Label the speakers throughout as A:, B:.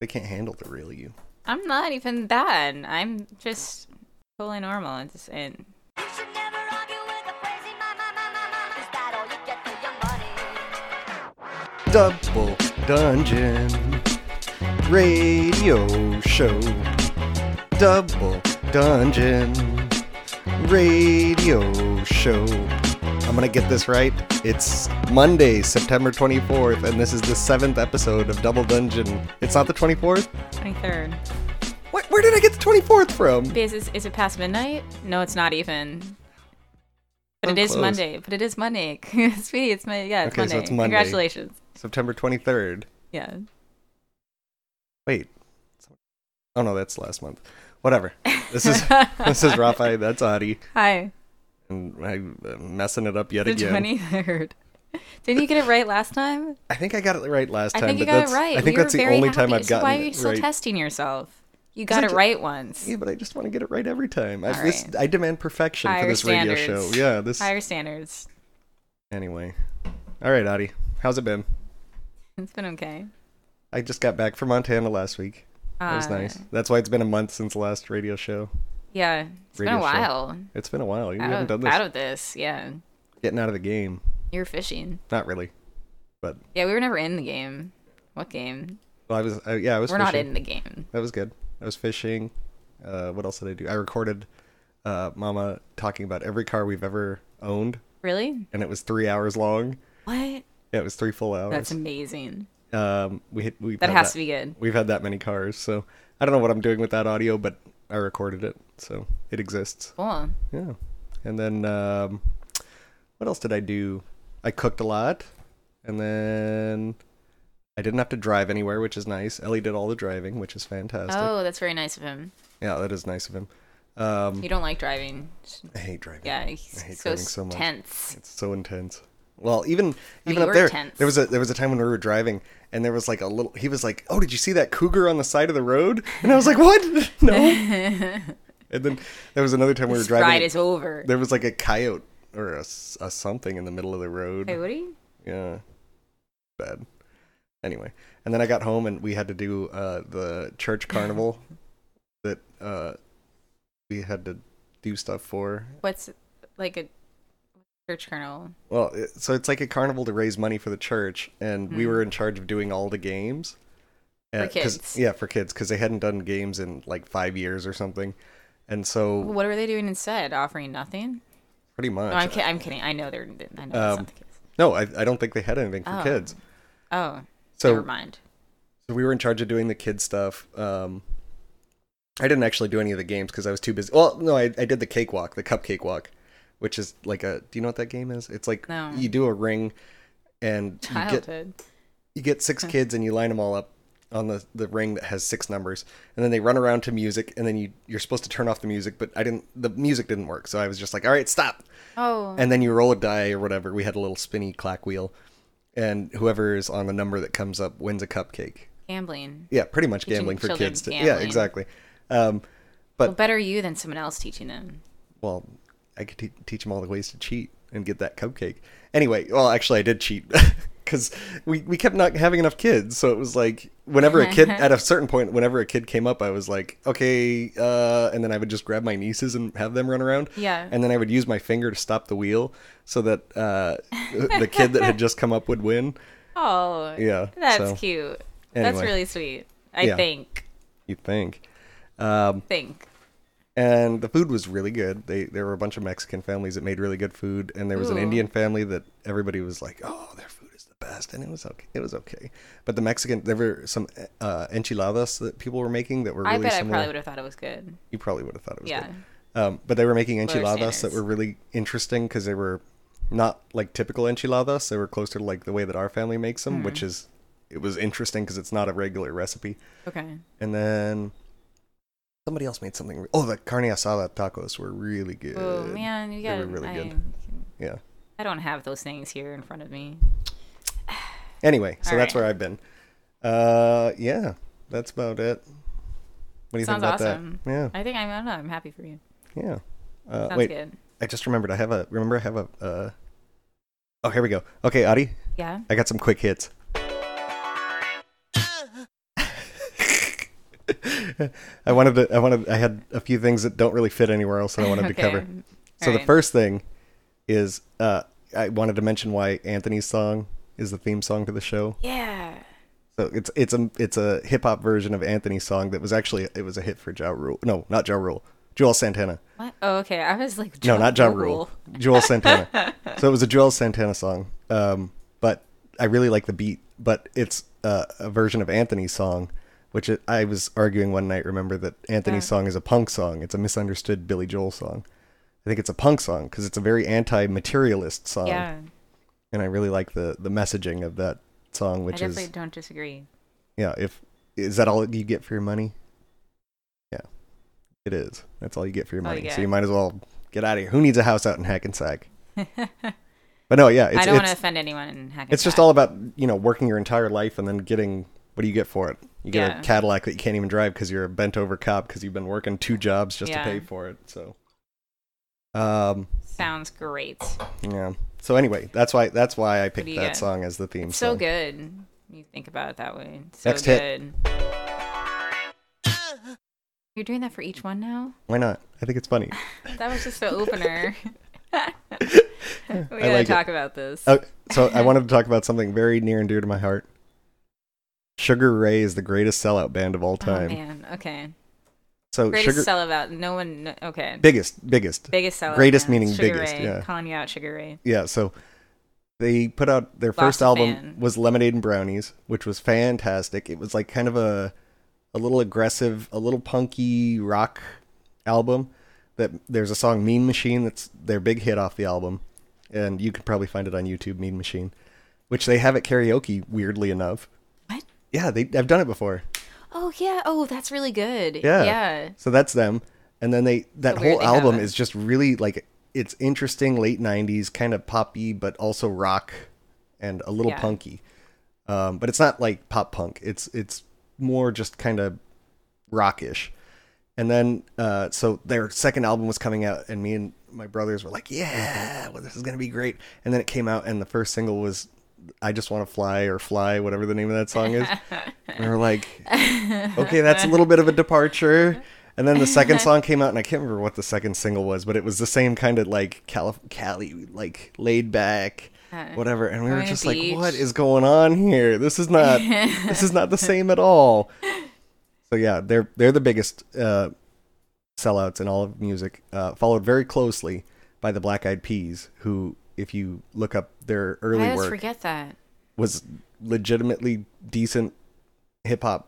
A: They can't handle the real you.
B: I'm not even that. I'm just totally normal and just and
C: You should never argue with a crazy man, man, man, man, man. Is that all you get for your
A: Double
C: money?
A: Dungeon Radio Show. Double Dungeon Radio Show. I'm gonna get this right. It's Monday, September 24th, and this is the seventh episode of Double Dungeon. It's not the 24th?
B: 23rd.
A: What? Where did I get the 24th from?
B: Is, is, is it past midnight? No, it's not even. But
A: So
B: it is
A: close.
B: Monday. But it is Monday. Sweet, it's my yeah, it's,
A: Okay,
B: Monday.
A: so it's Monday.
B: Congratulations.
A: September 23rd.
B: Yeah.
A: Wait. Oh no, that's last month. Whatever. This is this is Rafi. That's Adi,
B: Hi.
A: and I'm messing it up yet
B: The
A: again.
B: 23rd. Didn't you get it right last time?
A: I think I got it right last
B: I
A: time.
B: think you
A: but
B: got it
A: that's,
B: right.
A: I think
B: we were
A: that's the
B: very
A: only
B: happy.
A: time I've
B: so
A: gotten
B: why are you
A: it
B: still
A: right.
B: testing yourself?
A: I
B: You got it
A: ju-
B: right once.
A: yeah, but I just want to get it right every time. I,
B: All
A: this,
B: right.
A: I demand perfection
B: Higher
A: for this radio
B: standards.
A: show. Yeah. This
B: Higher standards.
A: anyway. All right, Adi. How's it been?
B: It's been okay.
A: I just got back from Montana last week. That was
B: Uh,
A: nice. That's why it's been a month since the last radio show.
B: Yeah. It's been
A: Radio
B: a
A: show.
B: while.
A: It's been a while. You
B: out,
A: haven't
B: of,
A: done this.
B: out of this. Yeah.
A: Getting out of the game.
B: You're fishing.
A: Not really.
B: Yeah, we were never in the game. What game?
A: Well, I was. I, yeah, I was.
B: We're
A: fishing.
B: not in the game.
A: That was good. I was fishing. Uh, what else did I do? I recorded uh, Mama talking about every car we've ever owned,
B: Really?
A: and it was three hours long.
B: What?
A: Yeah, it was three full hours.
B: That's amazing.
A: um, we hit, we've
B: That
A: had
B: has to be good.
A: We've had that many cars, so I don't know what I'm doing with that audio, but I recorded it, so it exists.
B: Cool.
A: Yeah, and then um, what else did I do? I cooked a lot, and then I didn't have to drive anywhere, which is nice. Ellie did all the driving, which is fantastic.
B: Oh, that's very nice of him.
A: Yeah, that is nice of him. Um,
B: You don't like driving.
A: I hate driving.
B: Yeah,
A: I hate
B: he's so,
A: driving so much.
B: tense.
A: It's so intense. Well, even even
B: you
A: up
B: were
A: there,
B: tense.
A: there was a there was a time when we were driving, and there was like a little. He was like, "Oh, did you see that cougar on the side of the road?" And I was like, "What? no." and then there was another time we were
B: This ride
A: driving.
B: is over.
A: there was like a coyote or a, s- a something in the middle of the road.
B: Hey, what are you?
A: Yeah, bad. Anyway, and then I got home and we had to do uh, the church carnival that uh, we had to do stuff for
B: What's like a church colonel?
A: Well, it, so it's like a carnival to raise money for the church, and we were in charge of doing all the games.
B: Hmm. For
A: Uh, 'cause-
B: kids.
A: yeah, for kids, because they hadn't done games in like five years or something, and so
B: What were they doing instead? Offering nothing?
A: pretty much.
B: Oh. No, I'm, ki- I'm kidding. I know they're. I know
A: Um,
B: that's not the case.
A: No, I, I don't think they had anything for
B: Oh.
A: kids.
B: Oh,
A: So
B: never mind.
A: So we were in charge of doing the kid stuff. Um, I didn't actually do any of the games because I was too busy. Well, no, I, I did the cakewalk, the cupcake walk, which is like a. Do you know what that game is? It's like
B: No.
A: you do a ring, and you get
B: Childhood.
A: you get six kids and you line them all up on the, the ring that has six numbers and then they run around to music and then you you're supposed to turn off the music but i didn't the music didn't work so i was just like all right stop
B: Oh,
A: and then you roll a die or whatever we had a little spinny clack wheel and whoever is on the number that comes up wins a cupcake
B: gambling.
A: yeah pretty much
B: Teaching
A: gambling for
B: children
A: kids to, yeah
B: gambling.
A: exactly um
B: Well, better you than someone else teaching them.
A: well i could te teach them all the ways to cheat and get that cupcake anyway well actually i did cheat because we, we kept not having enough kids so it was like whenever a kid at a certain point whenever a kid came up i was like okay uh, and then i would just grab my nieces and have them run around
B: Yeah.
A: and then i would use my finger to stop the wheel so that uh, the kid that had just come up would win
B: Oh,
A: Yeah,
B: That's
A: so,
B: cute. That's
A: anyway.
B: really sweet. I
A: Yeah.
B: think.
A: you think um,
B: Think.
A: and the food was really good. They there were a bunch of Mexican families that made really good food, and there was an
B: Ooh.
A: Indian family that everybody was like, "Oh, their food is the best," and it was okay. It was okay, but the Mexican there were some uh, enchiladas that people were making that were really
B: I bet
A: similar.
B: I probably would have thought it was good.
A: You probably would have thought it was
B: Yeah.
A: good. Um, but they were making enchiladas that
B: standards.
A: were really interesting because they were not like typical enchiladas. They were closer to like the way that our family makes
B: Hmm.
A: them, which is it was interesting because it's not a regular recipe.
B: Okay.
A: And then somebody else made something. Oh, the carne asada tacos were really good.
B: Oh man, you
A: They
B: got.
A: were really
B: I,
A: good. Yeah.
B: I don't have those things here in front of me.
A: Anyway, so
B: All
A: that's
B: right.
A: where I've been. Uh, yeah, that's about it. What do you
B: Sounds
A: think about
B: awesome.
A: that? Yeah,
B: I think I'm. I don't know. I'm happy for you.
A: yeah. Uh,
B: Sounds
A: wait,
B: good.
A: I just remembered. I have a. Remember, I have a. Uh... Oh, here we go. Okay, Adi,
B: Yeah.
A: I got some quick hits. I wanted to. I wanted. I had a few things that don't really fit anywhere else, and I wanted to cover. So the
B: Alright.
A: first thing is, uh, I wanted to mention why Anthony's song is the theme song to the show.
B: Yeah.
A: So it's it's a it's a hip hop version of Anthony's song that was actually it was a hit for Ja Rule. No, not Ja Rule. Joel Santana.
B: What? Oh, okay. I was like,
A: No, not Ja Rule. Joel Santana. so it was a Joel Santana song. Um, but I really like the beat. But it's uh, a version of Anthony's song, which it, I was arguing one night. Remember that Anthony's song is a punk song. It's a misunderstood Billy Joel song. I think it's a punk song because it's a very anti-materialist song,
B: Yeah,
A: and I really like the the messaging of that song,
B: I
A: which
B: definitely
A: is
B: don't disagree.
A: yeah. If is that all you get for your money? Yeah, it is. That's all you get for your
B: All you
A: money. So
B: get.
A: you might as well get out of here. Who needs a house out in Hackensack? But no, yeah, it's
B: I don't want to
A: it's,
B: offend anyone in Hackensack.
A: it's just all about you know working your entire life and then getting what do you get for it? You get
B: Yeah.
A: a Cadillac that you can't even drive because you're a bent over cop because you've been working two jobs just
B: Yeah.
A: to pay for it. So, um,
B: sounds great.
A: yeah. So anyway, that's why that's why I picked
B: do
A: that
B: you get?
A: song as the theme
B: It's
A: song.
B: so good. You think about it that way. It's So
A: Next hit.
B: good. You're doing that for each one now.
A: Why not? I think it's funny.
B: That was just the opener. we gotta
A: like it.
B: talk about this.
A: Oh, so I wanted to talk about something very near and dear to my heart. Sugar Ray is the greatest sellout band of all
B: Oh,
A: time.
B: man, okay.
A: so
B: Greatest
A: Sugar
B: sellout. No one. no- okay.
A: biggest biggest
B: biggest sellout.
A: greatest
B: man.
A: meaning
B: Sugar
A: biggest,
B: Ray.
A: yeah.
B: Calling you out, Sugar Ray.
A: yeah so they put out their
B: Lots
A: first
B: of
A: album
B: fan.
A: was lemonade and brownies which was fantastic it was like kind of a a little aggressive a little punky rock album that there's a song mean machine that's their big hit off the album and you could probably find it on youtube mean machine which they have at karaoke weirdly enough
B: What?
A: yeah they i've done it before
B: Oh yeah. Oh, that's really good.
A: yeah.
B: Yeah.
A: So that's them. And then they that
B: So weird
A: whole
B: they have
A: album
B: it.
A: is just really like it's interesting late 90s kind of poppy but also rock and a little
B: Yeah.
A: punky. Um, but it's not like pop punk. It's it's more just kind of rockish. And then uh, so their second album was coming out and me and my brothers were like, "Yeah, well, this is going to be great." And then it came out and the first single was I just want to fly or fly whatever the name of that song is. And we were like, okay, that's a little bit of a departure. And then the second song came out, and I can't remember what the second single was, but it was the same kind of like Cali, Cali like laid back, whatever. And we were
B: on the
A: just like, what
B: beach.
A: is going on here? This is not this is not the same at all. So yeah, they're they're the biggest uh, sellouts in all of music, uh, followed very closely by the Black Eyed Peas, who, if you look up their early
B: I always
A: work,
B: forget that.
A: was legitimately decent hip hop,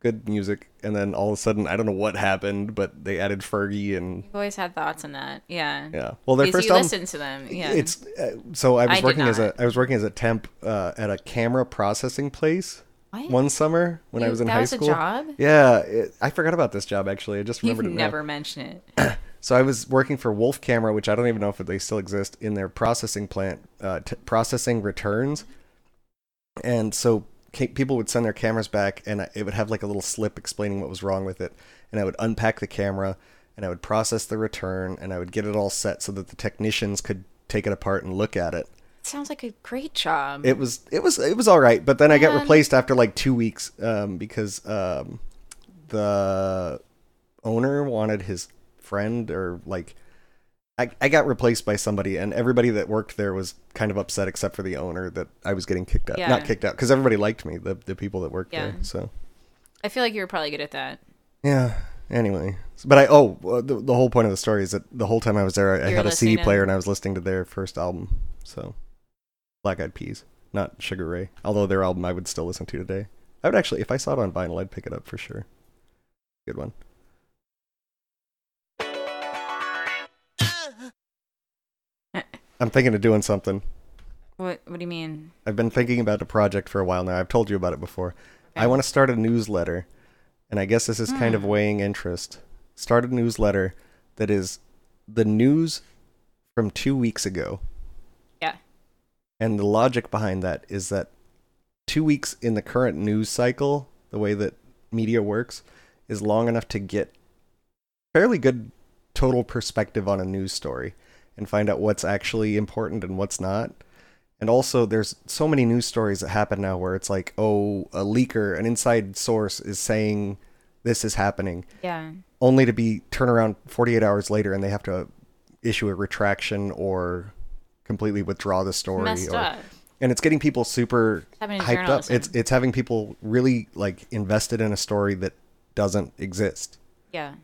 A: good music, and then all of a sudden I don't know what happened, but they added Fergie and
B: I've always had thoughts on that. Yeah.
A: yeah. Well, their
B: Because
A: first
B: you
A: album
B: listen to them. Yeah.
A: it's uh, so I was
B: I did
A: working as a
B: not.
A: I was working as a temp uh, at a camera processing place
B: What?
A: one summer when I
B: You-
A: was in
B: that
A: high
B: was a
A: school.
B: job?
A: Yeah, it, I forgot about this job actually. I just
B: You've
A: remembered it now.
B: never mentioned it.
A: So I was working for Wolf Camera, which I don't even know if they still exist, in their processing plant, uh, t- processing returns. And so ca- people would send their cameras back, and I- it would have like a little slip explaining what was wrong with it. And I would unpack the camera, and I would process the return, and I would get it all set so that the technicians could take it apart and look at it.
B: Sounds like a great job.
A: It was it was it was all right, but then I got
B: Man.
A: replaced after like two weeks um, because um, the owner wanted his friend or like I, I got replaced by somebody, and everybody that worked there was kind of upset except for the owner that I was getting kicked out.
B: Yeah.
A: Not kicked out because everybody liked me, the the people that worked
B: Yeah.
A: there. So
B: I feel like you were probably good at that.
A: yeah. Anyway, but I oh uh, the, the whole point of the story is that the whole time I was there, I, I
B: You were
A: had a CD
B: listening to-
A: player and I was listening to their first album. So Black Eyed Peas, not Sugar Ray. Although their album I would still listen to today. I would actually, if I saw it on vinyl, I'd pick it up for sure. Good one. I'm thinking of doing something.
B: What What do you mean?
A: I've been thinking about a project for a while now. I've told you about it before. I
B: Okay.
A: want to start a newsletter, and I guess this is kind of
B: Hmm.
A: weighing interest. Start a newsletter that is the news from two weeks ago.
B: Yeah.
A: And the logic behind that is that two weeks in the current news cycle, the way that media works, is long enough to get fairly good total perspective on a news story and find out what's actually important and what's not. And also, there's so many news stories that happen now where it's like, oh, a leaker, an inside source is saying this is happening
B: Yeah.
A: only to be turned around 48 hours later and they have to issue a retraction or completely withdraw the story
B: Messed
A: or-
B: up.
A: and it's getting people super
B: happening to
A: hyped up
B: journalism.
A: it's it's having people really like invested in a story that doesn't exist
B: Yeah.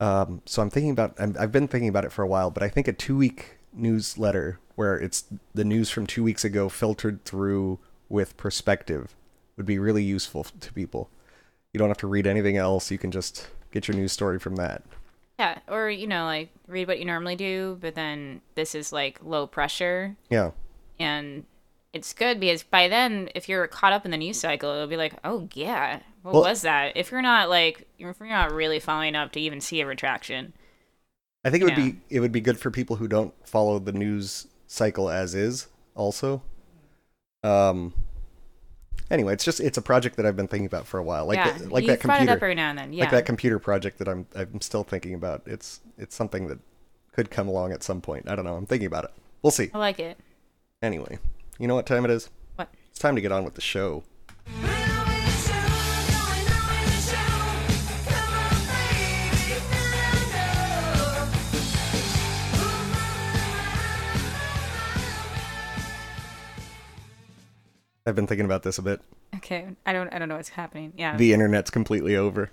A: um, so i'm thinking about I'm, i've been thinking about it for a while but i think a two week newsletter where it's the news from two weeks ago filtered through with perspective would be really useful to people you don't have to read anything else you can just get your news story from that
B: Yeah. Or, you know, like read what you normally do, but then this is like low pressure
A: yeah
B: and it's good because by then if you're caught up in the news cycle it'll be like oh yeah what
A: Well-
B: was that if you're not like if you're not really following up to even see a retraction
A: I think it would
B: Yeah.
A: be it would be good for people who don't follow the news cycle as is also. Um anyway, it's just it's a project that I've been thinking about for a while. Like
B: yeah
A: that- like
B: you
A: that
B: brought it up
A: computer
B: every now and then yeah
A: like that computer project that I'm I'm still thinking about. It's it's something that could come along at some point. I don't know. I'm thinking about it. We'll see.
B: i like it
A: Anyway, you know what time it is?
B: what
A: It's time to get on with the show. I've been thinking about this a bit.
B: okay i don't i don't know what's happening yeah
A: The internet's completely over.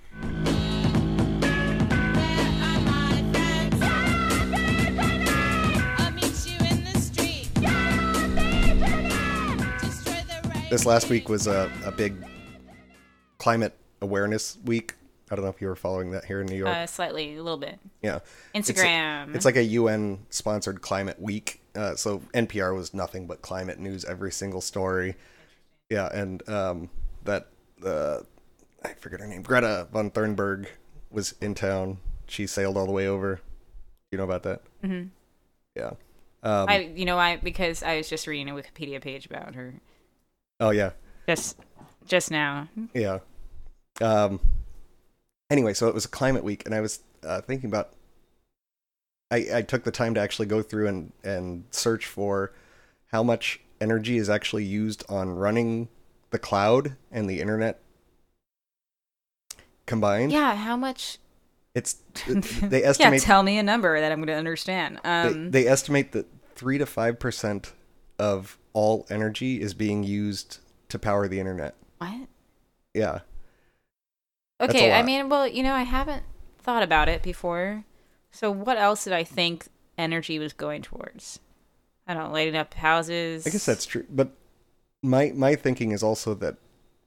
A: This last week was a, a big climate awareness week. I don't know if you were following that here in New York.
B: uh, mm-hmm. slightly a little bit
A: yeah. It's a-
B: Instagram.
A: It's, like a UN sponsored climate week. Uh, so NPR was nothing but climate news every single story. Yeah. And um, that, uh, I forget her name, Greta von Thunberg was in town. She sailed all the way over. You know about that? Mm-hmm. Yeah. Um,
B: i you know why because i was just reading a wikipedia page about her
A: oh, yeah.
B: just just now
A: Yeah. Um. Anyway, so it was a climate week, and I was uh, thinking about. I I took the time to actually go through and and search for how much energy is actually used on running the cloud and the internet combined.
B: yeah how much
A: It's they
B: yeah
A: estimate
B: tell me a number that i'm going to understand um
A: they, they estimate that three to five percent of all energy is being used to power the internet.
B: what
A: Yeah. That's a
B: Okay, I
A: lot.
B: mean, well, you know, I haven't thought about it before. So what else did I think energy was going towards? I don't lighting up houses.
A: I guess that's true, but my my thinking is also that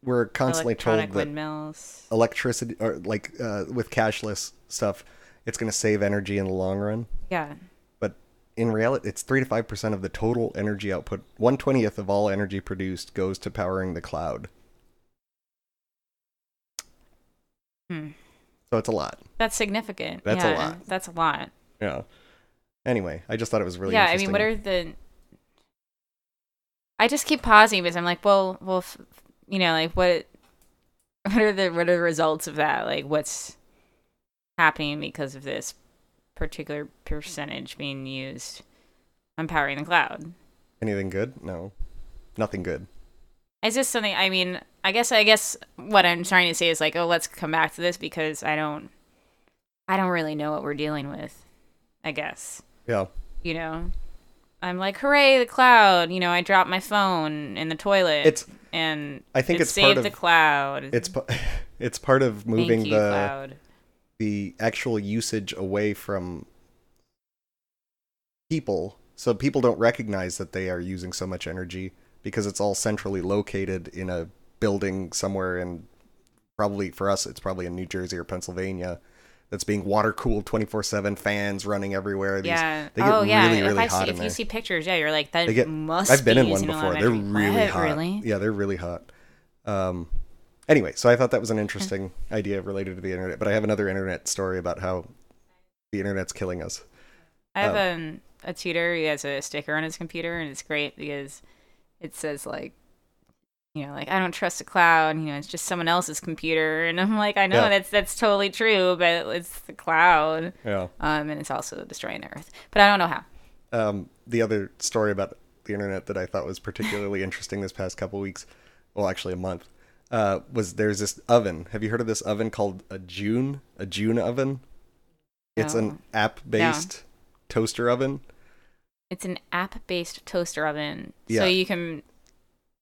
A: we're constantly told
B: electronic
A: that
B: windmills.
A: electricity or like uh, with cashless stuff, it's going to save energy in the long run.
B: Yeah,
A: But in reality, it's three to five percent of the total energy output. One twentieth of all energy produced goes to powering the cloud.
B: Hmm.
A: So it's a lot.
B: that's significant.
A: That's a
B: Yeah,
A: lot.
B: That's a lot.
A: Yeah. Anyway, I just thought it was really
B: yeah, I
A: Interesting.
B: mean, what are the? I just keep pausing because I'm like, well, well, f- you know, like what, what are the what are the results of that? Like, what's happening because of this particular percentage being used on powering the cloud?
A: anything good? No, nothing good.
B: Is this something? I mean, I guess, I guess what I'm trying to say is like, oh, let's come back to this because I don't, I don't really know what we're dealing with. I guess
A: Yeah.
B: you know i'm like hooray the cloud you know i dropped my phone in the toilet
A: It's-
B: and
A: I think
B: it
A: it's part
B: saved
A: of-
B: the cloud
A: It's p- it's part of moving
B: Thank you,
A: the.
B: cloud
A: the actual usage away from people so people don't recognize that they are using so much energy because it's all centrally located in a building somewhere in probably for us it's probably in New Jersey or Pennsylvania that's being water cooled 24/7 fans running everywhere these
B: yeah
A: they get
B: oh yeah
A: really really
B: if, I
A: hot
B: see,
A: in
B: if
A: there
B: you see pictures yeah you're like that
A: they get
B: must
A: I've been
B: be
A: in one
B: using a lot
A: before
B: of
A: they're
B: energy."
A: really
B: What?
A: hot
B: really
A: yeah they're really hot um anyway so I thought that was an interesting idea related to the internet but I have another internet story about how the internet's killing us
B: i have um, a tutor who has a sticker on his computer and it's great because it says like you know, like I don't trust the cloud. You know, it's just someone else's computer, and I'm like, I know
A: Yeah.
B: that's that's totally true, but it's the cloud.
A: yeah
B: um, and it's also destroying the Earth. But I don't know how.
A: um, the other story about the internet that I thought was particularly interesting this past couple weeks, well, actually a month, uh, was there's this oven. Have you heard of this oven called a June? A June oven? It's an
B: No.
A: app based toaster oven.
B: It's an app-based toaster oven,
A: Yeah.
B: so you can.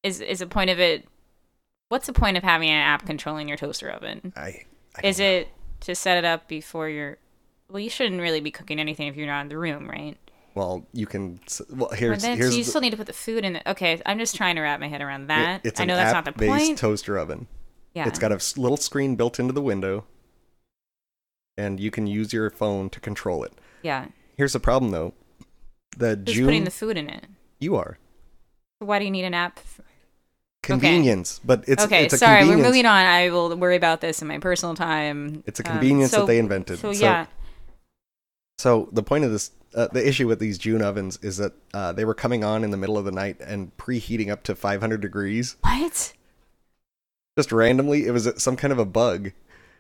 B: Is is a point of it? What's the point of having an app controlling your toaster oven?
A: I, I
B: Is
A: don't-
B: it to set it up before you're? Well, you shouldn't really be cooking anything if you're not in the room, right?
A: Well, you can. s- Well,
B: But
A: here's
B: then
A: here's
B: so you
A: the-
B: still need to put the food in. The, okay, I'm just trying to wrap my head around that.
A: it's
B: I
A: an
B: know that's not the
A: app-based
B: point.
A: toaster oven.
B: yeah,
A: It's got a s- little screen built into the window, and you can use your phone to control it.
B: yeah.
A: Here's the problem, though. The
B: Who's
A: June
B: putting the food in it?
A: you are
B: Why do you need an app? f-
A: convenience, but it's
B: okay,
A: It's a
B: sorry, we're
A: convenience.
B: moving on. I will worry about this in my personal time.
A: It's a
B: Um,
A: convenience
B: so-
A: that they invented.
B: So yeah,
A: So the point of this, uh, the issue with these June ovens is that uh, they were coming on in the middle of the night and preheating up to 500 degrees
B: what?
A: just randomly. It was some kind of a bug.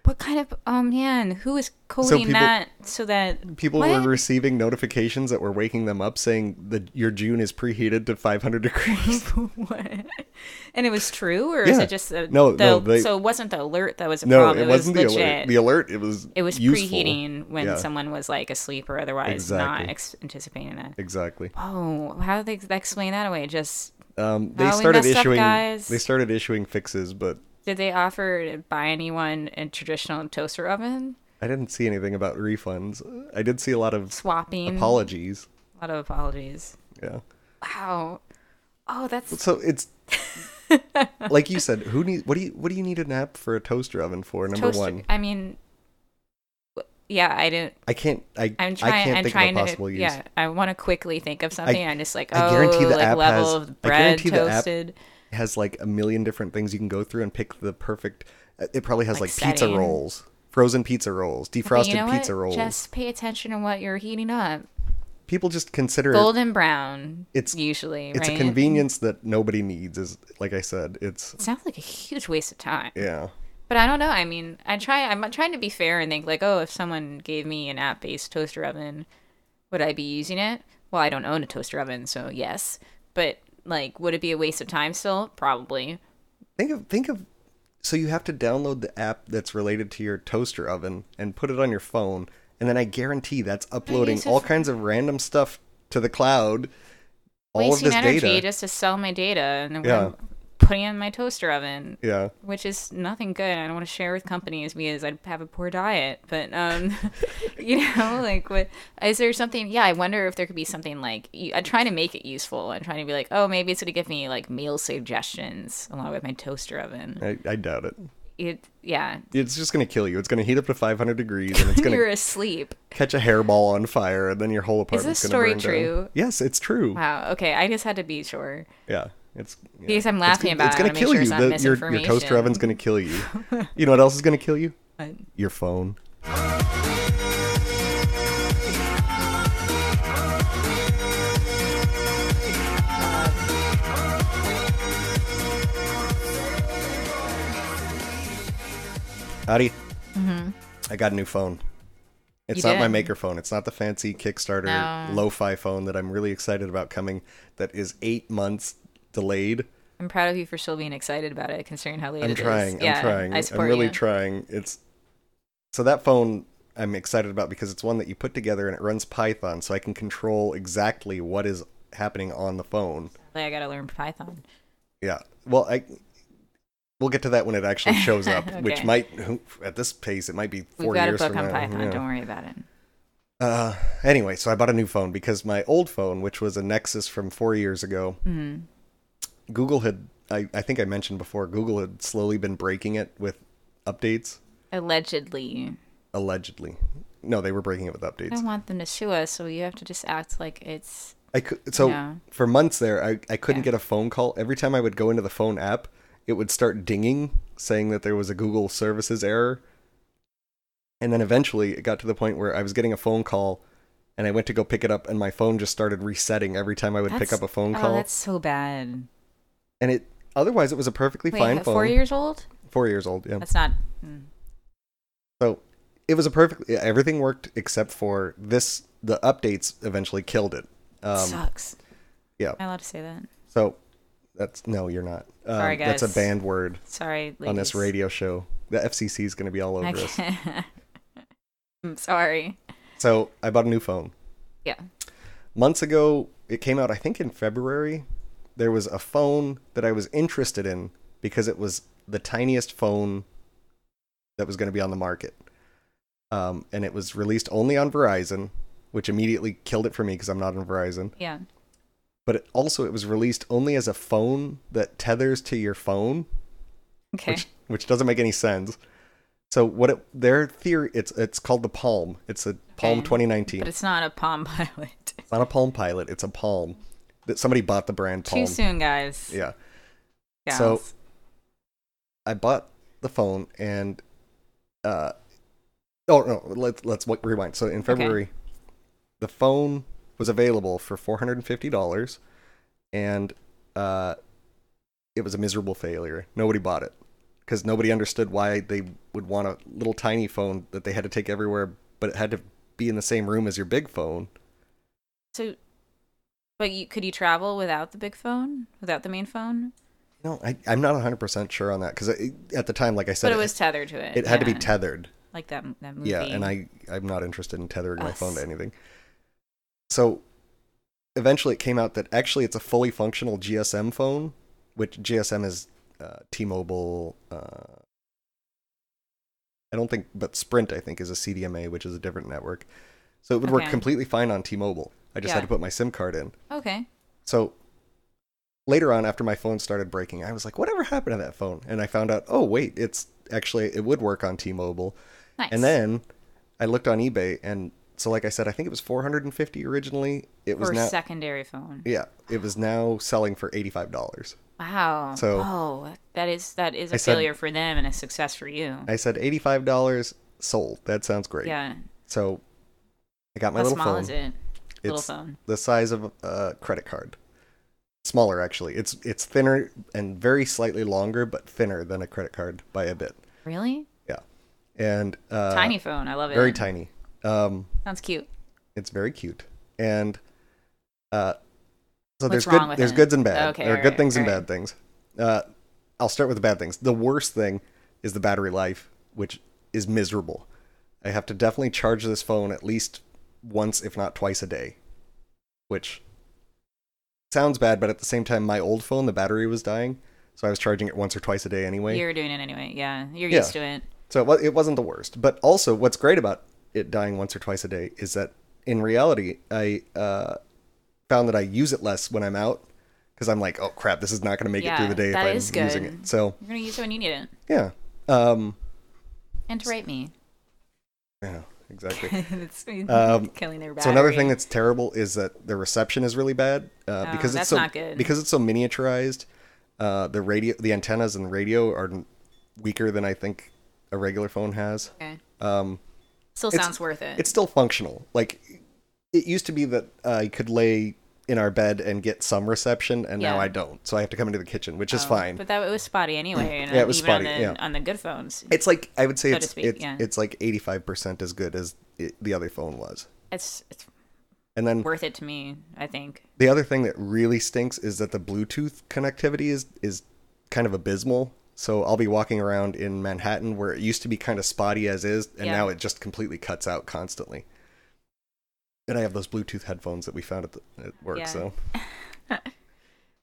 B: What kind of oh man, who is coding
A: people-
B: that so that
A: People
B: What?
A: were receiving notifications that were waking them up saying that your June is preheated to 500 degrees.
B: what? And it was true, or is
A: Yeah.
B: it just the,
A: No,
B: the
A: no, they-
B: so it wasn't the alert that was a
A: no,
B: problem?
A: it wasn't the
B: was
A: alert.
B: legit.
A: The alert it was
B: it was
A: useful.
B: preheating when
A: Yeah.
B: someone was like asleep or otherwise not
A: Exactly.
B: ex- anticipating that.
A: Exactly.
B: Oh, how did they explain that away? Just
A: Um, they
B: Oh, we
A: started
B: messed up,
A: issuing.
B: guys.
A: They started issuing fixes, but
B: did they offer to buy anyone a traditional toaster oven
A: I didn't see anything about refunds. I did see a lot of
B: swapping?
A: apologies.
B: a lot of apologies.
A: Yeah.
B: Wow. Oh, that's
A: So it's like you said. Who need? What do you? What do you need an app for a toaster oven for? Number
B: toaster.
A: one,
B: I mean, w- yeah, I didn't.
A: I can't. I
B: I'm trying.
A: I can't
B: am
A: think
B: trying
A: of a possible
B: to.
A: use.
B: Yeah, I want to quickly think of something. I, am just like, oh,
A: I guarantee the
B: like
A: app
B: level
A: has- I
B: of bread
A: guarantee the app
B: toasted.
A: It has like a million different things you can go through and pick the perfect. It probably has
B: Like
A: like, pizza
B: setting.
A: rolls, frozen pizza rolls,
B: But
A: defrosted
B: you know
A: pizza
B: what?
A: rolls.
B: Just pay attention to what you're heating up.
A: People just consider it.
B: Golden brown.
A: It's-
B: It's usually
A: It's
B: right?
A: a convenience that nobody needs. Is like I said. It's
B: It sounds like a huge waste of time.
A: yeah.
B: But I don't know. I mean, I try. I'm trying to be fair and think like, oh, if someone gave me an app-based toaster oven, would I be using it? Well, I don't own a toaster oven, so yes. But like, would it be a waste of time? Still, probably.
A: Think of think of so you have to download the app that's related to your toaster oven and put it on your phone and then I guarantee that's uploading
B: use it
A: all
B: for-
A: kinds of random stuff to the cloud. All of
B: Wasting
A: this
B: energy
A: data.
B: just to sell my data and then
A: Yeah.
B: we're putting it in my toaster oven,
A: yeah.
B: which is nothing good. I don't want to share with companies because I'd have a poor diet. But um, you know, like, what is there something? Yeah, I wonder if there could be something like you- I'm trying to make it useful. I'm trying to be like, oh, maybe it's going to give me like meal suggestions along with my toaster oven.
A: I, I doubt it.
B: It, yeah,
A: It's just going to kill you. It's going to heat up to 500 degrees and it's going
B: you're
A: to
B: asleep.
A: catch a hairball on fire and then your whole apartment's
B: this
A: going to burn
B: story
A: down.
B: true?
A: Yes, it's true.
B: Wow. Okay, I just had to be sure.
A: Yeah. It's yeah.
B: Because I'm laughing
A: it's,
B: about
A: it's
B: it, I
A: gonna
B: wanna make
A: kill
B: sure
A: you.
B: it's not
A: The- your, your toaster
B: misinformation.
A: oven's going to kill you. you know what else is going to kill you?
B: But
A: Your phone. Howdy. I got a new phone. It's
B: Mm-hmm. You
A: not my
B: did?
A: maker phone. It's not the fancy Kickstarter
B: No.
A: lo-fi phone that I'm really excited about coming. That is eight months delayed.
B: I'm proud of you for still being excited about it, considering how late
A: I'm
B: it is.
A: trying.
B: Yeah,
A: I'm trying.
B: I
A: am
B: support
A: really
B: you.
A: trying. It's so that phone I'm excited about because it's one that you put together and it runs Python, so I can control exactly what is happening on the phone.
B: Like, I gotta learn Python.
A: Yeah. Well, I we'll get to that when it actually shows up, which
B: Okay.
A: might at this pace it might be
B: We've
A: four
B: got a
A: years
B: book
A: from
B: on
A: now.
B: Python.
A: Yeah.
B: Don't worry about it.
A: Uh, anyway, so I bought a new phone because my old phone, which was a Nexus from four years ago,
B: Mm-hmm.
A: Google had. I, I think I mentioned before Google had slowly been breaking it with updates.
B: Allegedly,
A: allegedly. No, they were breaking it with
B: I
A: updates.
B: don't want them to sue us, so you have to just act like it's.
A: I cou- so
B: Yeah.
A: for months there, I, I couldn't get a phone call. Every time I would go into the phone app, it would start dinging, saying that there was a Google services error. And then eventually, it got to the point where I was getting a phone call, and I went to go pick it up, and my phone just started resetting every time I would pick
B: That's-
A: up a phone
B: Oh,
A: call.
B: that's so bad.
A: and it otherwise it was a perfectly
B: Wait,
A: fine
B: at
A: phone.
B: four years old?
A: Four years old, yeah.
B: That's not. mm.
A: So it was a perfect. yeah, Everything worked except for this. The updates eventually killed it. Um,
B: sucks.
A: yeah.
B: Am I allowed to say that?
A: So That's no, you're not. Um,
B: Sorry,
A: That's
B: guys.
A: a banned word
B: Sorry, ladies.
A: on this radio show. The FCC is going to be all over
B: I
A: us.
B: can't- I'm sorry.
A: So I bought a new phone.
B: Yeah.
A: months ago it came out i think in february there was a phone that i was interested in because it was the tiniest phone that was going to be on the market um, and it was released only on verizon which immediately killed it for me because i'm not on verizon
B: Yeah.
A: but it, also it was released only as a phone that tethers to your phone
B: Okay.
A: which which doesn't make any sense so what it, their theory it's it's called the palm it's a palm
B: Okay.
A: 2019
B: but it's not a Palm Pilot.
A: it's not a Palm Pilot. It's a Palm. That somebody bought the brand Palm.
B: Too soon, guys.
A: Yeah.
B: Gals.
A: so- I bought the phone and, uh, oh no, let's let's w- rewind. So in February, the phone was available for four hundred and fifty dollars, and uh, it was a miserable failure. Nobody bought it because nobody understood why they would want a little tiny phone that they had to take everywhere, but it had to be in the same room as your big phone.
B: So, but you could you travel without the big phone, without the main phone?
A: No, I, I'm not 100% sure on that because at the time, like I said,
B: But it was tethered to it.
A: it had to
B: yeah.
A: be tethered.
B: like that that movie.
A: Yeah, and I I'm not interested in tethering my phone to
B: Us.
A: anything. So eventually it came out that actually it's a fully functional GSM phone, which GSM is uh, T-Mobile uh, I don't think but Sprint I think is a CDMA, which is a different network. So it would work
B: Okay.
A: completely fine on T-Mobile. I just had
B: Yeah.
A: to put my SIM card in.
B: okay.
A: So later on, after my phone started breaking, I was like, whatever happened to that phone? And I found out, oh, wait, it's actually, it would work on T Mobile.
B: Nice.
A: And then I looked on eBay. And so, like I said, I think it was 450 originally. It was
B: for
A: now,
B: secondary phone.
A: yeah, it was now selling for $85.
B: Wow.
A: So-
B: oh, that is that is a
A: I said-
B: failure for them and a success for you.
A: I said, $85 sold. That sounds great.
B: yeah.
A: So I got my
B: How
A: little
B: small
A: phone.
B: is it? Little
A: It's-
B: phone.
A: the size of a credit card. Smaller, actually. It's it's thinner and very slightly longer, but thinner than a credit card by a bit.
B: Really?
A: Yeah. And uh,
B: tiny phone. I love it.
A: very tiny. Um,
B: Sounds cute.
A: it's very cute, and uh, so
B: What's
A: there's good
B: wrong with
A: there's
B: it?
A: goods and bad.
B: Okay,
A: there are
B: all
A: good
B: right,
A: things and
B: all
A: bad things. Uh, I'll start with the bad things. The worst thing is the battery life, which is miserable. I have to definitely charge this phone at least once, if not twice a day, which sounds bad, but at the same time, my old phone, the battery was dying, so I was charging it once or twice a day anyway.
B: You're doing it anyway. Yeah. You're
A: Yeah.
B: used to it.
A: So it, wa- it wasn't the worst. But also, what's great about it dying once or twice a day is that in reality, I uh, found that I use it less when I'm out because I'm like, oh crap, this is not going to make it through
B: Yeah,
A: the day if
B: that
A: I'm
B: is
A: using
B: good.
A: it. So
B: You're gonna use it when you need it.
A: yeah, um,
B: And to rate me.
A: yeah, exactly.
B: it's
A: Um,
B: killing their battery.
A: So another thing that's terrible is that the reception is really bad uh,
B: Oh,
A: because it's
B: that's
A: so
B: not good.
A: because it's so miniaturized. Uh, the radio, the antennas and the radio are n- weaker than I think a regular phone has.
B: Okay.
A: Um,
B: Still
A: it's-
B: sounds worth it.
A: it's still functional. Like it used to be that I could lay in our bed and get some reception, and now
B: Yeah.
A: I don't. So I have to come into the kitchen, which is
B: Oh,
A: fine.
B: But that it was spotty anyway. And
A: Yeah, it was
B: even
A: spotty,
B: On the,
A: yeah.
B: on the good phones,
A: It's like I would say
B: So to
A: it's
B: speak,
A: it's,
B: yeah.
A: it's like eighty five percent as good as it, the other phone was.
B: it's it's
A: And then
B: worth it to me. I think.
A: the other thing that really stinks is that the Bluetooth connectivity is is kind of abysmal. So I'll be walking around in Manhattan where it used to be kind of spotty as is, and
B: Yeah.
A: now it just completely cuts out constantly. And I have those Bluetooth headphones that we found at, the, at work,
B: Yeah.
A: so.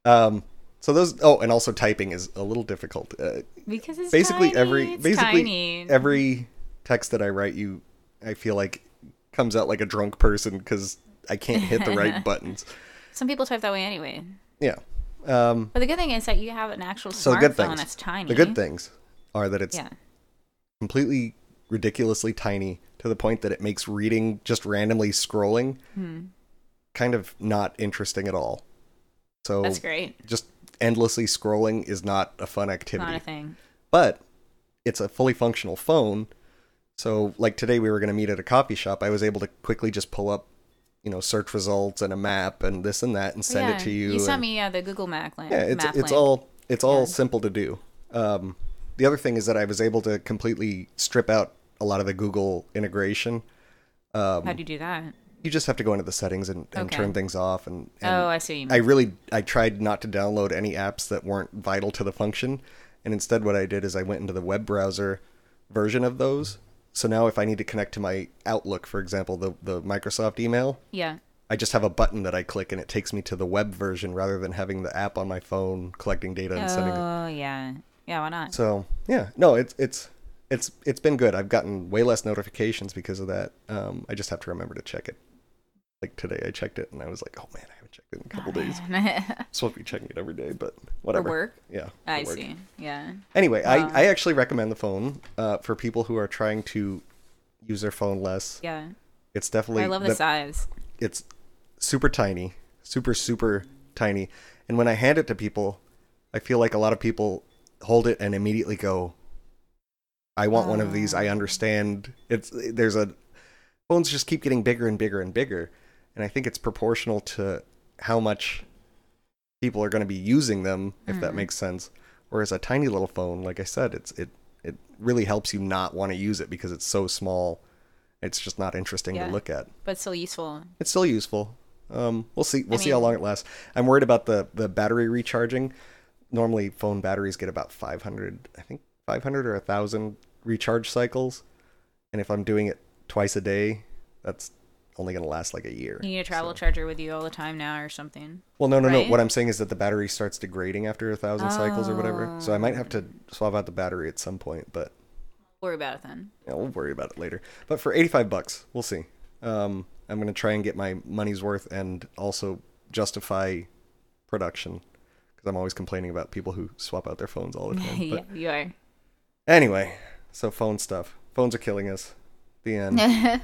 A: um, so those. Oh, and also typing is a little difficult. Uh,
B: Because it's
A: basically
B: tiny,
A: every
B: it's
A: basically
B: tiny.
A: every text that I write you, I feel like comes out like a drunk person because I can't hit the right buttons.
B: Some people type that way anyway.
A: Yeah. Um,
B: But the good thing is that you have an actual
A: so the
B: smartphone
A: good things.
B: that's tiny.
A: The good things are that it's
B: Mm-hmm. Yeah.
A: completely ridiculously tiny to the point that it makes reading just randomly scrolling
B: Hmm.
A: kind of not interesting at all. So
B: That's great.
A: just endlessly scrolling is not a fun activity.
B: Not a thing.
A: But it's a fully functional phone. So like today we were going to meet at a coffee shop. I was able to quickly just pull up, you know, search results and a map and this and that and send
B: Yeah,
A: it to you.
B: You sent
A: and-
B: me uh, the Google Map link.
A: yeah, it's
B: map
A: it's
B: link.
A: all it's all simple to do. Um, the other thing is that I was able to completely strip out a lot of the Google integration.
B: How'd you do that?
A: you just have to go into the settings and, and
B: Okay.
A: turn things off and, and
B: Oh, I see. what you
A: I
B: mean.
A: really I tried not to download any apps that weren't vital to the function, and instead what I did is I went into the web browser version of those. So now if I need to connect to my Outlook, for example, the the Microsoft email,
B: yeah.
A: I just have a button that I click and it takes me to the web version rather than having the app on my phone collecting data and sending it.
B: Oh, yeah. Yeah. Why not?
A: So yeah, no, it's it's it's it's been good. I've gotten way less notifications because of that. Um, I just have to remember to check it. Like today, I checked it and I was like, oh man, I haven't checked it in a couple days supposed to be checking it every day, but whatever.
B: work?
A: Yeah. for
B: I
A: work.
B: see. Yeah.
A: Anyway, I, I actually recommend the phone uh, for people who are trying to use their phone less.
B: Yeah.
A: It's definitely
B: I love the,
A: the-
B: size.
A: it's super tiny, super super tiny. And when I hand it to people, I feel like a lot of people hold it and immediately go, "I want one of these. I understand." It's there's a phones just keep getting bigger and bigger and bigger, and I think it's proportional to how much people are going to be using them, if that makes sense. Whereas a tiny little phone, like I said, it's it it really helps you not want to use it because it's so small. It's just not interesting
B: Yeah.
A: to look at
B: but still useful.
A: it's still useful. Um, we'll see. We'll see how long it lasts. I'm worried about the the battery recharging. Normally, phone batteries get about 500, I think 500 or 1,000 recharge cycles, and if I'm doing it twice a day, that's only going to last like a year.
B: You need a travel charger with you all the time now or something.
A: Well, no, no,
B: right?
A: no. What I'm saying is that the battery starts degrading after a thousand cycles or whatever. So I might
B: Oh.
A: have to swap out the battery at some point, but
B: Worry about it then.
A: yeah, we'll worry about it later. But for 85 bucks, we'll see. Um, I'm going to try and get my money's worth and also justify production because I'm always complaining about people who swap out their phones all the time.
B: yeah,
A: But
B: you are.
A: anyway, so phone stuff. Phones are killing us. The end.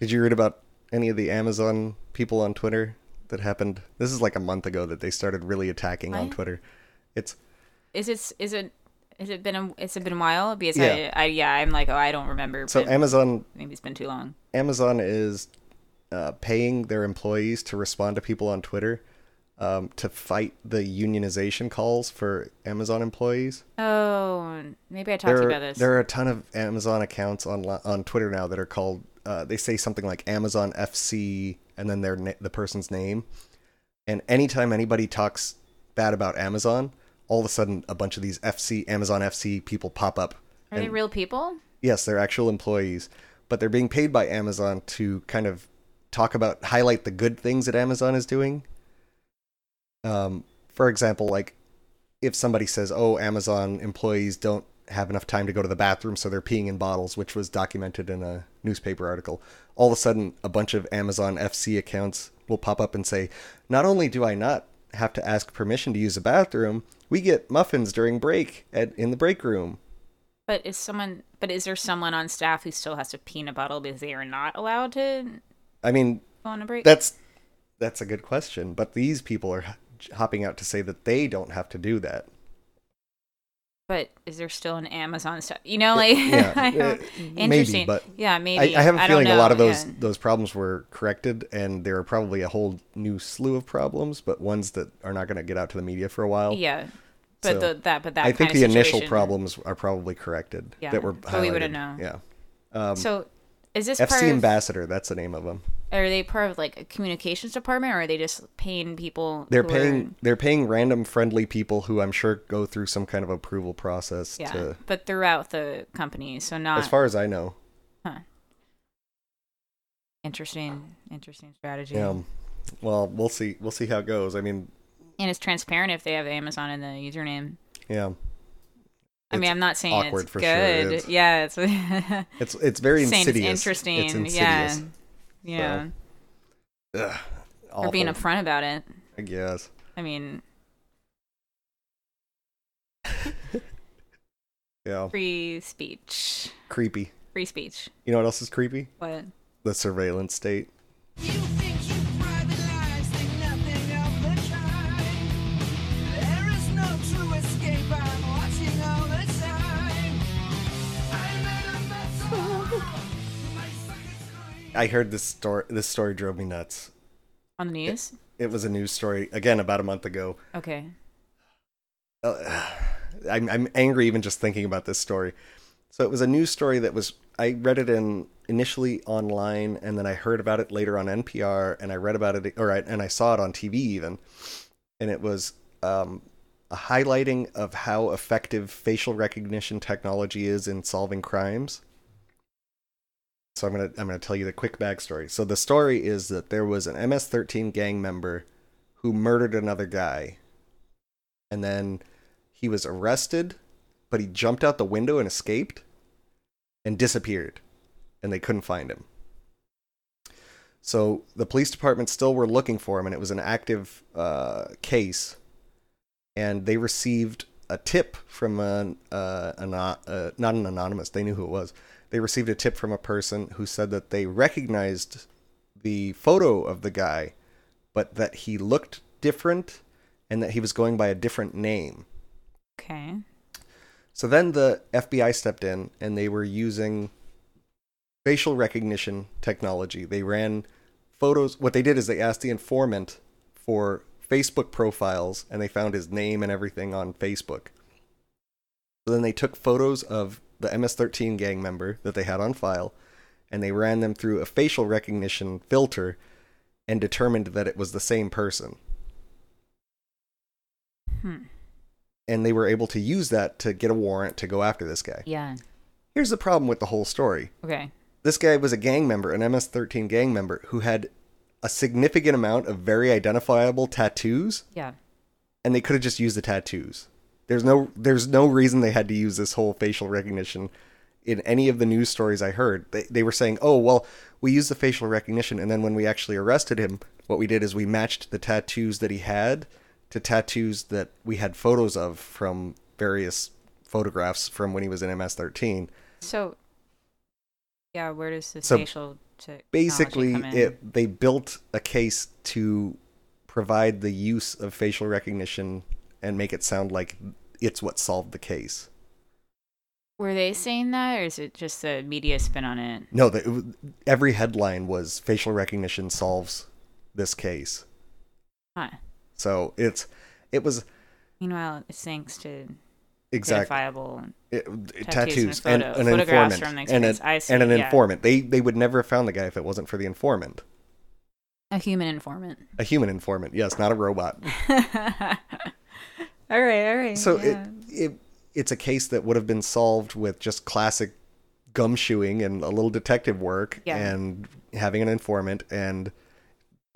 A: Did you read about any of the Amazon people on Twitter that happened? This is like a month ago that they started really attacking on
B: I-
A: Twitter. It's
B: Is it? Is it? Has it been? A, it's been a while because
A: Yeah.
B: I, I, yeah, I'm like, oh, I don't remember.
A: so
B: but
A: Amazon
B: maybe it's been too long.
A: Amazon is uh, paying their employees to respond to people on Twitter um, to fight the unionization calls for Amazon employees.
B: Oh, maybe I talked
A: There,
B: to you
A: are-
B: about this.
A: there are a ton of Amazon accounts on li- on Twitter now that are called. Uh, they say something like Amazon FC and then their na- the person's name. And anytime anybody talks bad about Amazon, all of a sudden a bunch of these FC Amazon FC people pop up.
B: are they
A: and-
B: real people?
A: Yes, they're actual employees, but they're being paid by Amazon to kind of talk about highlight the good things that Amazon is doing. Um, for example, like if somebody says, "Oh, Amazon employees don't have enough time to go to the bathroom, so they're peeing in bottles," which was documented in a newspaper article, all of a sudden a bunch of Amazon FC accounts will pop up and say, "Not only do I not have to ask permission to use a bathroom, we get muffins during break at in the break room."
B: But is someone? But is there someone on staff who still has to pee in a bottle because they are not allowed to
A: I mean,
B: go on a break?
A: That's that's a good question, but these people are h- hopping out to say that they don't have to do that.
B: but is there still an Amazon stuff? You know, like
A: yeah,
B: I don't-
A: uh, maybe,
B: interesting.
A: but
B: yeah,
A: I,
B: maybe
A: I have a
B: don't
A: feeling a lot of
B: know,
A: those
B: yeah.
A: those problems were corrected, and there are probably a whole new slew of problems, but ones that are not going to get out to the media for a while.
B: Yeah,
A: So,
B: but the, that but that
A: I think
B: kind
A: the
B: of
A: initial
B: situation-
A: problems are probably corrected.
B: Yeah,
A: that were
B: but we wouldn't
A: highlighted.
B: know.
A: Yeah,
B: So is this part
A: FC
B: of,
A: ambassador. That's the name of them.
B: are they part of like a communications department or are they just paying people?
A: They're
B: who are-
A: paying they're paying random friendly people who I'm sure go through some kind of approval process.
B: yeah,
A: to,
B: but throughout the company, so not
A: as far as I know.
B: interesting, interesting strategy.
A: Yeah. Well, we'll see. We'll see how it goes. I mean,
B: And it's transparent if they have Amazon in the username.
A: yeah,
B: I mean,
A: It's
B: I'm not saying
A: awkward
B: it's
A: for sure,
B: good.
A: it's-
B: yeah, it's saying
A: it's it's very
B: it's
A: insidious.
B: interesting.
A: It's insidious.
B: Yeah, yeah,
A: Ugh,
B: or being
A: awful,
B: upfront about it.
A: I guess.
B: I mean,
A: Yeah.
B: free speech,
A: Creepy.
B: free speech.
A: You know what else is creepy?
B: What?
A: The surveillance state.
D: You think you private lives think nothing of the kind. There is no true escape. I'm watching all the time. I made a mess of all my second screen.
A: I heard this story. This story drove me nuts.
B: on the news?
A: It was a news story again about a month ago.
B: Okay.
A: Uh, I'm I'm angry even just thinking about this story. So it was a news story that was I read it in initially online and then I heard about it later on NPR and I read about it or I, and I saw it on TV even and it was um, a highlighting of how effective facial recognition technology is in solving crimes. So I'm gonna I'm gonna tell you the quick backstory. So the story is that there was an MS-13 gang member who murdered another guy, and then he was arrested, but he jumped out the window and escaped, and disappeared, and they couldn't find him. So the police department still were looking for him, and it was an active uh, case. And they received a tip from an uh, ano- uh, not an anonymous. They knew who it was. They received a tip from a person who said that they recognized the photo of the guy, but that he looked different, and that he was going by a different name.
B: Okay.
A: So then the FBI stepped in and they were using facial recognition technology. They ran photos. What they did is they asked the informant for Facebook profiles and they found his name and everything on Facebook. So then they took photos of the MS 13 gang member that they had on file and they ran them through a facial recognition filter and determined that it was the same person.
B: Hmm.
A: And they were able to use that to get a warrant to go after this guy.
B: Yeah.
A: Here's the problem with the whole story.
B: Okay.
A: this guy was a gang member, an MS-13 gang member, who had a significant amount of very identifiable tattoos,
B: Yeah.
A: and they could have just used the tattoos. There's no there's no reason they had to use this whole facial recognition in any of the news stories I heard. They they were saying, "Oh, well, we used the facial recognition and then when we actually arrested him, what we did is we matched the tattoos that he had to tattoos that we had photos of from various photographs from when he was in MS-13."
B: So. Yeah. Where does the
A: So,
B: facial technology
A: basically
B: come in?
A: it they built a case to provide the use of facial recognition and make it sound like it's what solved the case
B: Were they saying that, or is it just the media spin on it?
A: no the, it was- every headline was facial recognition solves this case
B: Huh.
A: so it's it was
B: Meanwhile, it's thanks to
A: exactly
B: verifiable.
A: it, it- tattoos,
B: Tattoos and
A: and,
B: photo-
A: an
B: photographs
A: informant
B: from the
A: and,
B: experience.
A: a,
B: I see,
A: and an
B: yeah.
A: informant they they would never have found the guy if it wasn't for the informant
B: A human informant.
A: a human informant yes not a robot
B: all right, all right.
A: So
B: yeah.
A: it, it it's a case that would have been solved with just classic gumshoeing and a little detective work
B: Yeah.
A: and having an informant and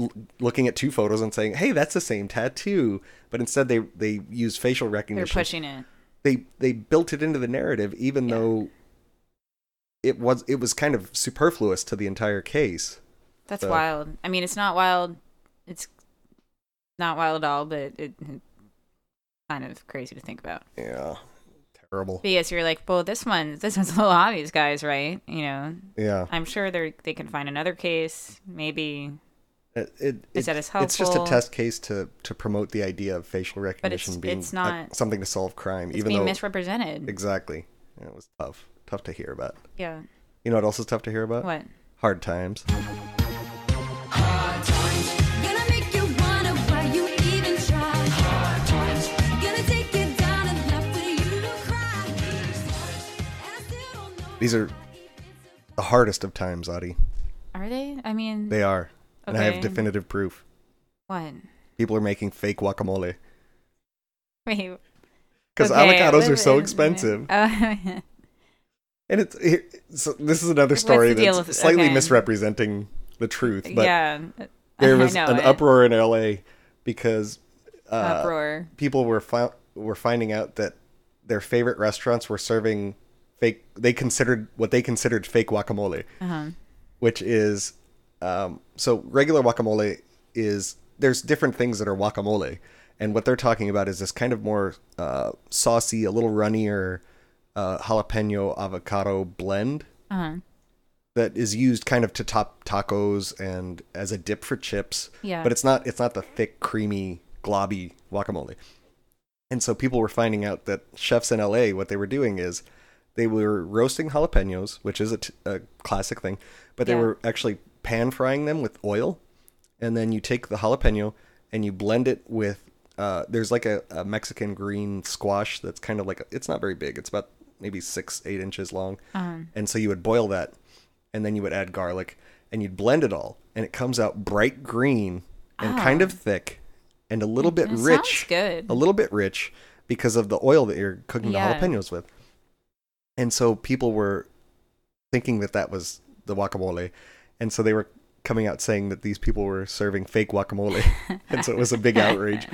A: l- looking at two photos and saying, "Hey, that's the same tattoo." But instead they they use facial
B: they're
A: recognition.
B: pushing it.
A: They they built it into the narrative even
B: Yeah.
A: though it was it was kind of superfluous to the entire case.
B: That's
A: So-
B: wild. I mean, it's not wild. It's not wild at all, but it, it's kind of crazy to think about.
A: Yeah. Terrible.
B: But yes, you're like, well, this one, this one's a little obvious, guys, right? You know,
A: Yeah.
B: I'm sure they they can find another case. Maybe
A: It, it,
B: Is that
A: it-
B: as
A: It's just a
B: helpful?
A: test case to to promote the idea of facial recognition being
B: it's
A: a-
B: not-
A: something to solve crime,
B: it's
A: even
B: being
A: though
B: misrepresented.
A: exactly Yeah, it was tough, tough to hear about.
B: yeah.
A: You know what else is tough to hear about?
B: What?
A: Hard times.
C: Gonna make you wonder why you even try. Hard times. Gonna take you down enough for you to cry. And I still don't know
A: These are the hardest of times, Adi.
B: Are they? I mean,
A: They are, and I have
B: Okay.
A: definitive proof.
B: what?
A: People are making fake guacamole
B: Wait.
A: because
B: okay,
A: avocados are
B: what-
A: so expensive.
B: Uh,
A: And it's here, so this is another
B: What's
A: story
B: the deal
A: that's
B: with-
A: slightly
B: okay.
A: misrepresenting the truth. But
B: yeah.
A: there was
B: I know
A: an
B: it.
A: uproar in L.A. because uh,
B: Uproar.
A: people were fi- were finding out that their favorite restaurants were serving fake. They considered what they considered fake guacamole,
B: Uh-huh.
A: which is um, so regular guacamole is there's different things that are guacamole, and what they're talking about is this kind of more uh, saucy, a little runnier uh, jalapeno avocado blend
B: Uh-huh.
A: that is used kind of to top tacos and as a dip for chips.
B: Yeah.
A: But it's not it's not the thick, creamy, globby guacamole. And so people were finding out that chefs in LA what they were doing is they were roasting jalapenos, which is a, t- a classic thing, but they
B: Yeah.
A: were actually pan frying them with oil and then you take the jalapeno and you blend it with. Uh, there's like a, a Mexican green squash that's kind of like a, it's not very big. It's about maybe six eight inches long,
B: uh-huh.
A: and so you would boil that, and then you would add garlic, and you'd blend it all, and it comes out bright green and kind of thick, and a little bit
B: Ah. It sounds
A: rich.
B: good.
A: A little bit rich because of the oil that you're cooking
B: Yeah.
A: the jalapenos with, and so people were thinking that that was the guacamole, and so they were coming out saying that these people were serving fake guacamole, and so it was a big outrage.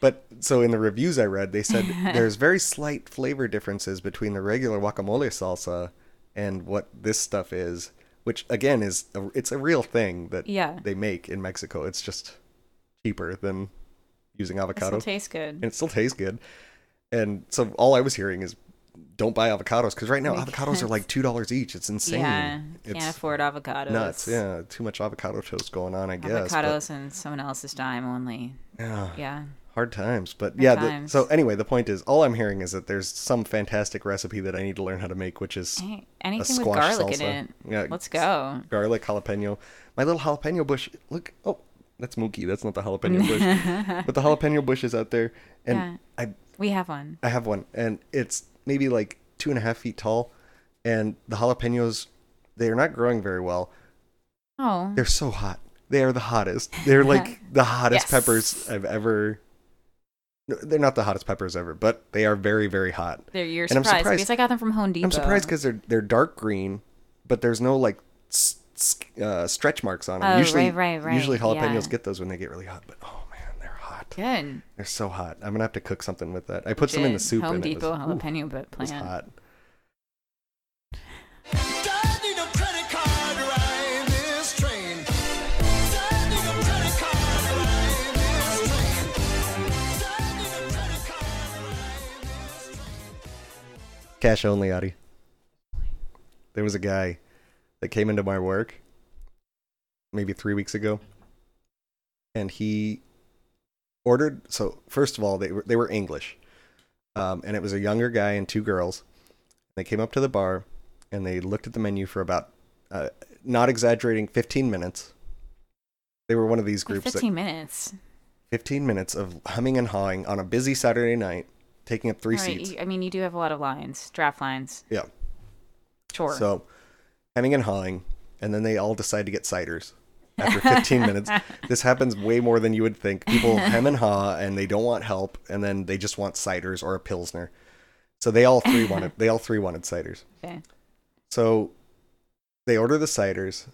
A: But so in the reviews I read, they said there's very slight flavor differences between the regular guacamole salsa and what this stuff is, which again is a, it's a real thing that
B: Yeah.
A: they make in Mexico. It's just cheaper than using avocado
B: It'll taste good.
A: and it still tastes good. And so all I was hearing is don't buy avocados because right now avocados are like two dollars each. It's insane.
B: Yeah,
A: it's
B: can't afford avocados.
A: nuts. Yeah, too much avocado toast going on. I guess. but-
B: avocados and someone else's dime only.
A: yeah,
B: Yeah,
A: hard times. But yeah. The,
B: times.
A: so anyway, the point is, all I'm hearing is that there's some fantastic recipe that I need to learn how to make, which is
B: Hey,
A: a
B: anything with
A: squash
B: garlic
A: salsa.
B: in it.
A: Yeah,
B: let's go.
A: garlic jalapeno. My little jalapeno bush. Look, oh, that's Mookie. That's not the jalapeno bush. But the jalapeno bush is out there, and
B: Yeah.
A: I
B: We have one.
A: I have one, and it's maybe like two and a half feet tall, and the jalapenos they are not growing very well.
B: Oh,
A: They're so hot. They are the hottest. They're like the hottest
B: Yes.
A: peppers I've ever. No, they're not the hottest peppers ever, but they are very very hot.
B: they're, you're
A: And I'm
B: surprised,
A: surprised-
B: because I got them from Home Depot.
A: I'm surprised because they're they're dark green, but there's no like s- s- uh, stretch marks on them.
B: Oh,
A: usually,
B: right, right, right,
A: usually jalapenos
B: yeah.
A: get those when they get really hot. But oh man, they're hot.
B: good.
A: They're so hot. I'm gonna have to cook something with that. I put some in the
B: Good.
A: soup.
B: Home
A: and
B: Depot
A: it was, ooh,
B: jalapeno but
A: it was
B: plant.
A: hot.
D: Don't need no credit card to ride this train. Don't need no credit card to ride this train. Don't need no credit card to ride this train.
A: Cash only, Adi. There was a guy that came into my work maybe three weeks ago, and he ordered. So first of all, they were they were English, um, and it was a younger guy and two girls. They came up to the bar, and they looked at the menu for about, uh, not exaggerating, fifteen minutes. They were one of these
B: Like
A: groups. that,
B: 15 minutes.
A: 15 minutes of humming and hawing on a busy Saturday night, taking up three
B: All right,
A: seats.
B: you- I mean, you do have a lot of lines, draft lines.
A: Yeah.
B: Sure.
A: So hemming and hawing, and then they all decide to get ciders after 15 minutes. This happens way more than you would think. People hem and haw, and they don't want help, and then they just want ciders or a pilsner. So they all three wanted they all three wanted ciders.
B: okay.
A: So they order the ciders,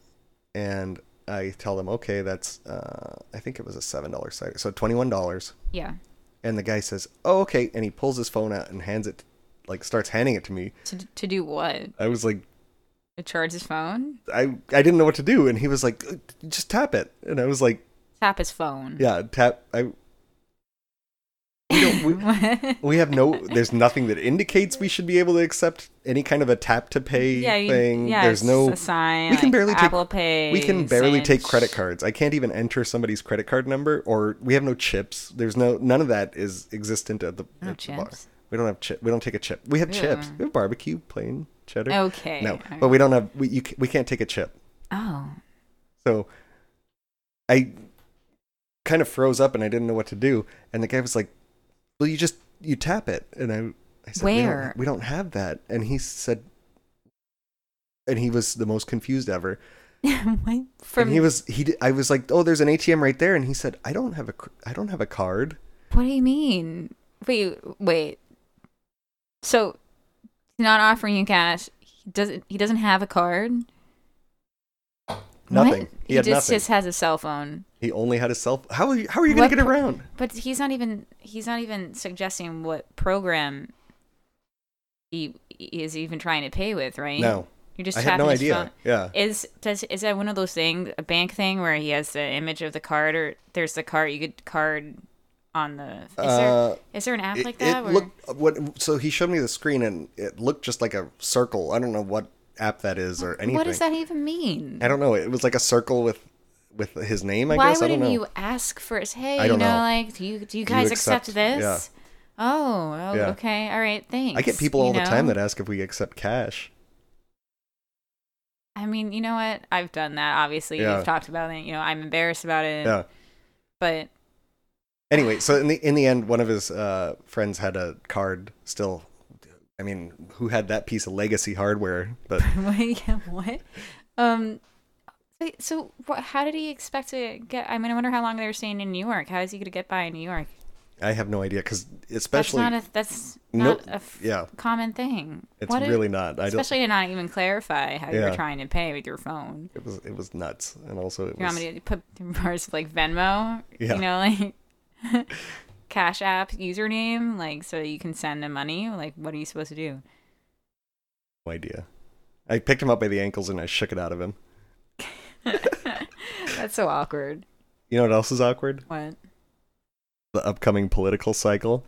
A: and I tell them, okay, that's uh, I think it was a seven dollar cider, so twenty one dollars.
B: Yeah.
A: And the guy says, "Oh, okay." And he pulls his phone out and hands it, like starts handing it to me.
B: To, to do what?
A: I was like,
B: To charge his phone?
A: I I didn't know what to do, and he was like, "Uh, "Just tap it." And I was like,
B: Tap his phone.
A: "Yeah, tap." I. We, don't, we,
B: Yeah.
A: we have no. There's nothing that indicates we should be able to accept any kind of a tap to pay
B: you,
A: thing.
B: yeah.
A: there's
B: it's
A: no.
B: a sign.
A: we can
B: like
A: barely take-
B: Apple Pay.
A: we can barely take
B: Cinch.
A: credit cards. I can't even enter somebody's credit card number, or we have no chips. There's no none of that is existent at the,
B: No
A: at the bar.
B: chips?
A: We don't have chip. We don't take a chip. We have chips.
B: Ew.
A: We have barbecue, plain cheddar.
B: Okay,
A: No,
B: alright.
A: but we don't have. We you, ca- we can't take a chip.
B: Oh.
A: So I kind of froze up and I didn't know what to do. And the guy was like, "Well, you just you tap it." And I, I said, "We don't-
B: Where?
A: We, don't, have that." And he said, and he was the most confused ever.
B: What?
A: and
B: From
A: he was he. di- I was like, "Oh, there's an ATM right there," and he said, "I don't have a cr- I don't have a card."
B: What do you mean? Wait, wait. So, he's not offering you cash. He doesn't. He doesn't have a card.
A: Nothing.
B: What?
A: He had
B: just
A: nothing.
B: just has a cell phone.
A: He only had a self. How are you, how are you gonna
B: What
A: get
B: pro-
A: around?
B: But he's not even. He's not even suggesting what program he is even trying to pay with, right?
A: No,
B: You're just
A: I
B: tapping
A: had no
B: his
A: idea.
B: phone.
A: Yeah,
B: Is does is that one of those things a bank thing where he has the image of the card or there's the card you could card on the is,
A: Uh,
B: there, is there an app
A: it,
B: like that
A: it
B: where
A: looked what so he showed me the screen and it looked just like a circle i don't know what app that is or anything
B: what does that even mean?
A: i don't know it was like a circle with with his name i
B: Why
A: guess i don't
B: wouldn't
A: know
B: you ask first? Hey,
A: I
B: you
A: don't
B: know,
A: know.
B: like, do you do you guys accept,
A: accept-
B: this?
A: yeah.
B: Oh, oh,
A: Yeah.
B: okay, all right, thanks.
A: i get people
B: you
A: all the time
B: know?
A: that ask if we accept cash
B: I mean, you know what? I've done that. Obviously,
A: Yeah.
B: we've talked about it. You know, I'm embarrassed about it.
A: Yeah.
B: But
A: Anyway, so in the in the end, one of his uh, friends had a card still. I mean, who had that piece of legacy hardware? But
B: wait, yeah, what? Um, wait, so what, how did he expect to get? I mean, I wonder how long they were staying in New York. How is he going to get by in New York?
A: I have no idea because
B: That's
A: especially
B: not a that's
A: Nope.
B: not a f-
A: yeah,
B: common thing.
A: it's
B: What a-
A: really not. I don't.
B: especially to not even clarify how you
A: Yeah.
B: were trying to pay with your phone.
A: It was it was nuts, and also it
B: You want
A: was
B: me to put bars like Venmo?
A: Yeah.
B: You know, like Cash App username, like so you can send them money. Like, what are you supposed to do?
A: no idea. I picked him up by the ankles and I shook it out of him.
B: That's so awkward.
A: You know what else is awkward?
B: What?
A: The upcoming political cycle.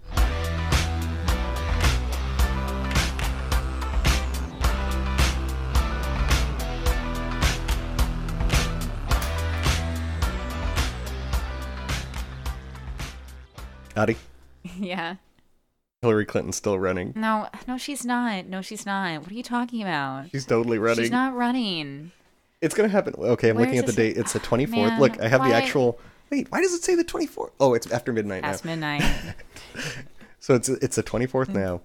A: Adi,
B: yeah.
A: Hillary Clinton's still running.
B: No, no, she's not. No, she's not. What are you talking about?
A: She's totally running.
B: She's not running.
A: It's gonna happen. Okay, I'm
B: Where
A: looking at
B: is
A: the
B: this-
A: date. It's the 24th.
B: Man,
A: Look, I have the
B: why-
A: actual. Wait, why does it say the 24th? Oh, it's after midnight now.
B: Past Hmm. midnight.
A: So it's it's the 24th now.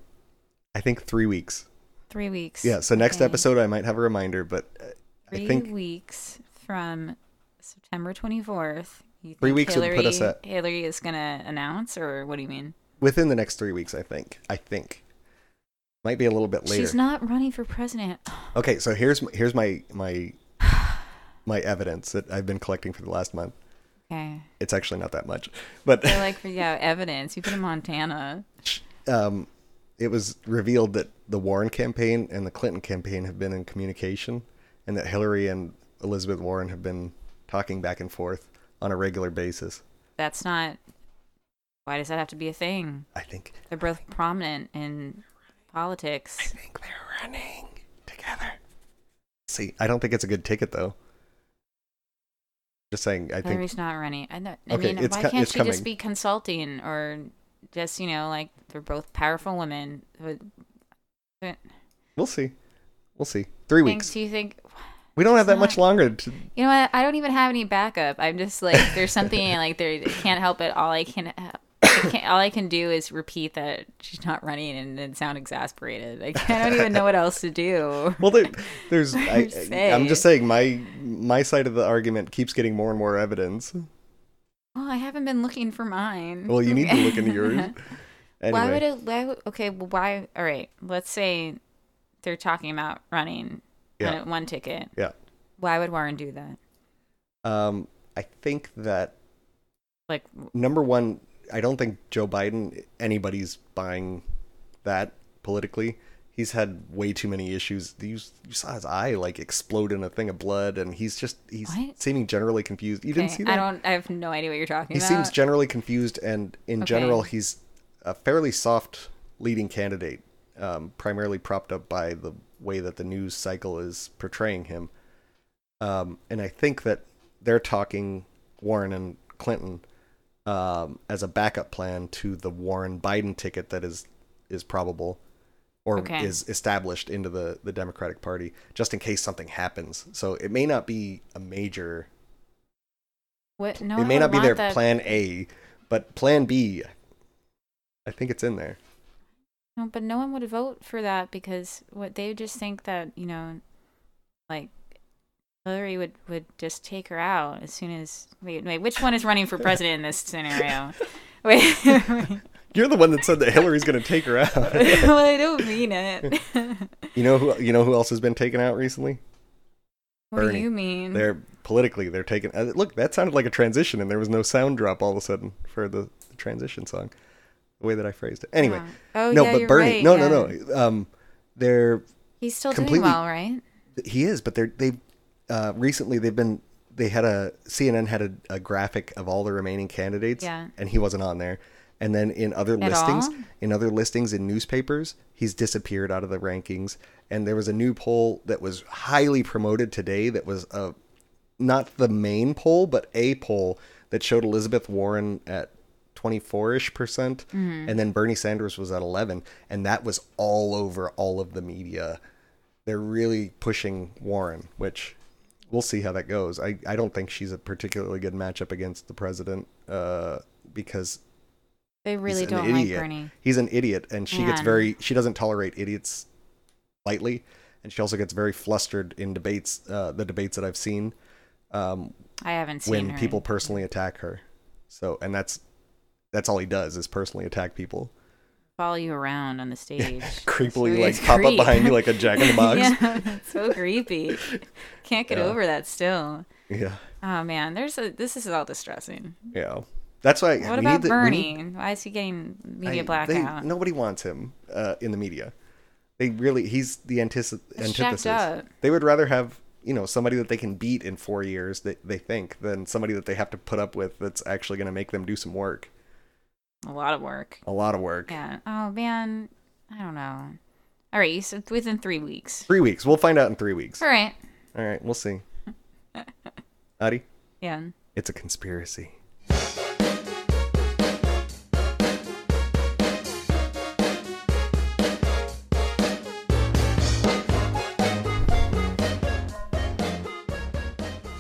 A: I think three weeks.
B: Three weeks.
A: Yeah. So next
B: Okay.
A: episode, I might have a reminder, but uh,
B: Three
A: I think
B: weeks from September 24th. You
A: Three
B: think
A: weeks would put us
B: Hillary-
A: at-
B: Hillary is going to announce, or what do you mean?
A: within the next three weeks, I think. I think might be a little bit later.
B: She's not running for president.
A: okay. So here's m- here's my my my evidence that I've been collecting for the last month.
B: Okay.
A: It's actually not that much, but
B: They're like, yeah, evidence. You put in Montana.
A: um, it was revealed that the Warren campaign and the Clinton campaign have been in communication, and that Hillary and Elizabeth Warren have been talking back and forth on a regular basis.
B: That's not. Why does that have to be a thing?
A: I think.
B: They're both prominent in politics.
A: I think they're running together. See, I don't think it's a good ticket though. Just saying, I think.
B: Hillary's not running. I, know, I
A: Okay,
B: mean,
A: it's
B: why
A: co-
B: can't
A: it's
B: she
A: coming.
B: just be consulting or just, you know, like they're both powerful women? What- what
A: We'll see. We'll see. Three
B: Things
A: weeks.
B: do you think?
A: We don't have
B: it's
A: that much
B: not-
A: longer. To,
B: You know what? I don't even have any backup. I'm just like, there's something like there I can't help it. All I can, uh, I can't, all I can do is repeat that she's not running and, then sound exasperated. Like, I don't even know what else to do.
A: well, there, there's. I,
B: Just
A: I, I'm just saying
B: saying.
A: my my side of the argument keeps getting more and more evidence.
B: Well, I haven't been looking for mine.
A: Well, you need to look into yours. Anyway,
B: Why would it? Why, would- okay, well, why? All right, let's say they're talking about running
A: Yeah.
B: on one ticket.
A: Yeah.
B: Why would Warren do that?
A: Um, I think that
B: Like,
A: number one, I don't think Joe Biden anybody's buying that politically. He's had way too many issues. You, you saw his eye like explode in a thing of blood, and he's just he's
B: What?
A: seeming generally confused. You didn't
B: okay,
A: see that?
B: eh, I don't. I have no idea what you're talking
A: he
B: about.
A: seems generally confused, and in general, he's a fairly soft leading candidate, um, primarily propped up by the way that the news cycle is portraying him. Um, and I think that they're talking Warren and Clinton um, as a backup plan to the Warren Biden ticket that is is probable or
B: Okay.
A: is established into the the Democratic Party, just in case something happens. So it may not be a major
B: what? No,
A: it
B: I
A: may not
B: don't
A: be
B: want
A: their
B: that.
A: plan A, but plan B. I think it's in there.
B: No, but no one would vote for that because what they just think that you know, like Hillary would would just take her out as soon as wait wait which one is running for president in this scenario? Wait, wait.
A: You're the one that said that Hillary's going to take her out.
B: well I don't mean it.
A: you know who? You know who else has been taken out recently?
B: Mm-hmm. what
A: Bernie,
B: do you mean?
A: They're politically they're taken. Uh, look, that sounded like a transition, and there was no sound drop all of a sudden for the, the transition song. The way that I phrased it. Anyway,
B: Wow. Oh,
A: no,
B: yeah,
A: but
B: you're
A: Bernie.
B: right,
A: no, no,
B: yeah.
A: no. Um, they're
B: He's still
A: completely-
B: doing well, right?
A: he is but they're they uh recently they've been they had a cnn had a, a graphic of all the remaining candidates
B: Yeah.
A: and he wasn't on there and then in other
B: At
A: listings
B: all?
A: in other listings in newspapers he's disappeared out of the rankings and there was a new poll that was highly promoted today that was a not the main poll but a poll that showed elizabeth warren at 24ish percent
B: Mm-hmm.
A: and then bernie sanders was at 11 and that was all over all of the media they're really pushing Warren, which we'll see how that goes. I, I don't think she's a particularly good matchup against the president uh, because
B: They
A: he's
B: really
A: an
B: don't like
A: idiot.
B: Bernie.
A: He's an idiot, and she gets
B: Man.
A: very she doesn't tolerate idiots lightly, and she also gets very flustered in debates. Uh, the debates that I've seen um,
B: I haven't seen
A: when
B: her.
A: people personally attack her. So, and that's that's all he does is personally attack people,
B: follow you around on the stage.
A: creepily
B: It's
A: like pop up
B: creep.
A: behind you like a jack in the box. yeah.
B: yeah, it's so creepy. Can't get over that still.
A: yeah,
B: Oh man, there's a this is all distressing.
A: That's why.
B: What
A: we need
B: about
A: the- we need-
B: Bernie? Why is he getting media
A: I- they-
B: blackout?
A: nobody wants him uh, in the media. They really he's the antithesis.
B: jacked
A: antithesis.
B: up.
A: They would rather have you know somebody that they can beat in four years that they think than somebody that they have to put up with that's actually going to make them do some work,
B: a lot of work.
A: a lot of work.
B: Yeah. Oh man, I don't know. All right, you said within three weeks.
A: Three weeks. We'll find out in three weeks.
B: All right.
A: All right, we'll see. Adi,
B: Yeah.
A: it's a conspiracy.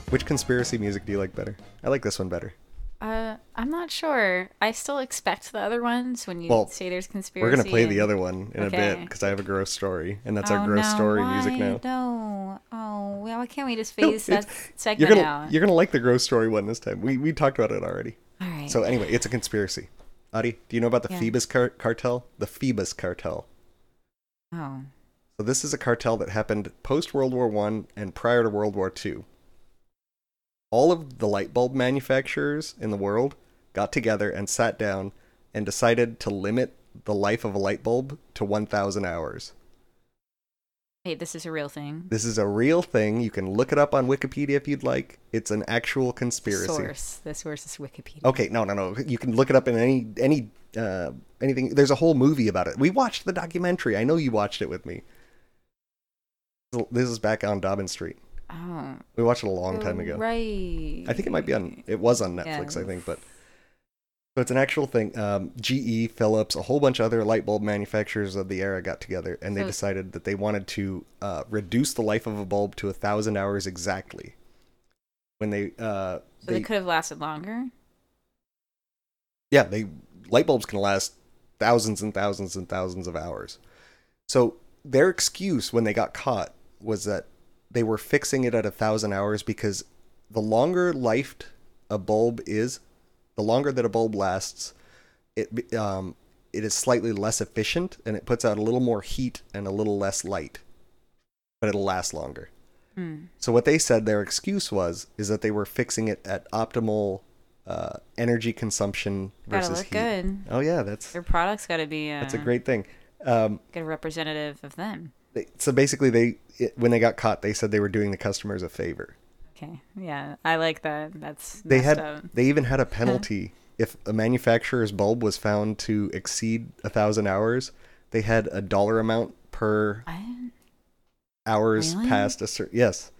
A: Which conspiracy music do you like better? I like this one better.
B: Uh, I'm not sure. I still expect the other ones when you
A: Well,
B: say there's conspiracy.
A: We're gonna play the
B: and-
A: other one in a bit
B: Okay.
A: because I have a gross story, and that's
B: Oh,
A: our gross
B: no,
A: story music
B: why?
A: now.
B: No. Oh, well, why can't we just
A: No,
B: phase
A: it's-
B: that segment
A: you're gonna
B: out?
A: you're gonna like the gross story one this time. We we talked about it already.
B: All right.
A: So anyway, it's a conspiracy. Adi, do you know about the
B: Yeah.
A: Phoebus car- cartel? The Phoebus cartel.
B: oh.
A: So this is a cartel that happened post World War One and prior to World War Two. All of the light bulb manufacturers in the world got together and sat down and decided to limit the life of a light bulb to 1,000 hours.
B: Hey, this is a real thing.
A: This is a real thing. You can look it up on Wikipedia if you'd like. It's an actual conspiracy. Oh,
B: Source. The source is Wikipedia.
A: Okay, no, no, no. You can look it up in any any uh, anything. There's a whole movie about it. We watched the documentary. I know you watched it with me. This is back on Dobbin Street.
B: Oh.
A: We watched it a long time ago.
B: Right.
A: I think it might be on. It was on Netflix,
B: Yeah.
A: I think, but so it's an actual thing. Um, GE, Philips, a whole bunch of other light bulb manufacturers of the era got together, and they
B: So-
A: decided that they wanted to uh, reduce the life of a bulb to a thousand hours exactly. When they, uh,
B: So they could have lasted longer.
A: yeah, they light bulbs can last thousands and thousands and thousands of hours. So their excuse when they got caught was that they were fixing it at a thousand hours because the longer life a bulb is, the longer that a bulb lasts, it um, it is slightly less efficient and it puts out a little more heat and a little less light, but it'll last longer.
B: Hmm.
A: So what they said their excuse was is that they were fixing it at optimal uh, energy consumption
B: Gotta
A: versus
B: look
A: heat.
B: good.
A: Oh yeah, that's
B: Their product's got to be uh,
A: that's a great thing. Um,
B: get a representative of them.
A: they- so basically, they it, when they got caught, they said they were doing the customers a favor.
B: Okay. Yeah, I like that. That's
A: They
B: messed
A: had
B: up.
A: they even had a penalty if a manufacturer's bulb was found to exceed a thousand hours. They had a dollar amount per
B: What?
A: hours
B: Really?
A: past a certain yes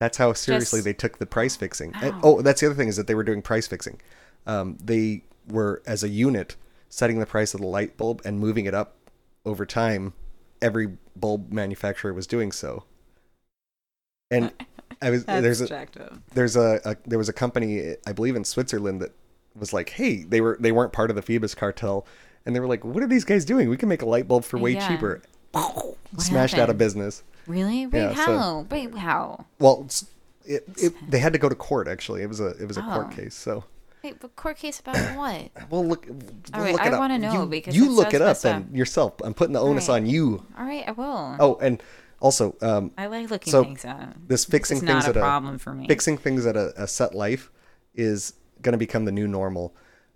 A: that's how seriously
B: Just-
A: they took the price fixing And-
B: Wow.
A: oh that's the other thing is that they were doing price fixing um, they were as a unit setting the price of the light bulb and moving it up over time every bulb manufacturer was doing so and i was
B: That's
A: there's a
B: jacked up.
A: there's a, a there was a company I believe in Switzerland that was like, hey, they were they weren't part of the Phoebus cartel, and they were like, what are these guys doing? We can make a light bulb for way
B: Yeah.
A: cheaper. Smashed out of
B: happened?
A: business.
B: Really? Wait,
A: Yeah,
B: how?
A: so-
B: Wait, how?
A: Well, it's- it, it, they had to go to court. Actually, it was a it was a court
B: Oh.
A: case. So
B: Wait, but court case about what?
A: we'll look. We'll
B: right,
A: look
B: I
A: it up.
B: wanna know
A: you,
B: because
A: you
B: it
A: look
B: sounds
A: it up
B: messed
A: and yourself. I'm putting the onus
B: Right.
A: on you.
B: All right, I will.
A: Oh, and also, um,
B: I like looking
A: so
B: things up.
A: this fixing
B: is
A: things
B: not
A: at
B: a
A: a-
B: problem for me.
A: fixing things at a, a set life is going to become the new normal,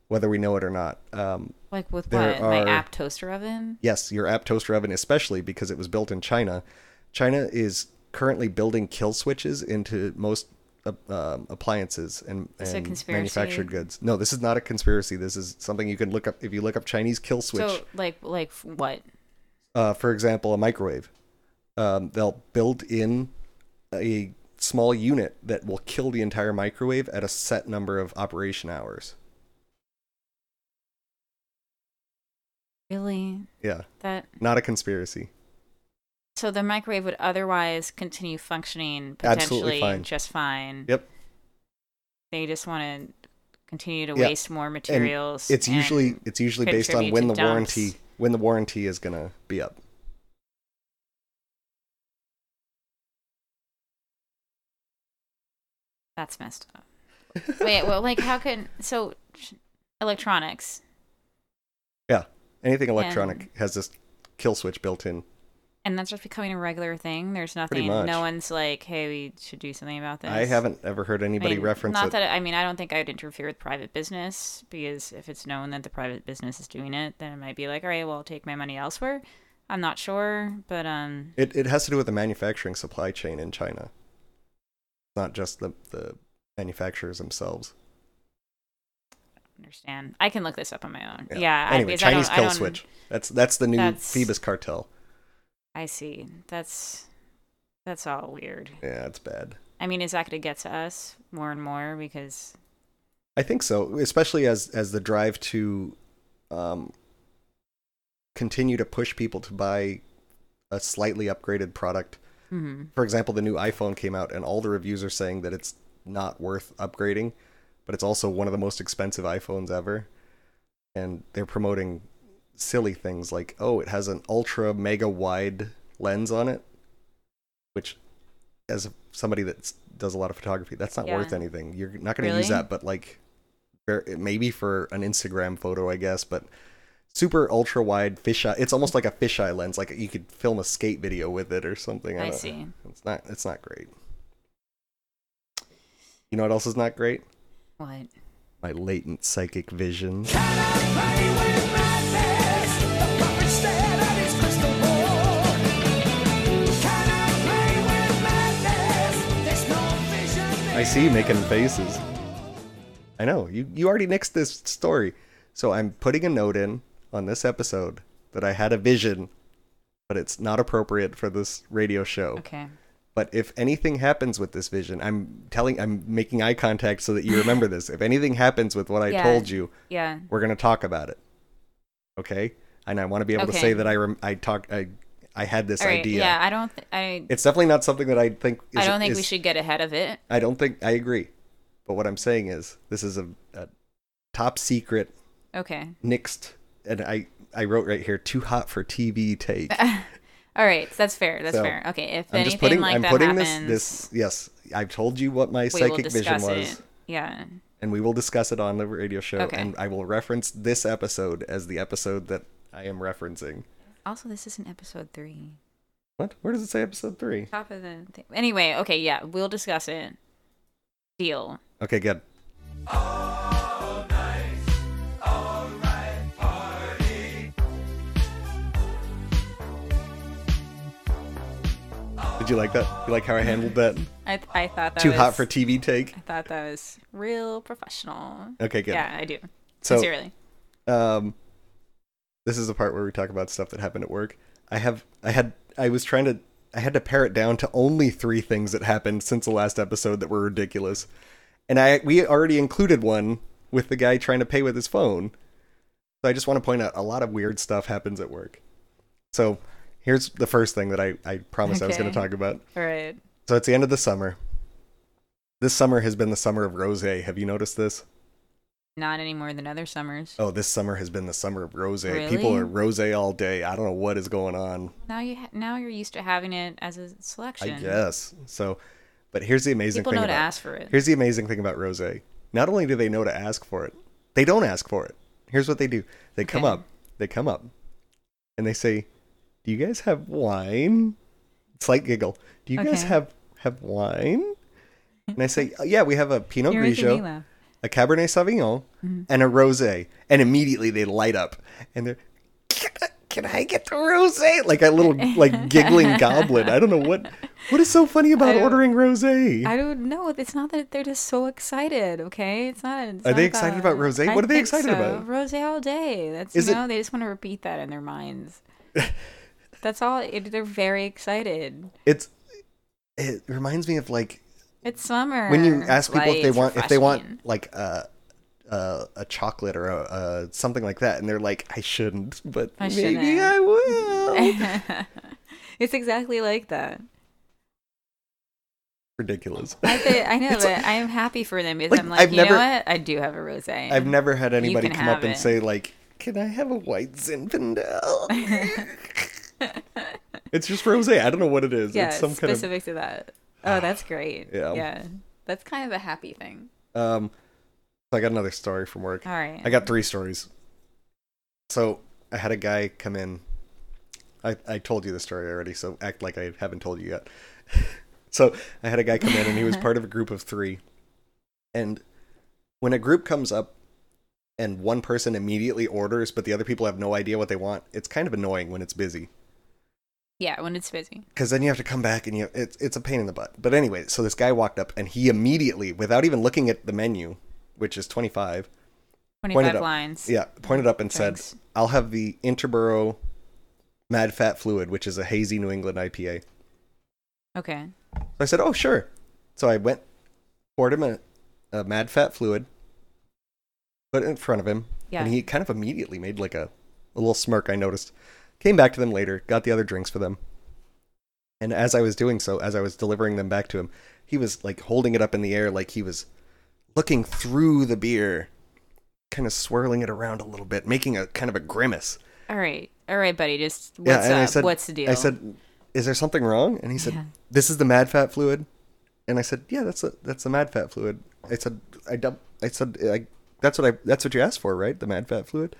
A: whether we know it or not. Um,
B: like with
A: there
B: what? My
A: are-
B: app toaster oven?
A: yes, your app toaster oven, especially because it was built in China. China is currently building kill switches into most uh, um, appliances and,
B: Is it a
A: and
B: conspiracy?
A: manufactured goods. No, this is not a conspiracy. This is something you can look up if you look up Chinese kill switch.
B: So like like f- what?
A: uh, for example, a microwave. Um, they'll build in a small unit that will kill the entire microwave at a set number of operation hours.
B: Really?
A: Yeah,
B: That
A: not a conspiracy.
B: So the microwave would otherwise continue functioning
A: Absolutely
B: potentially
A: fine.
B: just fine.
A: Yep.
B: They just want to continue to
A: Yeah.
B: waste more materials.
A: It's
B: and-
A: usually it's usually based on
B: contribute
A: when
B: to
A: the
B: dumps.
A: warranty when the warranty is gonna be up.
B: that's messed up. Wait, well, like how can so sh- electronics?
A: Yeah. Anything electronic
B: And-
A: has this kill switch built in.
B: And that's just becoming a regular thing. There's nothing.
A: much.
B: No one's like, "Hey, we should do something about this."
A: I haven't ever heard
B: I
A: anybody
B: mean,
A: reference
B: not
A: it.
B: that I mean, I don't think I'd interfere with private business because if it's known that the private business is doing it, then it might be like, all right, well, I'll take my money elsewhere. I'm not sure, but um,
A: It it has to do with the manufacturing supply chain in China. Not just the the manufacturers themselves.
B: understand. I can look this up on my own. Yeah. I-
A: anyway,
B: because I
A: Chinese
B: don't- I
A: kill
B: don't-
A: switch. That's that's the new
B: That's-
A: Phoebus cartel.
B: I see. That's that's all weird.
A: Yeah, it's bad.
B: I mean, is that going to get to us more and more because
A: I think so, especially as as the drive to um, continue to push people to buy a slightly upgraded product. For example, the new iPhone came out, and all the reviews are saying that it's not worth upgrading, but it's also one of the most expensive iPhones ever, and they're promoting silly things like, oh, it has an ultra mega wide lens on it, which as somebody that does a lot of photography, that's not
B: Yeah.
A: worth anything. You're not going to use
B: Really?
A: that, but like ver- maybe for an Instagram photo, I guess, but super ultra wide fisheye. It's almost like a fisheye lens. Like you could film a skate video with it or something.
B: I
A: don't-
B: see.
A: It's not. It's not great. You know what else is not great?
B: what?
A: My latent psychic vision. I see you making faces. I know you. You already nixed this story, so I'm putting a note in on this episode that I had a vision, but it's not appropriate for this radio show.
B: Okay.
A: But if anything happens with this vision, I'm telling, I'm making eye contact so that you remember this. If anything happens with what I
B: Yeah.
A: told you,
B: Yeah.
A: we're going to talk about it. Okay? And I want to be able to
B: Okay.
A: say that I rem- I talked I I had this
B: All right.
A: idea.
B: Yeah. I don't. Th- I.
A: It's definitely not something that I think is,
B: I don't think we
A: is-
B: should get ahead of it.
A: I don't think I agree. But what I'm saying is this is a, a top secret
B: Okay.
A: nixed and I I wrote right here too hot for TV take.
B: All right, that's fair. That's
A: So,
B: fair. Okay, if
A: I'm
B: anything
A: just putting
B: like
A: I'm
B: that
A: putting
B: happens,
A: this this yes, I've told you what my
B: we will
A: psychic vision
B: discuss
A: was.
B: it. Yeah.
A: and we will discuss it on the radio show
B: Okay.
A: and i will reference this episode as the episode that i am referencing
B: Also, this isn't episode three.
A: what where does it say episode three
B: Top of the thing. Anyway, okay, yeah, we'll discuss it. Deal.
A: okay good Did you like that? You like how I handled that?
B: I I thought that
A: Too
B: was,
A: hot for TV take.
B: I thought that was real professional.
A: Okay, good.
B: Yeah, I do.
A: So-
B: Sincerely.
A: um this is the part where we talk about stuff that happened at work i have i had i was trying to i had to pare it down to only three things that happened since the last episode that were ridiculous and i we already included one with the guy trying to pay with his phone so i just want to point out a lot of weird stuff happens at work so here's the first thing that i i promised i was going to
B: Okay.
A: talk about
B: All right.
A: so it's the end of the summer this summer has been the summer of rosé have you noticed this
B: Not any more than other summers.
A: Oh, this summer has been the summer of rosé.
B: Really?
A: People are rosé all day. I don't know what is going on.
B: Now you ha- now you're used to having it as a selection.
A: I guess. So, but here's the amazing
B: People
A: thing
B: know to
A: about
B: ask for it.
A: Here's the amazing thing about rosé. Not only do they know to ask for it, they don't ask for it. Here's what they do. They come
B: Okay.
A: up. They come up. And they say, "Do you guys have wine?" Slight giggle. "Do you guys
B: Okay.
A: have have wine?" And I say, "Yeah, we have a Pinot
B: You're making me
A: Grigio."
B: laugh.
A: a Cabernet Sauvignon,
B: Mm-hmm.
A: and a rosé, and immediately they light up and they're can I, can I get the rosé? Like a little like giggling goblin. I don't know what what is so funny about
B: don't-
A: ordering rosé.
B: I don't know. It's not that they're just so excited. Okay, it's not. it's
A: Are they
B: not
A: excited about rosé?
B: I
A: What are they
B: think
A: excited
B: so.
A: about?
B: Rosé all day. That's
A: Is it-
B: you know they just want to repeat that in their minds. That's all. It, they're very excited.
A: It's it reminds me of like
B: It's summer.
A: when you ask people if they
B: Lights,
A: want if they
B: refreshing.
A: want like a a, a chocolate or a, a something like that, and they're like, I shouldn't, but
B: I
A: maybe
B: shouldn't."
A: I will.
B: It's exactly like that.
A: Ridiculous.
B: I, th- I know,
A: It's
B: but
A: like-
B: I'm happy for them because
A: Like,
B: I'm like,
A: I've
B: you
A: never-
B: know what? I do have a rose.
A: I've never had anybody
B: can
A: come up
B: have
A: and
B: it.
A: say like, "Can I have a white Zinfandel?" it's just rosé. I don't know what it is.
B: yeah,
A: it's some kind of
B: specific to that. Oh, that's great.
A: Yeah.
B: yeah, that's kind of a happy thing.
A: Um, so I got another story from work.
B: All right.
A: I got three stories. So I had a guy come in. I, I told you the story already, so act like I haven't told you yet. so I had a guy come in, and he was part of a group of three. And when a group comes up and one person immediately orders, but the other people have no idea what they want, it's kind of annoying when it's busy
B: yeah, when it's busy.
A: because then you have to come back and you it's it's a pain in the butt. But anyway, so this guy walked up and he immediately, without even looking at the menu, which is twenty five, pointed
B: 25
A: up,
B: lines.
A: yeah, pointed up and
B: Thanks.
A: said, "I'll have the Interboro Mad Fat Fluid, which is a hazy New England IPA."
B: Okay.
A: So I said, "Oh, sure." So I went, poured him a, a Mad Fat Fluid, put it in front of him,
B: Yeah.
A: and he kind of immediately made like a, a little smirk. I noticed. Came back to them later, got the other drinks for them, and as I was doing so, as I was delivering them back to him, he was like holding it up in the air, like he was looking through the beer, kind of swirling it around a little bit, making a kind of a grimace.
B: All right. All right, buddy. Just what's
A: Yeah, and
B: up?
A: I said,
B: what's the deal?
A: I said, "Is there something wrong?" And he said,
B: Yeah.
A: "This is the mad fat fluid." And I said, "Yeah, that's a, that's the mad fat fluid." I said, "I dub, I said, I, that's what I that's what you asked for, right? The mad fat fluid."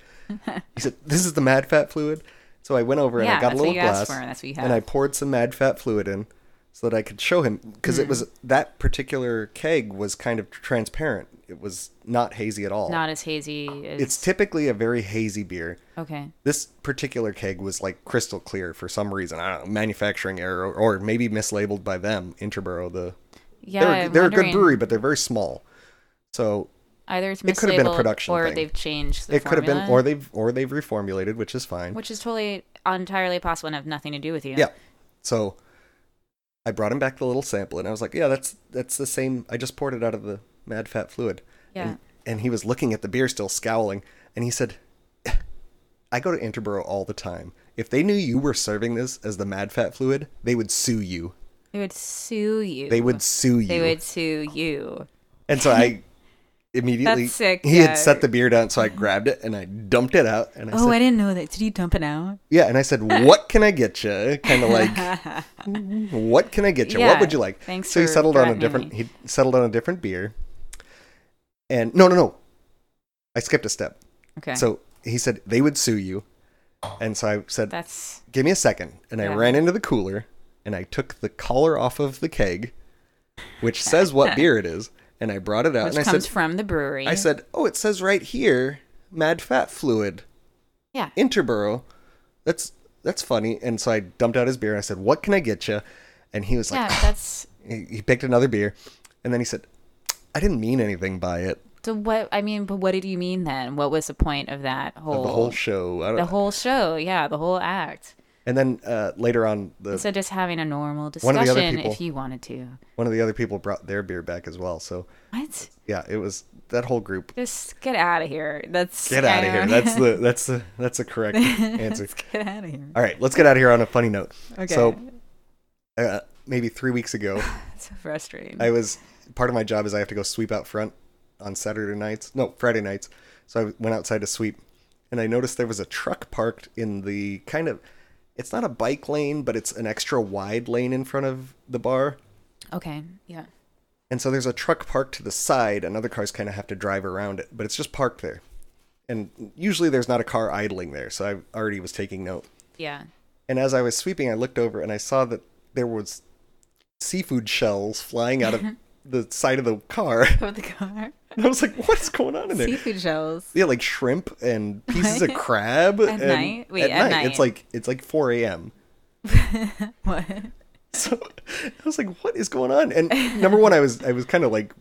A: he said, "This is the mad fat fluid." So I went over and
B: Yeah,
A: I got
B: that's
A: a
B: what
A: little
B: you
A: glass
B: asked for, and that's what you
A: and I
B: have.
A: poured some mad fat fluid in so that I could show him because
B: Hmm.
A: it was that particular keg was kind of transparent. It was not hazy at all.
B: Not as hazy as.
A: it's typically a very hazy beer
B: okay.
A: this particular keg was like crystal clear for some reason. I don't know, manufacturing error or maybe mislabeled by them, Interboro. The
B: Yeah.
A: they're
B: I'm
A: they're a good
B: wondering,
A: brewery, but they're very small. So
B: Either it's
A: it could have been a
B: mislabeled
A: production
B: or
A: thing.
B: they've changed the
A: it could have been,
B: formula,
A: or they've or they've reformulated, which is fine.
B: Which is totally entirely possible and have nothing to do with you.
A: yeah. So I brought him back the little sample, and I was like, "Yeah, that's that's the same. I just poured it out of the Mad Fat Fluid."
B: Yeah.
A: And, and he was looking at the beer, still scowling, and he said, "I go to Interboro all the time. If they knew you were serving this as the Mad Fat Fluid, they would sue you."
B: They would sue you.
A: They would sue you.
B: They would sue you.
A: And so I immediately
B: That's sick,
A: he
B: yeah.
A: had set the beer down, so I grabbed it and I dumped it out and I
B: Oh,
A: said
B: I didn't know that. Did you dump it out?
A: Yeah, and I said, What can I get you? Kinda like what can I get you?
B: Yeah,
A: What would you like?
B: thanks
A: so he
B: for
A: settled on a
B: threatening
A: different
B: me.
A: he settled on a different beer. And no no no. I skipped a step.
B: Okay.
A: So he said they would sue you. And so I said,
B: that's
A: give me a second. And I
B: Yeah.
A: ran into the cooler and I took the collar off of the keg, which says what beer it is, and I brought it out
B: which
A: and I
B: comes
A: said,
B: from the brewery.
A: I said, "Oh, it says right here, Mad Fat Fluid,
B: yeah.
A: Interboro." That's that's funny. And so I dumped out his beer and I said, "What can I get you?" And he was
B: Yeah,
A: like,
B: that's
A: he, he picked another beer, and then he said, "I didn't mean anything by it."
B: so. What I mean, but what did you mean then? What was the point of that whole
A: The whole show. I don't,
B: Oh. the whole show? Yeah, the whole act.
A: and then uh, later on, the
B: So just having a normal
A: One of the other
B: discussion if
A: people-
B: you wanted to.
A: one of the other people brought their beer back as well. So
B: What?
A: yeah, it was that whole group.
B: Just get out of here. That's
A: Get out
B: I
A: of here.
B: don't-
A: That's the that's the that's the correct answer.
B: get out of here.
A: All right, let's get out of here on a funny note.
B: Okay.
A: So uh, maybe three weeks ago.
B: That's so frustrating.
A: I was part of my job is I have to go sweep out front on Saturday nights. No, Friday nights. So I went outside to sweep, and I noticed there was a truck parked in the kind of. It's not a bike lane, but it's an extra wide lane in front of the bar.
B: okay. Yeah.
A: And so there's a truck parked to the side, and other cars kind of have to drive around it, but it's just parked there. And usually there's not a car idling there, so I already was taking note.
B: Yeah.
A: And as I was sweeping, I looked over and I saw that there was seafood shells flying out of the side of the car.
B: Of the car.
A: And I was like, what's going on in there?
B: Seafood shells.
A: Yeah, like shrimp and pieces of crab. and-
B: At night? Wait, at
A: It's
B: night.
A: like it's like 4 a.m.
B: What?
A: So I was like, what is going on? And number one, I was I was kind of like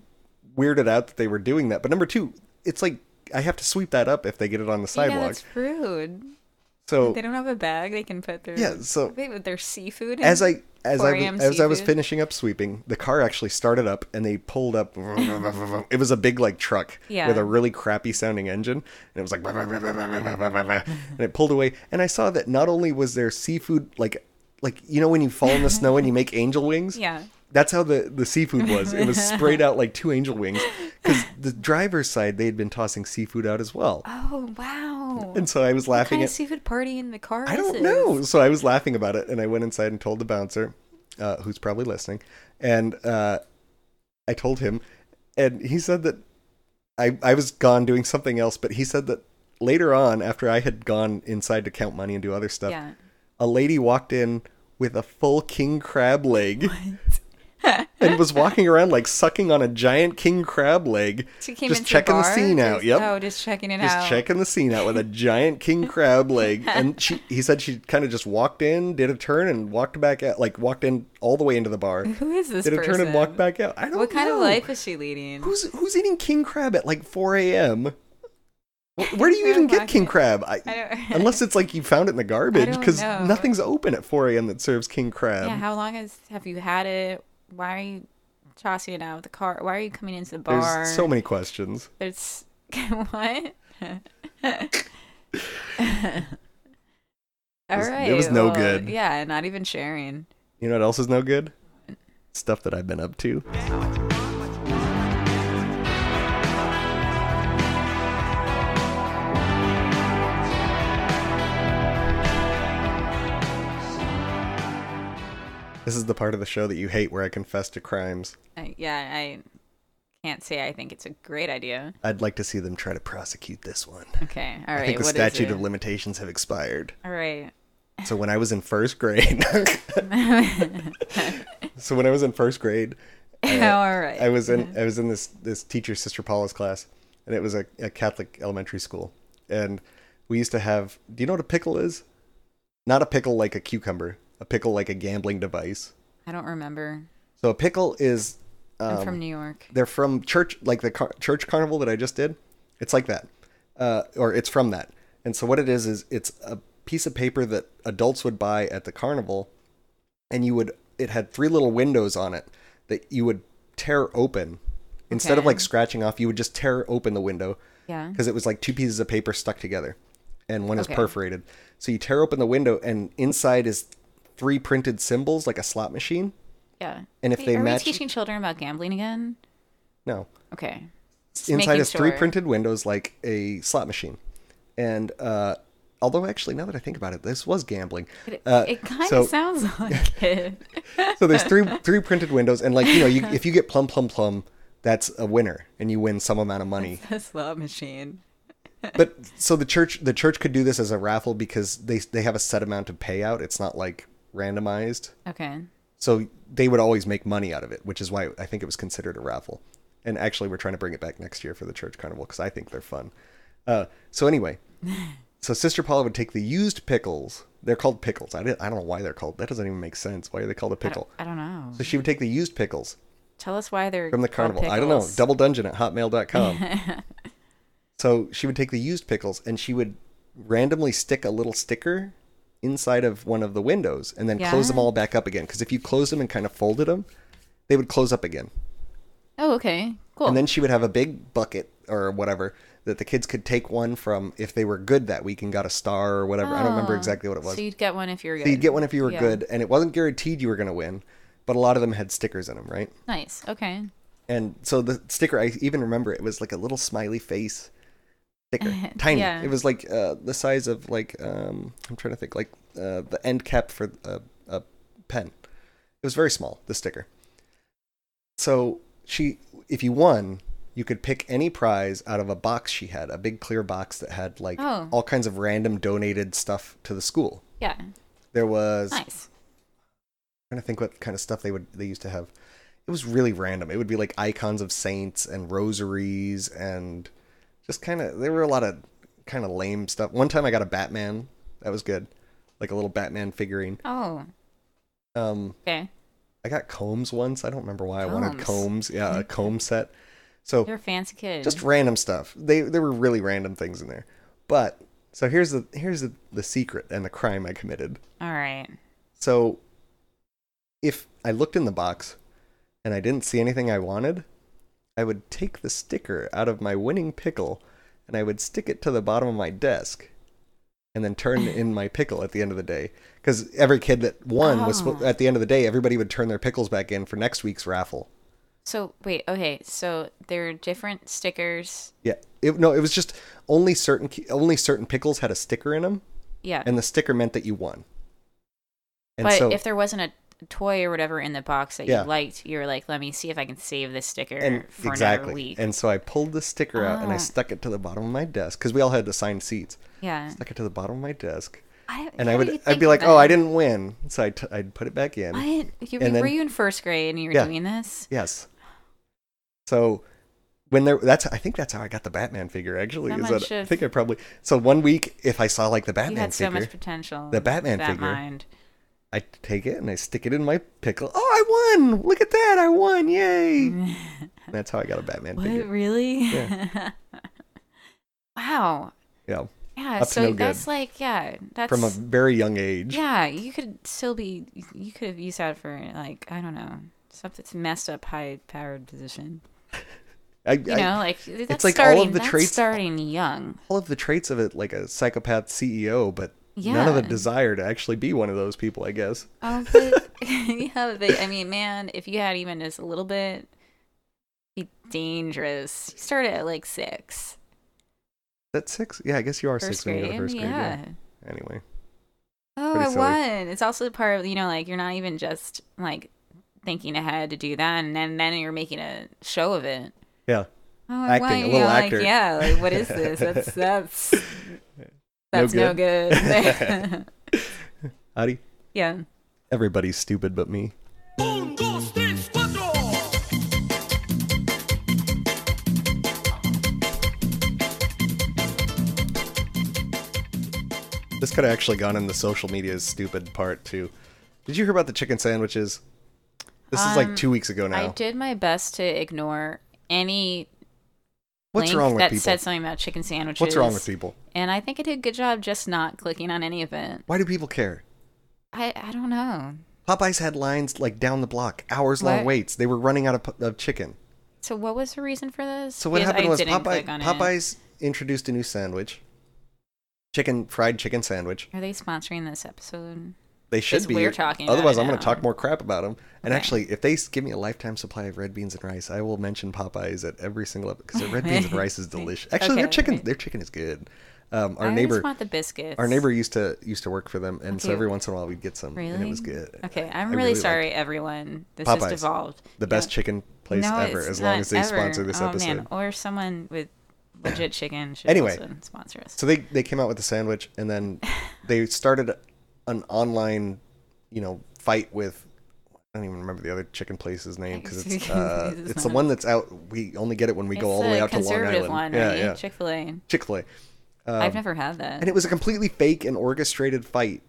A: weirded out that they were doing that. But number two, it's like I have to sweep that up if they get it on the
B: Yeah,
A: sidewalk.
B: that's rude.
A: so
B: They don't have a bag they can put their
A: Yeah, so-
B: Wait, with their seafood.
A: as
B: in?
A: I as
B: 4
A: I was,
B: a.m.
A: as I was
B: seafood?
A: finishing up sweeping, the car actually started up and they pulled up. It was a big like truck
B: Yeah.
A: with a really crappy sounding engine, and it was like and it pulled away. And I saw that not only was there seafood like like you know when you fall in the snow and you make angel wings.
B: Yeah.
A: That's how the, the seafood was. It was sprayed out like two angel wings because the driver's side they had been tossing seafood out as well.
B: Oh wow.
A: And so I was laughing
B: kind
A: at
B: of seafood party in the car.
A: I
B: is
A: don't
B: this?
A: know. So I was laughing about it, and I went inside and told the bouncer, uh, who's probably listening, and uh, I told him, and he said that I I was gone doing something else, but he said that later on, after I had gone inside to count money and do other stuff,
B: Yeah.
A: a lady walked in with a full king crab leg. and was walking around like sucking on a giant king crab leg,
B: She came
A: just
B: into the
A: checking the,
B: bar?
A: scene out.
B: Just-
A: Yep,
B: Oh, just checking it
A: just
B: out.
A: checking the scene out with a giant king crab leg and she he said she kind of just walked in did a turn and walked back out like walked in all the way into the bar
B: Who is this
A: did a turn
B: person?
A: and walked back out i don't
B: What kind of
A: know.
B: life is she leading?
A: who's who's eating king crab at like 4 a.m Wh- where do you even get king crab I,
B: I don't-
A: unless it's like you found it in the
B: I
A: garbage
B: don't
A: because
B: know.
A: nothing's open at 4 a.m that serves king crab
B: yeah. How long has have you had it? Why are you tossing it out of the car? Why are you coming into the bar?
A: there's so many questions
B: There's what? All
A: was- it
B: right.
A: was no
B: well,
A: good.
B: Yeah, not even sharing.
A: you know what else is no good stuff that i've been up to This is the part of the show that you hate where I confess to crimes.
B: I, yeah, I can't say I think it's a great idea.
A: I'd like to see them try to prosecute this one.
B: Okay. All right.
A: I think the
B: what is
A: statute
B: it?
A: of limitations have expired.
B: All right.
A: So when I was in first grade So when I was in first grade,
B: All right.
A: Uh, I was in I was in this this teacher sister Paula's class, and it was a, a Catholic elementary school, and we used to have. Do you know what a pickle is? Not a pickle like a cucumber. A pickle like a gambling device.
B: I don't remember.
A: So a pickle is
B: I'm
A: um,
B: from New York.
A: they're from church like the car- church carnival that I just did. It's like that, uh, or it's from that. And so what it is is it's a piece of paper that adults would buy at the carnival, and you would it had three little windows on it that you would tear open. Instead of
B: Okay.
A: like scratching off, you would just tear open the window
B: Yeah.
A: because it was like two pieces of paper stuck together, and one is
B: Okay.
A: perforated. So you tear open the window, and inside is three printed symbols like a slot machine.
B: Yeah.
A: And if
B: Wait,
A: they
B: are
A: match-
B: we teaching children about gambling again?
A: No,
B: Okay. Just
A: inside
B: making
A: is three
B: sure.
A: printed windows like a slot machine and uh although actually now that i think about it this was gambling
B: It,
A: uh,
B: it kind of
A: so,
B: sounds like it.
A: so there's three three printed windows and like you know you, if you get plum plum plum that's a winner and you win some amount of money
B: a slot machine.
A: but so the church the church could do this as a raffle because they they have a set amount of payout it's not like randomized
B: Okay.
A: so they would always make money out of it which is why i think it was considered a raffle and actually we're trying to bring it back next year for the church carnival because i think they're fun uh, so anyway so sister paula would take the used pickles they're called pickles I, didn't, I don't know why they're called that doesn't even make sense why are they called a pickle
B: I don't know.
A: so she would take the used pickles
B: Tell us why they're
A: from the
B: called
A: carnival i don't know
B: pickles.
A: double dungeon at hotmail.com so she would take the used pickles and she would randomly stick a little sticker inside of one of the windows and then close
B: Yeah.
A: them all back up again because if you closed them and kind of folded them they would close up again
B: Oh, okay. Cool.
A: and then she would have a big bucket or whatever that the kids could take one from if they were good that week and got a star or whatever. I don't remember
B: Oh.
A: exactly what it was.
B: So you'd get one if you're good.
A: So you'd get one if you were
B: Yeah.
A: good, and it wasn't guaranteed you were going to win, but a lot of them had stickers in them, right?
B: Nice. Okay.
A: And so the sticker, I even remember it was like a little smiley face sticker, tiny.
B: Yeah.
A: It was like uh, the size of like um, I'm trying to think, like uh, the end cap for a, a pen. It was very small. The sticker. So she, if you won, you could pick any prize out of a box she had, a big clear box that had like
B: Oh.
A: all kinds of random donated stuff to the school.
B: Yeah.
A: There was
B: Nice.
A: trying to think what kind of stuff they would they used to have. It was really random. It would be like icons of saints and rosaries and just kind of there were a lot of kind of lame stuff. One time I got a Batman. That was good. Like a little Batman figurine.
B: Oh.
A: Um
B: Okay.
A: I got combs once. I don't remember why I wanted
B: Combs.
A: combs. Yeah, a comb set. So
B: You're a fancy kid.
A: just random stuff. They there were really random things in there. But so here's the here's the, the secret and the crime I committed.
B: All right.
A: So if I looked in the box and I didn't see anything I wanted, I would take the sticker out of my winning pickle and I would stick it to the bottom of my desk. and then turn in my pickle at the end of the day. Because every kid that won was spo- at the end of the day, everybody would turn their pickles back in for next week's raffle.
B: So wait, okay. So there are different stickers.
A: Yeah, it, no, it was just only certain ki- only certain pickles had a sticker in them,
B: Yeah.
A: and the sticker meant that you won. And
B: but
A: so,
B: if there wasn't a toy or whatever in the box that
A: Yeah.
B: you liked, you were like, let me see if I can save this sticker
A: and
B: for another
A: exactly,
B: week.
A: and so I pulled the sticker out and I
B: Ah.
A: stuck it to the bottom of my desk because we all had assigned seats.
B: yeah.
A: Stuck it to the bottom of my desk,
B: I,
A: and I
B: how do
A: would
B: you
A: I'd
B: think
A: be like,
B: about
A: oh, I
B: it?
A: didn't win, so I t- I'd put it back in.
B: What? You,
A: And
B: were
A: then-
B: you in first grade and you were
A: Yeah.
B: doing this?
A: Yes. So when there that's I think that's how I got the Batman figure actually.
B: That
A: is
B: much
A: that I
B: of-
A: think I probably so one week if I saw like the
B: you
A: Batman
B: had so
A: figure,
B: much potential.
A: The Batman
B: that
A: figure.
B: Mind.
A: I take it and I stick it in my pickle. Oh I won! Look at that, I won, yay. that's how I got a Batman
B: What
A: figure.
B: really?
A: Yeah.
B: wow.
A: Yeah.
B: Yeah.
A: Up to
B: so
A: no good.
B: that's like yeah. That's
A: From a very young age.
B: yeah. You could still be. You could have used that for like I don't know something messed up high powered position.
A: I,
B: You
A: I-
B: know, like that's
A: like all
B: starting,
A: of the
B: that's
A: traits-
B: starting young.
A: all of the traits of it like a psychopath CEO, but none
B: Yeah.
A: of the desire to actually be one of those people, I guess.
B: Oh, but yeah, but I mean, man, if you had even just a little bit, be dangerous. You started at like six,
A: That's six? Yeah, I guess you are
B: first
A: six when
B: grade.
A: you go to first grade.
B: yeah.
A: Yeah. Anyway.
B: Oh,
A: Pretty
B: I
A: silly.
B: won. It's also part of you know, like you're not even just like thinking ahead to do that, and then then you're making a show of it.
A: Yeah.
B: Oh, I
A: Acting,
B: won.
A: a
B: you
A: little
B: know,
A: actor.
B: Like, yeah, like what is this? That's that's that's no good.
A: Adi,
B: yeah.
A: everybody's stupid but me.
D: Un, dos, tres, cuatro.
A: This could have actually gone in the social media is stupid part too. Did you hear about the chicken sandwiches? This is like two weeks ago
B: Um, I
A: now.
B: did my best to ignore any
A: What's
B: link
A: wrong with
B: that
A: people?
B: said something about chicken sandwiches.
A: What's wrong with people?
B: And I think I did a good job just not clicking on any of it.
A: Why do people care?
B: I I don't know.
A: Popeyes had lines like down the block, hours long
B: What?
A: waits. They were running out of, pu- of chicken.
B: So what was the reason for this?
A: So what
B: Because
A: happened
B: I
A: was
B: didn't
A: Popeye,
B: click on it.
A: Popeyes introduced a new sandwich, chicken fried chicken sandwich.
B: Are they sponsoring this episode?
A: They should
B: Because
A: be.
B: we're talking about
A: Otherwise,
B: it
A: I'm going to
B: now.
A: talk more crap about them. And
B: Okay.
A: actually, if they s- give me a lifetime supply of red beans and rice, I will mention Popeyes at every single episode because their red beans and rice is delicious. Actually, their
B: Okay,
A: chicken
B: right.
A: their chicken is good. Um, our
B: I
A: neighbor
B: always want the biscuits.
A: our neighbor used to used to work for them, and so
B: Okay.
A: every once in a while we'd get some,
B: Really?
A: and it was good.
B: Okay,
A: I
B: I'm really,
A: really liked
B: sorry, everyone. This
A: Popeyes,
B: has devolved.
A: the
B: Yeah.
A: best chicken place
B: No,
A: ever,
B: it's
A: as long
B: not
A: as they
B: ever.
A: sponsor this
B: oh,
A: episode.
B: Man. Or someone with legit chicken should
A: Anyway.
B: also sponsor us.
A: So they they came out with the sandwich, and then they started an online, you know, fight with. I don't even remember the other chicken place's name because it's uh,
B: This is
A: it's the
B: not-
A: one that's out. We only get it when we go
B: It's
A: all the way out to Long
B: conservative
A: Island.
B: one,
A: yeah,
B: right?
A: yeah.
B: Chick Fil A.
A: Chick Fil A,
B: I've never had that.
A: and it was a completely fake and orchestrated fight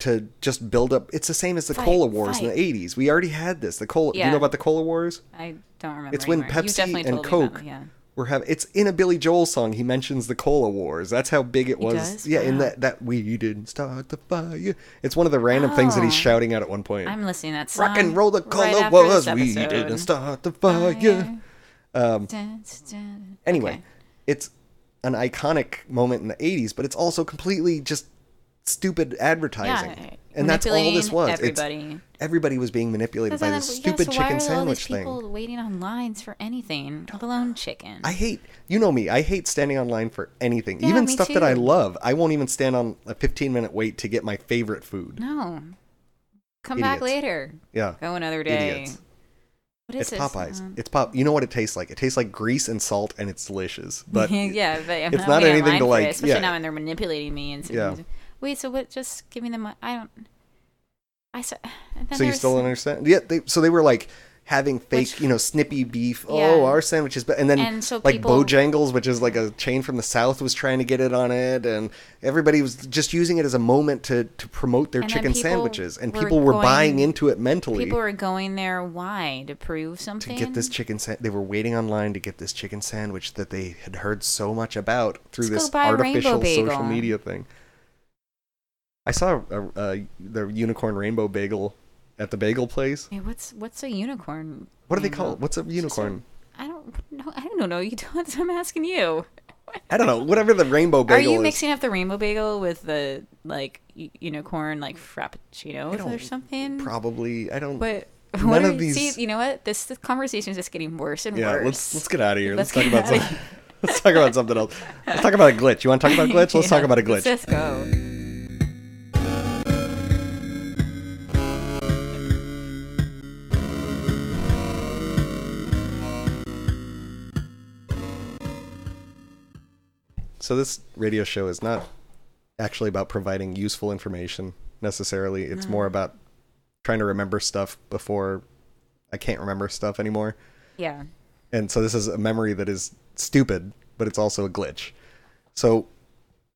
A: to just build up. It's the same as the
B: Fight,
A: cola wars in
B: fight.
A: the '80s. We already had this. The cola. Do you
B: Yeah.
A: know about the cola wars?
B: I don't remember.
A: It's when
B: anymore. You
A: Pepsi
B: definitely
A: and
B: told me about
A: Coke
B: it, yeah.
A: were having. It's in a Billy Joel song. He mentions the Cola Wars. That's how big it
B: He
A: was.
B: does?
A: Yeah, in
B: Wow.
A: that that we you didn't start the fire. It's one of the random things that he's
B: Oh.
A: shouting out at one point.
B: I'm listening to that song.
A: Rock and roll the
B: right
A: Cola
B: after
A: Wars.
B: this
A: We
B: episode.
A: didn't start the fire.
B: Dun, dun, dun.
A: Anyway,
B: Okay.
A: it's an iconic moment in the '80s, but it's also completely just stupid advertising.
B: Yeah,
A: and that's all this
B: manipulating
A: was.
B: Everybody.
A: It's, everybody was being manipulated by
B: Then
A: this
B: we- yeah,
A: stupid
B: so why
A: chicken
B: are all these
A: sandwich thing.
B: People waiting on lines for anything, let alone chicken.
A: I hate you know me. I hate standing on line for anything,
B: Yeah,
A: even
B: me
A: stuff that I
B: too.
A: love. I won't even stand on a 15 minute wait to get my favorite food.
B: no, come back
A: Idiots.
B: later.
A: Yeah,
B: Go another day.
A: Idiots.
B: What
A: it's
B: is this?
A: Popeyes.
B: Um,
A: It's pop. You know what it tastes like? It tastes like grease and salt, and it's delicious. But
B: yeah, but I'm
A: it's
B: not,
A: not
B: waiting in
A: anything
B: line
A: to
B: for
A: like-
B: It, especially
A: yeah.
B: now when they're manipulating me and
A: Yeah.
B: saying, Wait, so what? Just give me the money. I don't. I saw. and then
A: so you
B: there's-
A: still don't understand? Yeah. They, so they were like having fake,
B: Which-
A: you know, snippy beef.
B: Yeah.
A: Oh, our sandwiches, but and then
B: And so
A: like
B: people-
A: Bojangles, which is like a chain from the south, was trying to get it on it, and everybody was just using it as a moment to to promote their
B: And then
A: chicken
B: people
A: sandwiches, and
B: were
A: people were
B: going-
A: buying into it mentally.
B: People are going there. Why to prove
A: to
B: something?
A: get this chicken sa- they were waiting online to get this chicken sandwich that they had heard so much about through
B: Let's go
A: this
B: buy a
A: artificial
B: rainbow
A: social
B: bagel.
A: media thing i saw a, a, the unicorn rainbow bagel at the bagel place
B: Hey, what's what's a unicorn?
A: what do they
B: rainbow?
A: call it what's a
B: It's just a-
A: unicorn
B: I don't know. I don't know. You don't. I'm asking you.
A: I don't know. Whatever the rainbow
B: Are
A: bagel
B: you
A: is.
B: mixing up the rainbow bagel with the like u- unicorn like frappuccino
A: don't-
B: or something?
A: probably. I don't.
B: But
A: None
B: what
A: of
B: are,
A: these-
B: See, you know what? This, this conversation is just getting worse and
A: yeah,
B: worse.
A: let's let's get out of here. Let's,
B: Let's
A: talk
B: get
A: about
B: outta
A: something. Let's talk about something else. Let's talk about a glitch. You want to talk about a glitch? Let's
B: Yeah,
A: talk about a glitch.
B: Let's just go.
A: So this radio show is not actually about providing useful information necessarily. It's more about trying to remember stuff before I can't remember stuff anymore.
B: Yeah.
A: And so this is a memory that is stupid, but it's also a glitch. So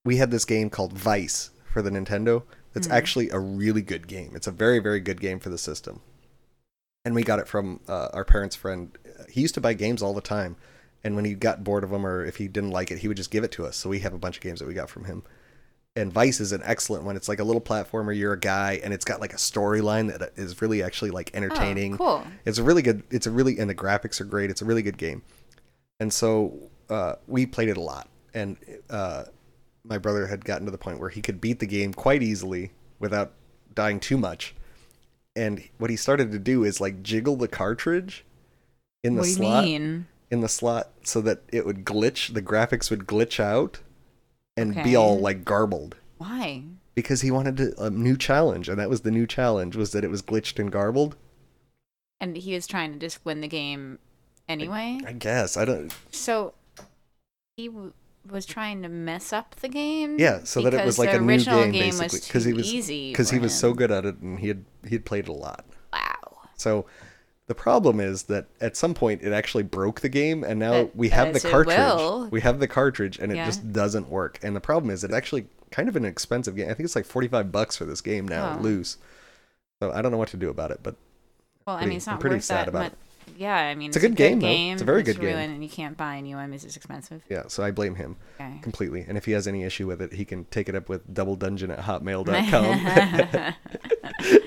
A: we had this game called Vice for the Nintendo. That's actually a really good game. It's a very, very good game for the system. And we got it from uh, our parents' friend. He used to buy games all the time. And when he got bored of them or if he didn't like it, he would just give it to us. So we have a bunch of games that we got from him. And Vice is an excellent one. It's like a little platformer. You're a guy, and it's got like a storyline that uh, is really actually like entertaining.
B: cool.
A: It's a really good. It's a really and the graphics are great. It's a really good game, and so uh, we played it a lot. And uh, my brother had gotten to the point where he could beat the game quite easily without dying too much. And what he started to do is like jiggle the cartridge in the
B: What do you
A: slot
B: mean?
A: in the slot so that it would glitch. The graphics would glitch out and
B: Okay.
A: be all like garbled
B: Why?
A: because he wanted to, a new challenge, and that was the new challenge was that it was glitched and garbled.
B: And he was trying to just win the game anyway.
A: I guess I don't.
B: So he w- was trying to mess up the game.
A: Yeah, so that it was
B: because
A: like
B: the
A: a new
B: original
A: game, basically
B: was because
A: he was
B: easy
A: because he
B: for
A: was
B: him.
A: so good at it, and he had he had played it a lot.
B: wow.
A: So the problem is that at some point it actually broke the game, and now
B: But
A: we have the
B: as it will.
A: cartridge. We have the cartridge, and it
B: Yeah.
A: just doesn't work. And the problem is it's actually kind of an expensive game. I think it's like forty five bucks for this game now
B: Oh.
A: loose. So I don't know what to do about it, but
B: Well, I
A: pretty-
B: mean, it's
A: I'm
B: not
A: pretty
B: worth
A: sad
B: that
A: about
B: much. Yeah, I mean,
A: It's a good game, though. It's a very good game.
B: ruined and you can't buy a new one because it's expensive.
A: yeah. So I blame him
B: Okay.
A: completely. And if he has any issue with it, he can take it up with double dungeon at hotmail.com.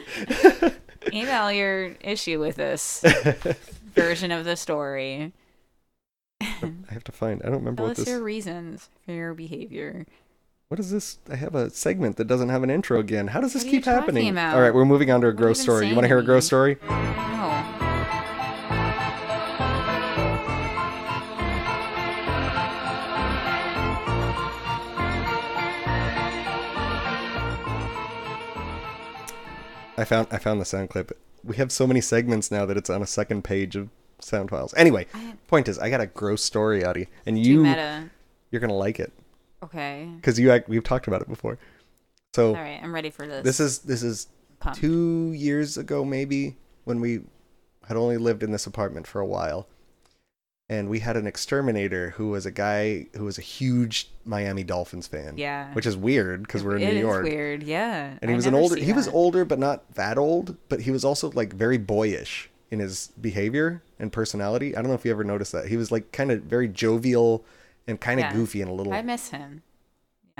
B: Email your issue with this version of the story.
A: I have to find. I don't remember
B: Tell
A: what
B: us
A: this.
B: your reasons for your behavior.
A: What is this? I have a segment that doesn't have an intro again. How does this
B: What are you
A: keep happening?
B: talking about?
A: All right, we're moving on to a
B: are
A: gross
B: you
A: story. You want to hear a gross story?
B: No.
A: I found I found the sound clip. We have so many segments now that it's on a second page of sound files. Anyway, point is, I got a gross story, Adi, and
B: Too
A: you
B: meta.
A: you're gonna like it
B: Okay.
A: because you act, we've talked about it before. So
B: All right. I'm ready for this.
A: Oh. this is this is
B: Pumped.
A: two years ago maybe when we had only lived in this apartment for a while and we had an exterminator who was a guy who was a huge miami dolphins fan
B: Yeah.
A: which is weird because we're in
B: It
A: new
B: is
A: york
B: weird. Yeah.
A: and he
B: I
A: was an
B: never
A: older
B: see
A: he was
B: that.
A: older but not that old but he was also like very boyish in his behavior and personality i don't know if you ever noticed that he was like kind of very jovial and kind of
B: Yeah.
A: goofy and a little
B: I miss him.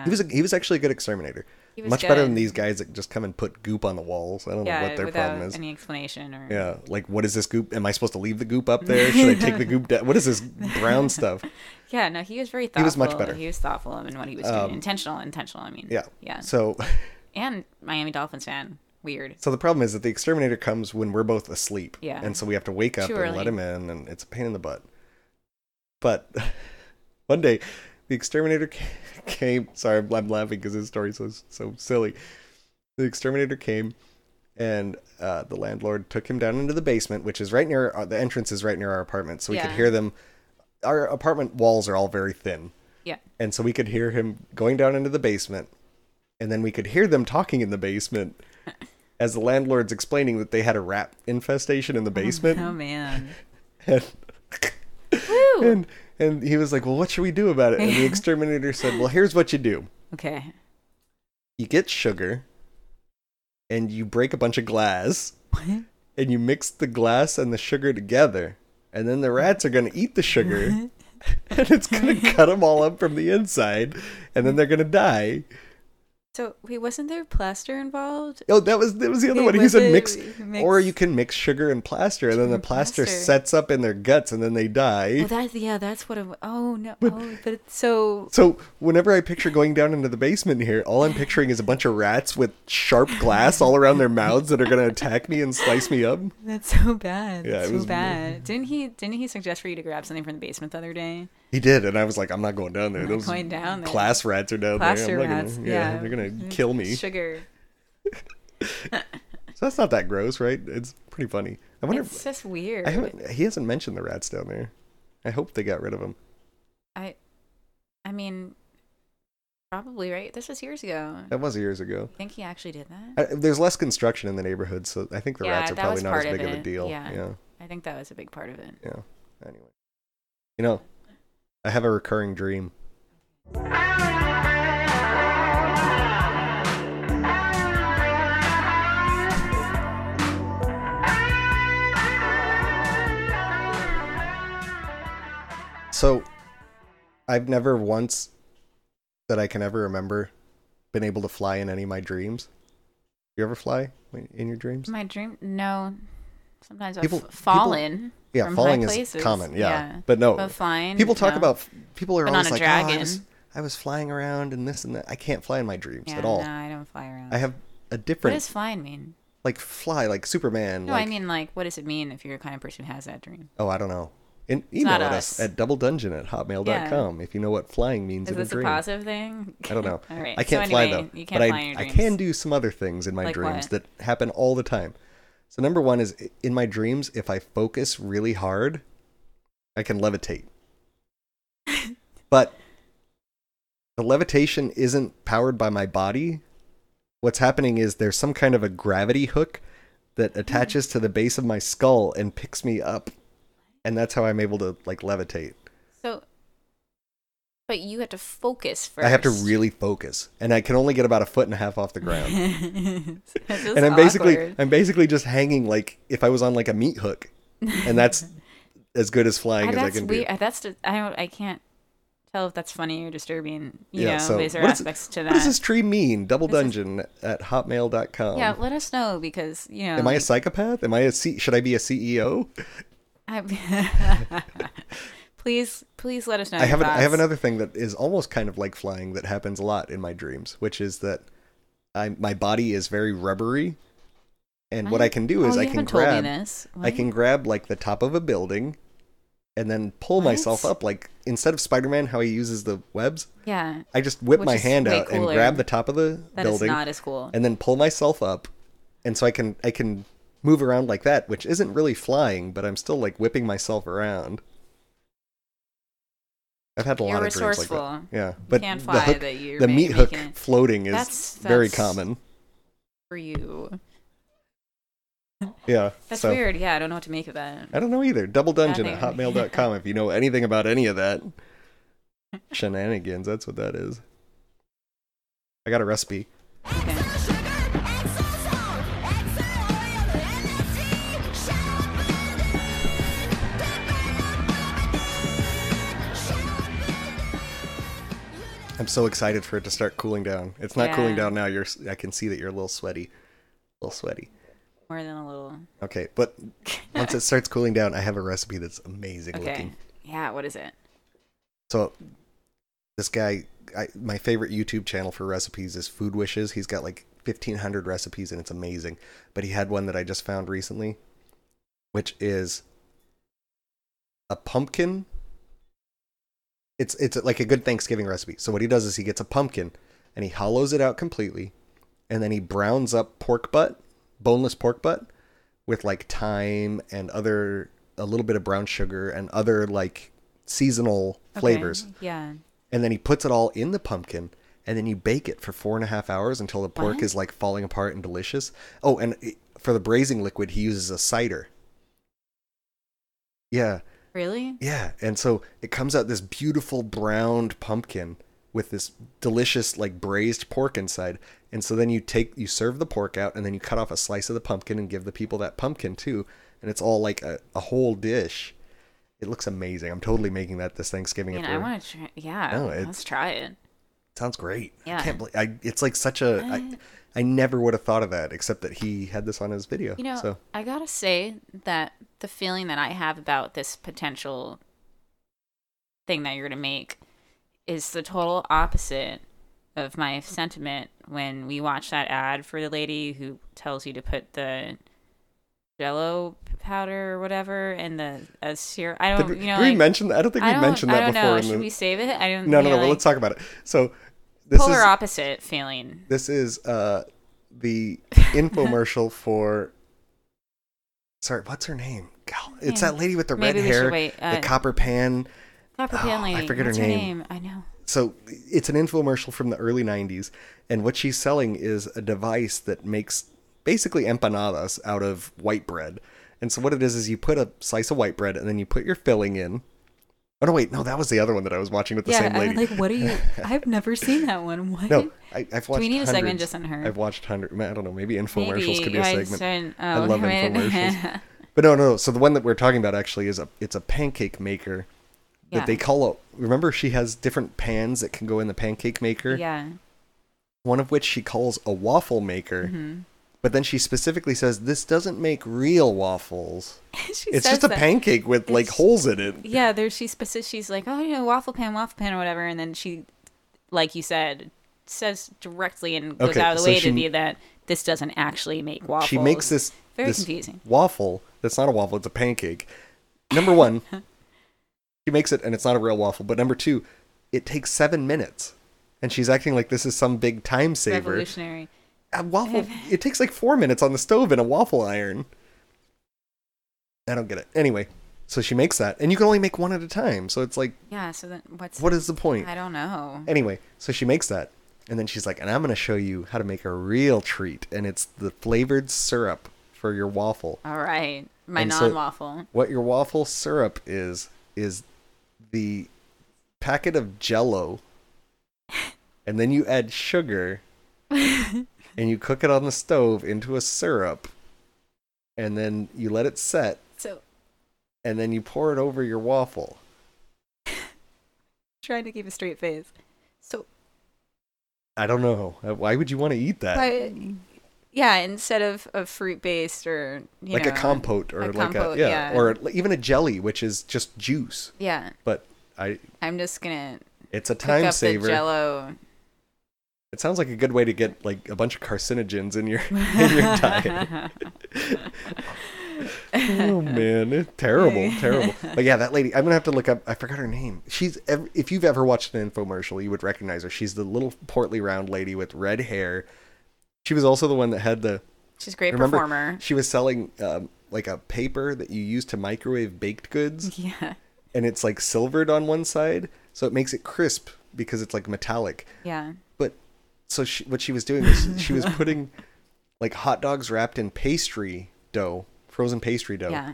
A: he was a, he was actually a good exterminator
B: He was
A: much better
B: good.
A: than these guys that just come and put goop on the walls i don't
B: Yeah,
A: know what their
B: without
A: problem is
B: any explanation or
A: yeah, like what is this goop? Am I supposed to leave the goop up there? Should I take the goop down? What is this brown stuff?
B: Yeah, no, he was very thoughtful.
A: was much better. Um,
B: He was thoughtful in what he was doing. intentional, intentional. I mean,
A: Yeah.
B: yeah.
A: So,
B: and Miami Dolphins fan, weird.
A: so the problem is that the exterminator comes when we're both asleep.
B: Yeah.
A: And so we have to wake up
B: Too
A: and
B: early.
A: let him in, and it's a pain in the butt. But one day, the exterminator ca- came. Sorry, I'm I'm laughing because this story so so silly. The exterminator came, and uh, the landlord took him down into the basement, which is right near uh, the entrance is right near our apartment, so we could hear
B: Yeah.
A: them. Our apartment walls are all very thin.
B: Yeah,
A: and so we could hear him going down into the basement and then we could hear them talking in the basement as the landlord's explaining that they had a rat infestation in the basement
B: oh man,
A: and,
B: Woo!
A: and and he was like well what should we do about it and the exterminator said well here's what you do
B: okay,
A: you get sugar and you break a bunch of glass and you mix the glass and the sugar together and then the rats are going to eat the sugar and it's going to cut them all up from the inside and then they're going to die
B: So wait, wasn't there plaster involved?
A: Oh, that was that was the other
B: Wait,
A: one. He
B: was
A: said
B: it
A: mix,
B: mix-
A: or you can mix sugar and plaster, and then the
B: and
A: plaster,
B: plaster.
A: sets up in their guts, and then they die.
B: Well, Oh, that's yeah, that's what. It, wa- oh no, oh, but it's so
A: so whenever I picture going down into the basement here, all I'm picturing is a bunch of rats with sharp glass all around their mouths that are gonna attack me and slice me up.
B: that's so bad.
A: Yeah, it
B: Yeah,
A: was
B: so
A: really-
B: bad. Didn't he? Didn't he suggest for you to grab something from the basement the other day?
A: He did, and I was like, I'm not going down there. Those
B: going down there.
A: class rats are down
B: Plaster
A: there. I'm not
B: rats,
A: Gonna, yeah,
B: yeah. Mm-hmm.
A: they're gonna kill me. So
B: Sugar.
A: that's not that gross, right? It's pretty funny. I wonder.
B: It's
A: If,
B: just weird.
A: I haven't. He hasn't mentioned the rats down there. I hope they got rid of them.
B: I, I mean, probably right. This was years ago.
A: That was years ago.
B: I think he actually did that.
A: I, Uh, there's less construction in the neighborhood, so I think the
B: Yeah,
A: rats are
B: that
A: probably
B: was
A: not as
B: part
A: big
B: of
A: of, a
B: it,
A: deal. Yeah.
B: yeah.
A: yeah.
B: I think that was a big part of it.
A: Anyway, you know, I have a recurring dream. So, I've never once that I can ever remember been able to fly in any of my dreams. You ever fly in- in your dreams?
B: My dream? No. Sometimes
A: People-
B: I've
A: people-
B: fallen.
A: Yeah,
B: from
A: falling
B: high
A: is
B: places.
A: common. Yeah. but no,
B: But flying.
A: people talk
B: no.
A: about people are
B: But on
A: always
B: a
A: like, "Oh, I
B: dragon."
A: was, I was flying around and this and that. I can't fly in my dreams
B: yeah,
A: at all.
B: No, I don't fly around.
A: I have a
B: what
A: different
B: does flying mean?
A: like fly like Superman.
B: No,
A: like,
B: I mean like, what does it mean if you're the kind of person who has that dream?
A: oh, I don't know. And email
B: not
A: at us.
B: us.
A: at doubledungeon at hotmail.com if you know what flying means
B: Is
A: in a
B: this a
A: dream.
B: positive thing?
A: I don't know.
B: all right.
A: I can't
B: so
A: fly
B: anyway,
A: though.
B: You can't
A: but
B: fly
A: I,
B: in your
A: I
B: dreams.
A: can do some other things in my
B: Like
A: dreams
B: what?
A: that happen all the time. So number one is i- in my dreams, if I focus really hard, I can levitate. but the levitation isn't powered by my body. What's happening is there's some kind of a gravity hook
B: Mm-hmm.
A: that attaches to the base of my skull and picks me up. And that's how I'm able to like levitate.
B: So, but you have to focus first.
A: I have to really focus. And I can only get about a foot and a half off the ground.
B: and
A: and I'm basically I'm basically just hanging like if I was on like a meat hook, and that's as good as flying as I
B: Ah, that's uh,
A: can
B: weird. I- That's just- I don't. I can't tell if that's funny or disturbing.
A: do.
B: You know,
A: so
B: these are
A: what is-
B: aspects to
A: What does
B: that.
A: this tree mean? Double
B: This is-
A: dungeon at hotmail.com.
B: yeah, um, let us know because you know.
A: Am I a psychopath? Am I a C- E should I be a CEO?
B: I- please, please let us know.
A: I
B: your
A: have an, I have
B: thoughts.
A: another thing that is almost kind of like flying that happens a lot in my dreams, which is that I my body is very rubbery, and what I can do is
B: oh,
A: I
B: you
A: can
B: haven't
A: grab
B: Told me this.
A: I
B: What?
A: can grab like the top of a building and then pull
B: What?
A: myself up. Like instead of Spider Man, how he uses the webs,
B: Yeah,
A: I just whip
B: Which
A: my
B: is
A: hand
B: way
A: out and
B: cooler.
A: grab the top of the
B: that is
A: building
B: not as cool.
A: and then pull myself up. And so I can I can move around like that, which isn't really flying, but I'm still like whipping myself around. I've had a
B: You're
A: lot of dreams like that.
B: resourceful.
A: Yeah, but
B: can't
A: the
B: fly,
A: hook,
B: that you're
A: the
B: ma-
A: meat hook
B: making it-
A: floating is
B: That's-
A: very
B: that's-
A: common.
B: for you.
A: Yeah,
B: That's
A: so-
B: weird. Yeah, I don't know what to make of that.
A: I don't know either. Double dungeon at
B: Nothing.
A: hotmail.com if you know anything about any of that. Shenanigans, that's what that is. I got a recipe. I'm so excited for it to start cooling down. It's not cooling
B: Yeah.
A: down now. You're I can see that you're a little sweaty. A little sweaty.
B: More than a little.
A: Okay, but once it starts cooling down, I have a recipe that's amazing
B: Okay.
A: looking.
B: Yeah. What is it?
A: So this guy, I, my favorite YouTube channel for recipes is Food Wishes. He's got like 1500 recipes and it's amazing. But he had one that I just found recently, which is a pumpkin. It's it's like a good Thanksgiving recipe. So what he does is he gets a pumpkin and he hollows it out completely and then he browns up pork butt, boneless pork butt with like thyme and other a little bit of brown sugar and other like seasonal
B: Okay,
A: flavors
B: Yeah.
A: and then he puts it all in the pumpkin and then you bake it for four and a half hours until the pork
B: What?
A: is like falling apart and delicious oh and it- for the braising liquid he uses a cider yeah
B: Really?
A: yeah and so it comes out this beautiful browned pumpkin with this delicious like braised pork inside and so then you take you serve the pork out and then you cut off a slice of the pumpkin and give the people that pumpkin too and it's all like a, a whole dish it looks amazing i'm totally making that this thanksgiving
B: I
A: if
B: mean, I
A: we're-
B: want to try. Yeah.
A: No,
B: let's
A: it's-
B: try it.
A: Sounds great.
B: Yeah. Uh,
A: I can't believe I, it's like such a. I, I never would have thought of that except that he had this on his video.
B: You know,
A: so
B: I gotta say that the feeling that I have about this potential thing that you're gonna make is the total opposite of my sentiment when we watched that ad for the lady who tells you to put the jello powder or whatever and the a serum. I
A: did
B: don't,
A: we,
B: you know,
A: did we
B: like-
A: mention that? I don't think
B: I
A: we
B: don't,
A: mentioned
B: I
A: that
B: don't
A: before.
B: know.
A: in
B: Should
A: the-
B: we save it? I don't.
A: no, no, no.
B: yeah, like,
A: well, let's talk about it. So this
B: polar
A: is
B: opposite feeling.
A: this is uh the infomercial for. Sorry, what's her name? God, it's
B: Yeah.
A: that lady with the
B: Maybe
A: red
B: we should
A: hair,
B: wait, uh,
A: the copper pan.
B: Copper
A: Oh,
B: Pan
A: I
B: Lady.
A: forget her
B: What's
A: name.
B: I know.
A: so it's an infomercial from the early 90s and what she's selling is a device that makes basically empanadas out of white bread and so what it is is you put a slice of white bread and then you put your filling in oh no wait no that was the other one that i was watching with the same lady
B: I'm like, what are you? I've never seen that one. What?
A: no I, i've watched
B: we need a segment
A: hundreds-
B: just on her?
A: i've watched hundred. i don't know maybe infomercials could be a
B: I
A: segment
B: shouldn't-
A: i
B: oh,
A: love
B: right.
A: infomercials but no no no so the one that we're talking about actually is a it's a pancake maker that
B: Yeah.
A: they call a remember she has different pans that can go in the pancake maker
B: yeah.
A: one of which she calls a waffle maker.
B: Mm-hmm.
A: But then she specifically says this doesn't make real waffles.
B: She
A: it's
B: says
A: just a
B: that.
A: pancake with like
B: It's-
A: holes in it.
B: Yeah, there she specific, she's like, oh, you know, waffle pan, waffle pan, or whatever, and then she, like you said, says directly and goes
A: Okay,
B: out of the
A: so
B: way
A: she-
B: to be that this doesn't actually make waffles.
A: She makes this
B: very
A: this
B: confusing.
A: waffle that's not a waffle, it's a pancake. Number 1, she makes it and it's not a real waffle, but number 2, it takes 7 minutes. And she's acting like this is some big time saver.
B: revolutionary.
A: A waffle it takes like 4 minutes on the stove in a waffle iron. I don't get it. Anyway, so she makes that and you can only make one at a time. So it's like
B: Yeah. So then, what's?
A: what is the point?
B: I don't know.
A: Anyway, so she makes that. And then she's like, and I'm going to show you how to make a real treat. And it's the flavored syrup for your waffle.
B: All right, my
A: And so-
B: non-waffle.
A: What your waffle syrup is, is the packet of jello. And then you add sugar. and you cook it on the stove into a syrup. And then you let it set.
B: so
A: And then you pour it over your waffle.
B: trying to keep a straight face. So
A: I don't know. Uh, Why would you want to eat that?
B: But yeah, instead of a fruit based or you
A: like
B: know,
A: a compote or
B: a
A: like
B: compote,
A: a yeah,
B: yeah.
A: or li- even a jelly which is just juice
B: Yeah,
A: but i
B: I'm just gonna
A: it's a
B: cook
A: time
B: up
A: saver
B: the Jello.
A: it sounds like a good way to get like a bunch of carcinogens in your in your diet oh man it's terrible terrible but yeah that lady i'm gonna have to look up i forgot her name she's ev- if you've ever watched an infomercial you would recognize her she's the little portly round lady with red hair she was also the one that had the
B: She's a great
A: remember
B: performer.
A: she was selling um, like a paper that you use to microwave baked goods
B: Yeah,
A: and it's like silvered on one side, so it makes it crisp because it's like metallic.
B: yeah.
A: But so she, what she was doing is she was putting like hot dogs wrapped in pastry dough, frozen pastry dough,
B: Yeah.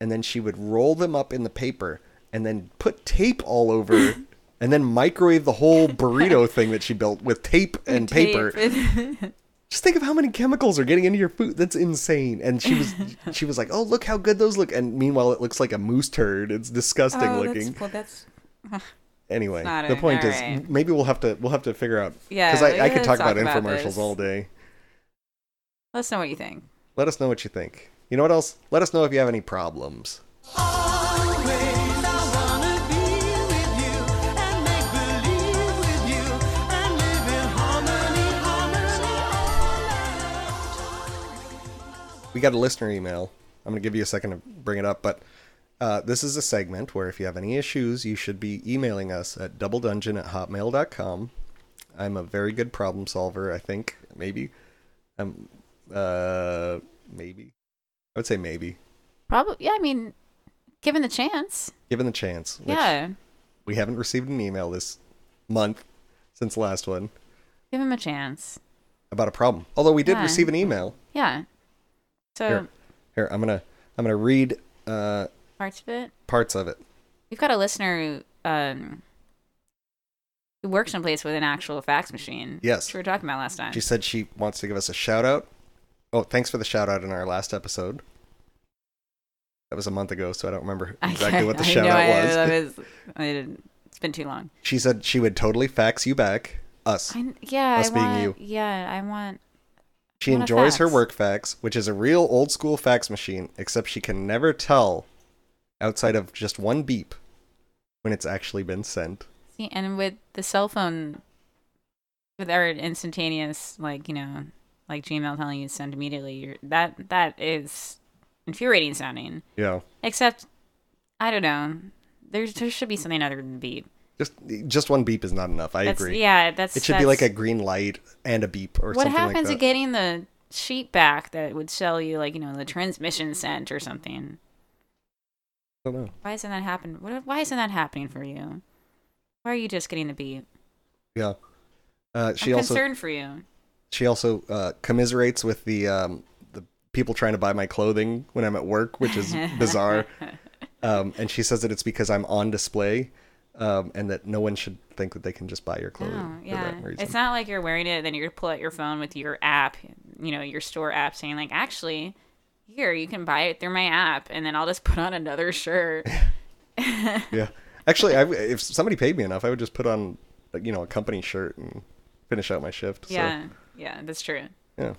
A: and then she would roll them up in the paper and then put tape all over and then microwave the whole burrito thing that she built with tape and paper.
B: Tape.
A: Just think of how many chemicals are getting into your food. That's insane. And she was she was like, "Oh, look how good those look." And meanwhile, it looks like a moose turd. It's disgusting
B: oh,
A: looking
B: That's, well, that's
A: anyway
B: not
A: the
B: it.
A: point is
B: Alright.
A: m- maybe we'll have to we'll have to figure out
B: Yeah,
A: because I, I
B: we
A: could
B: gotta
A: talk
B: talk
A: about
B: about
A: infomercials
B: this.
A: all day
B: let us know what you think.
A: let us know what you think you know what else let us know if you have any problems
E: Always I wanna be with you and make believe with you and live in harmony, harmony.
A: we got a listener email i'm gonna give you a second to bring it up but uh, this is a segment where if you have any issues you should be emailing us at doubledungeon at hotmail.com i'm a very good problem solver i think maybe um uh maybe i would say maybe
B: Probably. Yeah, I mean, given the chance.
A: given the chance which
B: yeah,
A: we haven't received an email this month since the last one
B: give him a chance.
A: about a problem. Although we did
B: Yeah.
A: receive an email.
B: Yeah. So
A: Here, here, I'm gonna I'm gonna read uh,
B: parts of it.
A: parts of it.
B: We've got a listener who, um, who works someplace with an actual fax machine.
A: Yes.
B: Which we were talking about last time.
A: She said she wants to give us a shout out. Oh, thanks for the shout out in our last episode. That was a month ago, so I don't remember
B: I
A: exactly
B: can't-
A: what the
B: I
A: shout
B: know
A: out
B: I-
A: was.
B: that was- I didn't- It's been too long.
A: She said she would totally fax you back. Us.
B: I, yeah,
A: Us
B: I
A: being
B: want.
A: you.
B: Yeah, I want.
A: She
B: want a
A: enjoys her
B: fax.
A: work fax, which is a real old school fax machine, except she can never tell outside of just one beep when it's actually been sent.
B: See, and with the cell phone, with our instantaneous, like you know, like Gmail telling you to send immediately, you're, that that is infuriating sounding.
A: Yeah.
B: Except, I don't know. There's there should be something other than beep.
A: Just just one beep is not enough. I
B: That's,
A: agree.
B: Yeah, that's.
A: It should be like
B: that's-
A: a green light and a beep or
B: What
A: something
B: happens to
A: like that.
B: getting the sheet back that would sell you, like you know, the transmission sent or something?
A: I don't know.
B: Why isn't that happening? What, why isn't that happening for you? Why are you just getting the beat?
A: Yeah. Uh, she
B: I'm
A: also
B: concerned for you.
A: she also uh, commiserates with the um, the people trying to buy my clothing when I'm at work, which is bizarre. um, and she says that it's because I'm on display, um, and that no one should think that they can just buy your clothing
B: No,
A: for
B: Oh, yeah.
A: that reason.
B: It's not like you're wearing it, then you're gonna pull out your phone with your app, you know, your store app, saying like, actually, here you can buy it through my app, and then I'll just put on another shirt.
A: yeah, actually, I, if somebody paid me enough, I would just put on like, you know a company shirt and finish out my shift. So,
B: yeah, yeah, that's true.
A: yeah.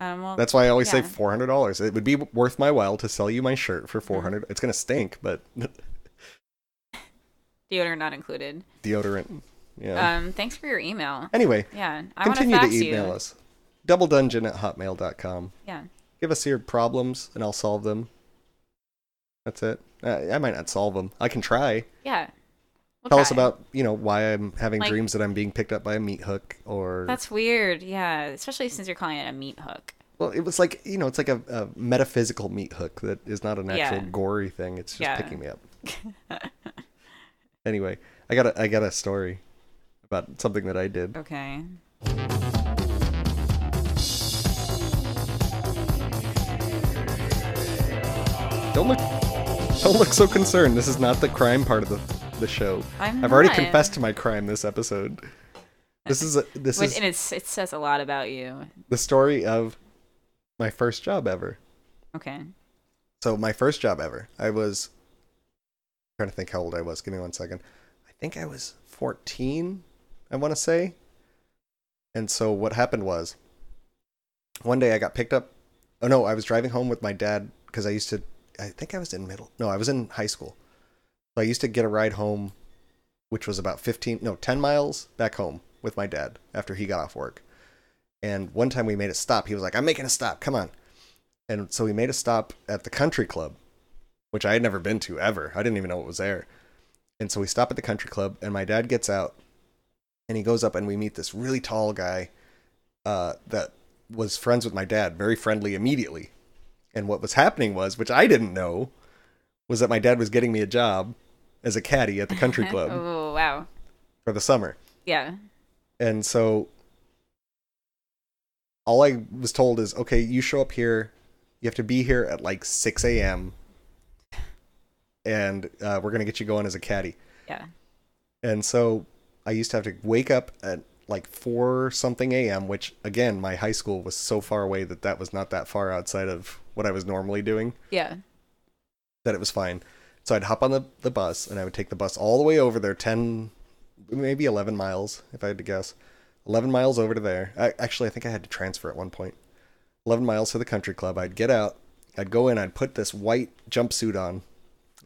B: Um, well,
A: That's why I always
B: Yeah. Mm.
A: say four hundred dollars. It would be worth my while to sell you my shirt for four hundred. It's gonna stink, but
B: deodorant not included.
A: deodorant. Yeah.
B: Um, thanks for your email.
A: anyway,
B: Yeah, I want to
A: continue to
B: fax
A: email
B: you.
A: us. Double dungeon at hotmail.com.
B: Yeah,
A: Give us your problems and I'll solve them. That's it. Uh, I might not solve them. I can try.
B: yeah. We'll
A: Tell us
B: try.
A: about, you know, why I'm having
B: Like-
A: dreams that I'm being picked up by a meat hook or.
B: That's weird. Yeah, especially since you're calling it a meat hook.
A: Well, it was like, you know, it's like a, a metaphysical meat hook that is not an actual
B: Yeah.
A: gory thing. It's just
B: Yeah.
A: picking me up. anyway, I got a, I got a story about something that I did.
B: Okay.
A: Don't look Don't look so concerned. This is not the crime part of the the show.
B: I'm
A: have already
B: not.
A: confessed to my crime this episode. This is a, this
B: Which,
A: is
B: and it's, it says a lot about you.
A: the story of my first job ever.
B: Okay.
A: So my first job ever. I was trying to think how old I was. Give me one second. I think I was 14, I want to say. And so what happened was one day I got picked up. Oh no, I was driving home with my dad cuz I used to I think I was in middle. No, I was in high school. So I used to get a ride home which was about 15 no, 10 miles back home with my dad after he got off work. And one time we made a stop. He was like, "I'm making a stop. Come on." and so we made a stop at the country club which i had never been to ever i didn't even know it was there and so we stop at the country club and my dad gets out and he goes up and we meet this really tall guy uh, that was friends with my dad very friendly immediately and what was happening was which i didn't know was that my dad was getting me a job as a caddy at the country club
B: Oh, wow.
A: for the summer
B: Yeah.
A: and so all I was told is, okay, you show up here, you have to be here at like 6 a.m. and uh, we're gonna get you going as a caddy.
B: Yeah.
A: And so I used to have to wake up at like 4 something a.m., which again, my high school was so far away that that was not that far outside of what I was normally doing
B: Yeah.
A: that it was fine. So I'd hop on the, the bus and I would take the bus all the way over there, 10, maybe 11 miles, if I had to guess. 11 miles over to there. I, actually, I think I had to transfer at one point. 11 miles to the country club. I'd get out, I'd go in, I'd put this white jumpsuit on,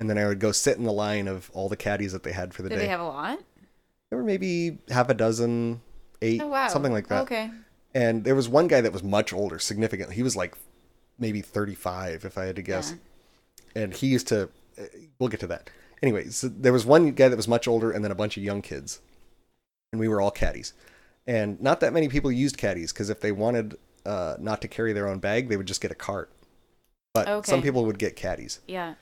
A: and then I would go sit in the line of all the caddies that they had for the
B: Did
A: day.
B: they have a lot?
A: there were maybe half a dozen, eight,
B: Oh, wow.
A: something like that.
B: Okay.
A: And there was one guy that was much older, significantly. He was like maybe 35, if I had to guess. And he used to, uh, we'll get to that. Anyway, so there was one guy that was much older and then a bunch of young kids. And we were all caddies. And not that many people used caddies because if they wanted uh, not to carry their own bag, they would just get a cart. But some
B: Okay.
A: people would get caddies.
B: Yeah.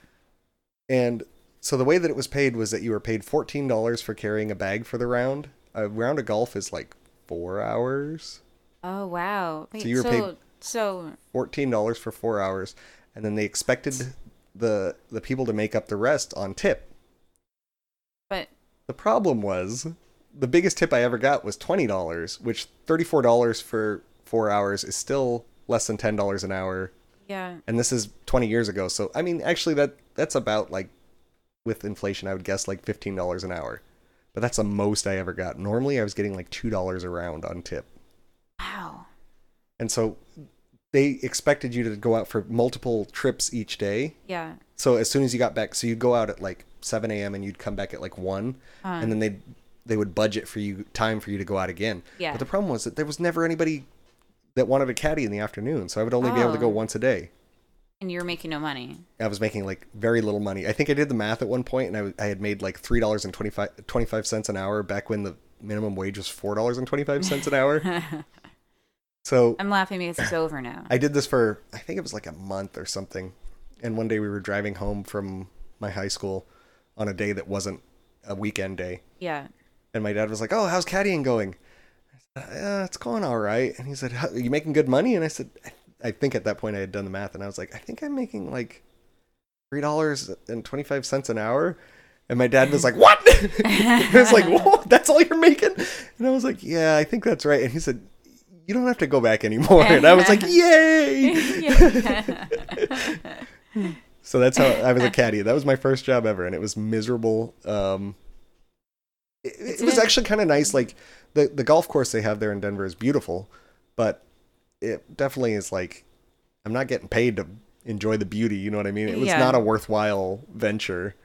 A: And so the way that it was paid was that you were paid fourteen dollars for carrying a bag for the round. A round of golf is like four hours.
B: Oh, wow. Wait, so,
A: you were
B: so,
A: paid- fourteen dollars for four hours, and then they expected the the people to make up the rest on tip.
B: but
A: The problem was the biggest tip I ever got was twenty dollars, which thirty four dollars for four hours is still less than ten dollars an hour,
B: yeah.
A: and this is twenty years ago. So I mean, actually, that that's about like with inflation, I would guess like fifteen dollars an hour. but that's the most I ever got. Normally, I was getting like two dollars a round on tip,
B: Wow.
A: and so they expected you to go out for multiple trips each day.
B: Yeah.
A: So as soon as you got back, so you'd go out at like seven a.m. and you'd come back at like one, and
B: Um.
A: then they they would budget for you time for you to go out again.
B: Yeah.
A: But the problem was that there was never anybody that wanted a caddy in the afternoon, so I would only be able to
B: Oh.
A: go once a day.
B: And you were making no money.
A: I was making like very little money. I think I did the math at one point, and I, was- I had made like three dollars and 25 cents an hour back when the minimum wage was four dollars and twenty five cents an hour. so
B: I'm laughing because it's over now.
A: I did this for I think it was like a month or something. And one day we were driving home from my high school on a day that wasn't a weekend day,
B: yeah.
A: and my dad was like, "Oh, how's caddying going?" I said, uh, "It's going all right." And he said, "How- "Are you making good money?" And I said, I, "I think at that point I had done the math, and I was like, I think I'm making like three dollars and twenty five cents an hour." And my dad was like, "What?" I was like, "Whoa, that's all you're making?" And I was like, "Yeah, I think that's right." And he said, "You don't have to go back anymore." And I was like, "Yay!" So that's how I was a caddy. That was my first job ever, and it was miserable. Um, it, it was
B: an-
A: actually kind of nice. Like the the golf course they have there in Denver is beautiful, but it definitely is like I'm not getting paid to enjoy the beauty. You know what I mean? It was
B: Yeah.
A: not a worthwhile venture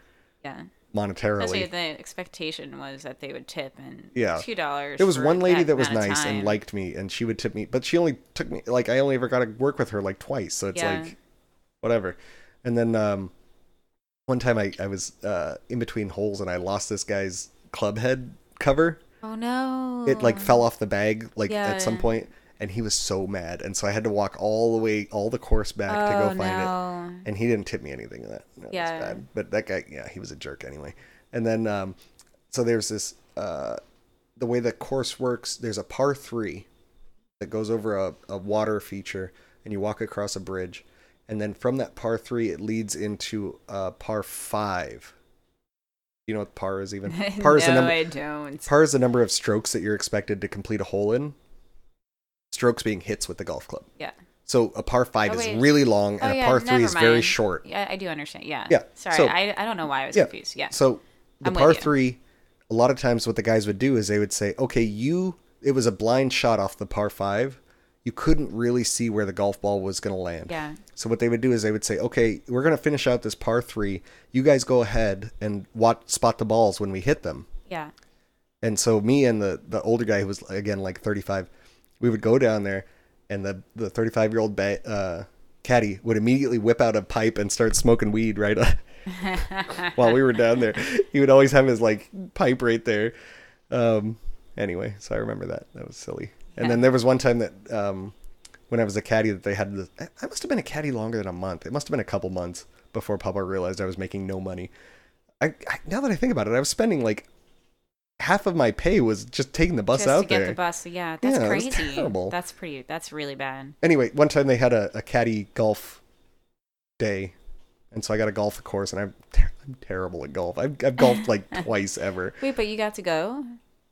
B: Yeah. Especially
A: monetarily.
B: if the expectation was that they would tip and
A: Yeah.
B: two dollars.
A: It was one lady that was nice and liked me, and she would tip me, but she only took me like I only ever got to work with her like twice, so it's
B: Yeah.
A: like whatever. And then um, one time I I was uh, in between holes and I lost this guy's club head cover.
B: Oh no.
A: It like fell off the bag like
B: Yeah.
A: at some point, and he was so mad, and so I had to walk all the way all the course back to
B: oh,
A: go find it
B: no.
A: and he didn't tip me anything of that. That was
B: Yeah.
A: bad. But that guy, yeah, he was a jerk anyway. And then, um, so there's this, uh, the way the course works, there's a par three that goes over a, a water feature and you walk across a bridge. And then from that par three, it leads into uh, par five. You know what par is even? Par is the
B: no,
A: number.
B: I don't.
A: Par is the number of strokes that you're expected to complete a hole in. Strokes being hits with the golf club.
B: Yeah.
A: So a par five
B: Oh,
A: is
B: wait.
A: really long, and
B: oh,
A: a
B: yeah,
A: par three
B: never
A: is very
B: mind.
A: short.
B: Yeah, I do understand. Yeah.
A: Yeah,
B: Sorry,
A: so-
B: I, I don't know why I was confused. Yeah.
A: So the
B: I'm with
A: par
B: you.
A: three, a lot of times what the guys would do is they would say, okay, you, it was a blind shot off the par five. You couldn't really see where the golf ball was going to land.
B: Yeah.
A: So what they would do is they would say, okay, we're going to finish out this par three. You guys go ahead and watch, spot the balls when we hit them.
B: yeah.
A: And so me and the the older guy who was again like 35, we would go down there, and the the 35 year old ba- uh, caddy would immediately whip out a pipe and start smoking weed right uh, while we were down there. He would always have his like pipe right there. Um, anyway, so I remember that. That was silly. And then there was one time that um, when I was a caddy that they had this. I- I must have been a caddy longer than a month. It must have been a couple months before Papa realized I was making no money. I, I now that I think about it, I was spending like half of my pay was just taking the bus
B: Just
A: out
B: to get
A: there.
B: the bus. Yeah, that's
A: Yeah, it was
B: crazy.
A: terrible.
B: That's pretty. That's really bad.
A: anyway, one time they had a, a caddy golf day, and so I got a golf course, and I'm ter- I'm terrible at golf. I've, I've golfed like twice ever.
B: Wait, but you got to go.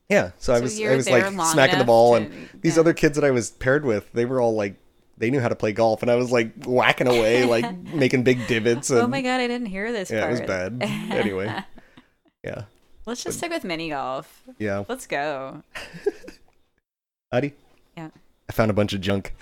A: Yeah, so, I
B: So
A: was
B: you
A: I
B: were
A: was
B: there
A: like
B: long
A: smacking the
B: enough
A: ball,
B: to-
A: and these
B: yeah.
A: other kids that I was paired with, they were all like they knew how to play golf, and I was like whacking away, like making big divots. And,
B: oh my god, I didn't hear this
A: yeah,
B: part.
A: it was bad. anyway, yeah,
B: Let's just stick with mini golf.
A: yeah,
B: Let's go.
A: Adi,
B: Yeah.
A: I found a bunch of junk.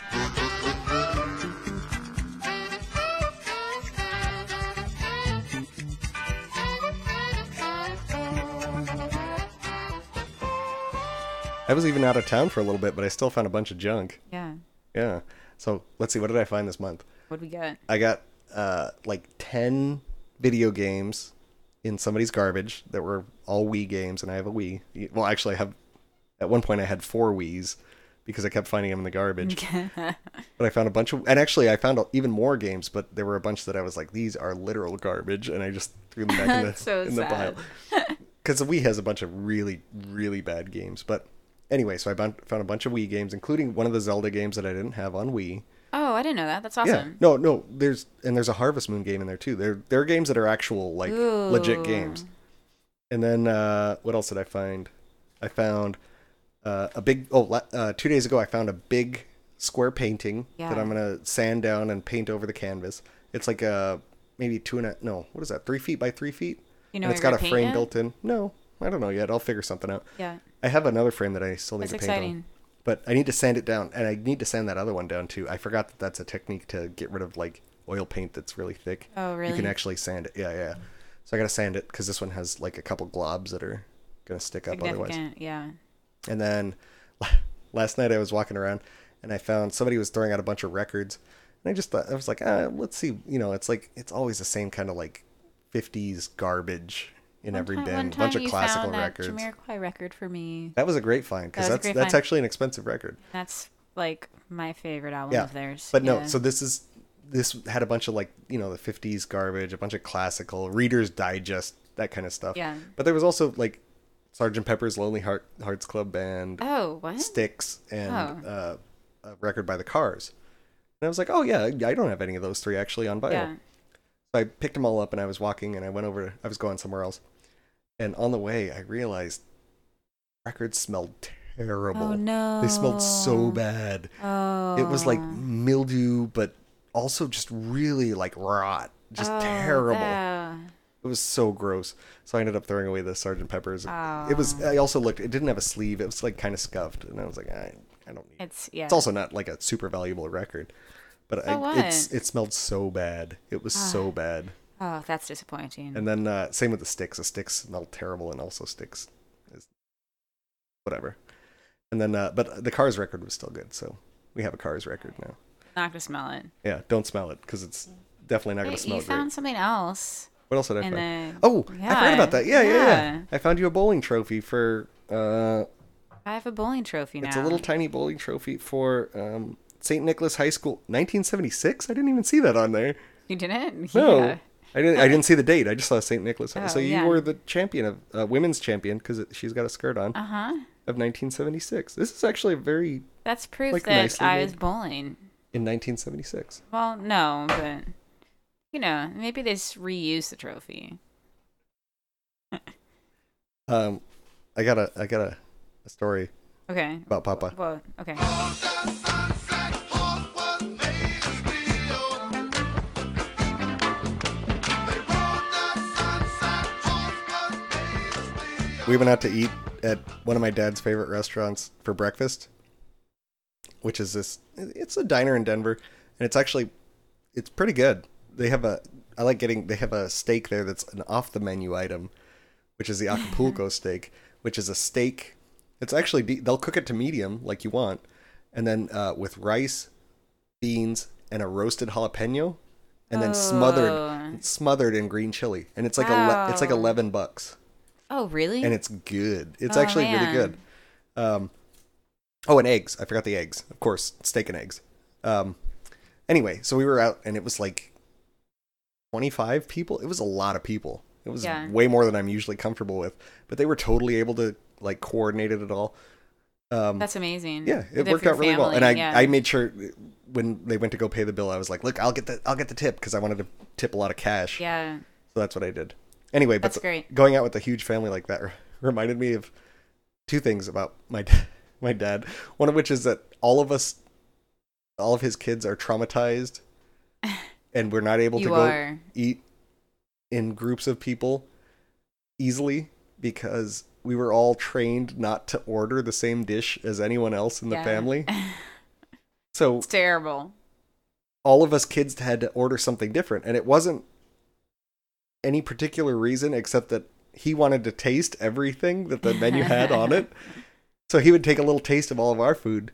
A: I was even out of town for a little bit, but I still found a bunch of junk.
B: Yeah.
A: Yeah. So let's see, what did I find this month?
B: What do we get?
A: I got uh, like 10 video games in somebody's garbage that were all Wii games, and I have a Wii. Well, actually, I have, at one point, I had four Wii's because I kept finding them in the garbage. but I found a bunch of, and actually, I found even more games, but there were a bunch that I was like, these are literal garbage, and I just threw them back in the,
B: So
A: in the pile.
B: sad.
A: Because the Wii has a bunch of really, really bad games. But anyway, so I bun- found a bunch of Wii games, including one of the Zelda games that I didn't have on Wii.
B: Oh, I didn't know that. That's
A: Yeah.
B: awesome.
A: No, no, there's and there's a Harvest Moon game in there too. There there are games that are actual like legit
B: Ooh.
A: games. And then uh what else did I find? I found uh, a big oh la- uh, 2 days ago I found a big square painting
B: Yeah.
A: that I'm going to sand down and paint over the canvas. It's like a maybe two and a no, what is that? 3 feet by 3 feet?
B: You know
A: and
B: what
A: it's
B: you're
A: got a
B: gonna paint
A: frame
B: it?
A: built in. No. I don't know yet. I'll figure something out.
B: Yeah.
A: I have another frame that I still need
B: That's
A: to paint
B: exciting.
A: on. But I need to sand it down, and I need to sand that other one down too. I forgot that that's a technique to get rid of like oil paint that's really thick.
B: Oh,
A: You can
B: really?
A: actually sand it. Yeah, yeah. So I gotta sand it because this one has like a couple globs that are gonna stick up otherwise.
B: Significant. Yeah.
A: And then last night I was walking around and I found somebody was throwing out a bunch of records. And I just thought, I was like, ah, let's see. You know, it's like, it's always the same kind of like 50s garbage in every
B: One ti-
A: bin.
B: one
A: A bunch of
B: time you
A: classical
B: found that
A: records.
B: Jamiroquai record for me.
A: That was a great find because
B: That was a
A: that's,
B: great
A: that's
B: find.
A: actually an expensive record.
B: That's like my favorite album
A: Yeah.
B: of theirs.
A: But no,
B: Yeah.
A: so this is, this had a bunch of like, you know, the 50s garbage, a bunch of classical, Reader's Digest, that kind of stuff.
B: Yeah.
A: But there was also like Sgt. Pepper's Lonely Heart, Hearts Club Band.
B: Oh, what?
A: Sticks and
B: Oh.
A: uh, a record by the Cars. And I was like, oh yeah, I don't have any of those three actually on vinyl.
B: yeah.
A: So I picked them all up and I was walking and I went over. I was going somewhere else, and on the way I realized records smelled terrible.
B: Oh, no.
A: They smelled so bad.
B: Oh.
A: It was like mildew, but also just really like rot, just
B: Oh,
A: terrible.
B: yeah.
A: It was so gross. So I ended up throwing away the Sergeant Pepper's. It was. I also looked. It didn't have a sleeve. It was like kind of scuffed, and I was like, I, I don't need. it.
B: It's yeah.
A: It's also not like a super valuable record, but
B: So
A: I, it's
B: what?
A: it smelled so bad. It was so bad.
B: oh, that's disappointing.
A: And then uh, same with the sticks. The sticks smelled terrible, and also sticks, is whatever. And then, uh, but the Cars record was still good, so we have a Cars record now.
B: not gonna smell it.
A: Yeah, don't smell it because it's definitely not going
B: Wait,
A: to smell
B: you
A: great.
B: found something else.
A: What else did I
B: And
A: find?
B: the-
A: oh, I forgot
B: yeah,
A: about that. Yeah, yeah, yeah,
B: yeah.
A: I found you a bowling trophy for. Uh,
B: I have a bowling trophy now.
A: It's a little tiny bowling trophy for um, St. Nicholas High School, 1976. I didn't even see that on there.
B: you didn't?
A: No.
B: Yeah.
A: I didn't. I didn't see the date. I just saw St. Nicholas. High
B: Oh,
A: so you
B: yeah.
A: were the champion of uh, women's champion because she's got a skirt on
B: Uh huh.
A: of 1976. This is actually a very
B: That's proof
A: Like,
B: that
A: nicely
B: I
A: made.
B: was bowling.
A: in 1976.
B: Well, no, but you know, maybe they just reuse the trophy.
A: Um, I got a I got a, a story
B: Okay.
A: about Papa.
B: Well, okay.
A: We went out to eat at one of my dad's favorite restaurants for breakfast, which is this. It's a diner in Denver, and it's actually it's pretty good. They have a I like getting they have a steak there that's an off the menu item, which is the Acapulco steak, which is a steak. It's actually de- they'll cook it to medium like you want, and then uh, with rice, beans, and a roasted jalapeno, and then
B: Oh.
A: smothered smothered in green chili, and it's like ele- it's like
B: Wow.
A: eleven bucks
B: Oh, really?
A: and it's good. It's
B: Oh,
A: actually really
B: man.
A: good. Um, oh, and eggs. I forgot the eggs. Of course, steak and eggs. Um, anyway, so we were out, and it was like twenty-five people. It was a lot of people. It was
B: Yeah.
A: way more than I'm usually comfortable with. But they were totally able to like coordinate it at all. Um,
B: That's amazing.
A: Yeah,
B: You
A: it
B: did for
A: worked
B: your
A: out really well,
B: family,
A: and I
B: yeah.
A: I made sure when they went to go pay the bill, I was like, "Look, I'll get the I'll get the tip" because I wanted to tip a lot of cash.
B: yeah.
A: So that's what I did. Anyway, but
B: That's
A: the-
B: great.
A: going out with a huge family like that re- reminded me of two things about my d- my dad. One of which is that all of us, all of his kids, are traumatized, and we're not able to
B: You
A: go
B: are.
A: eat in groups of people easily because we were all trained not to order the same dish as anyone else in the
B: Yeah.
A: family. So
B: It's terrible.
A: all of us kids had to order something different and it wasn't any particular reason except that he wanted to taste everything that the menu had on it so he would take a little taste of all of our food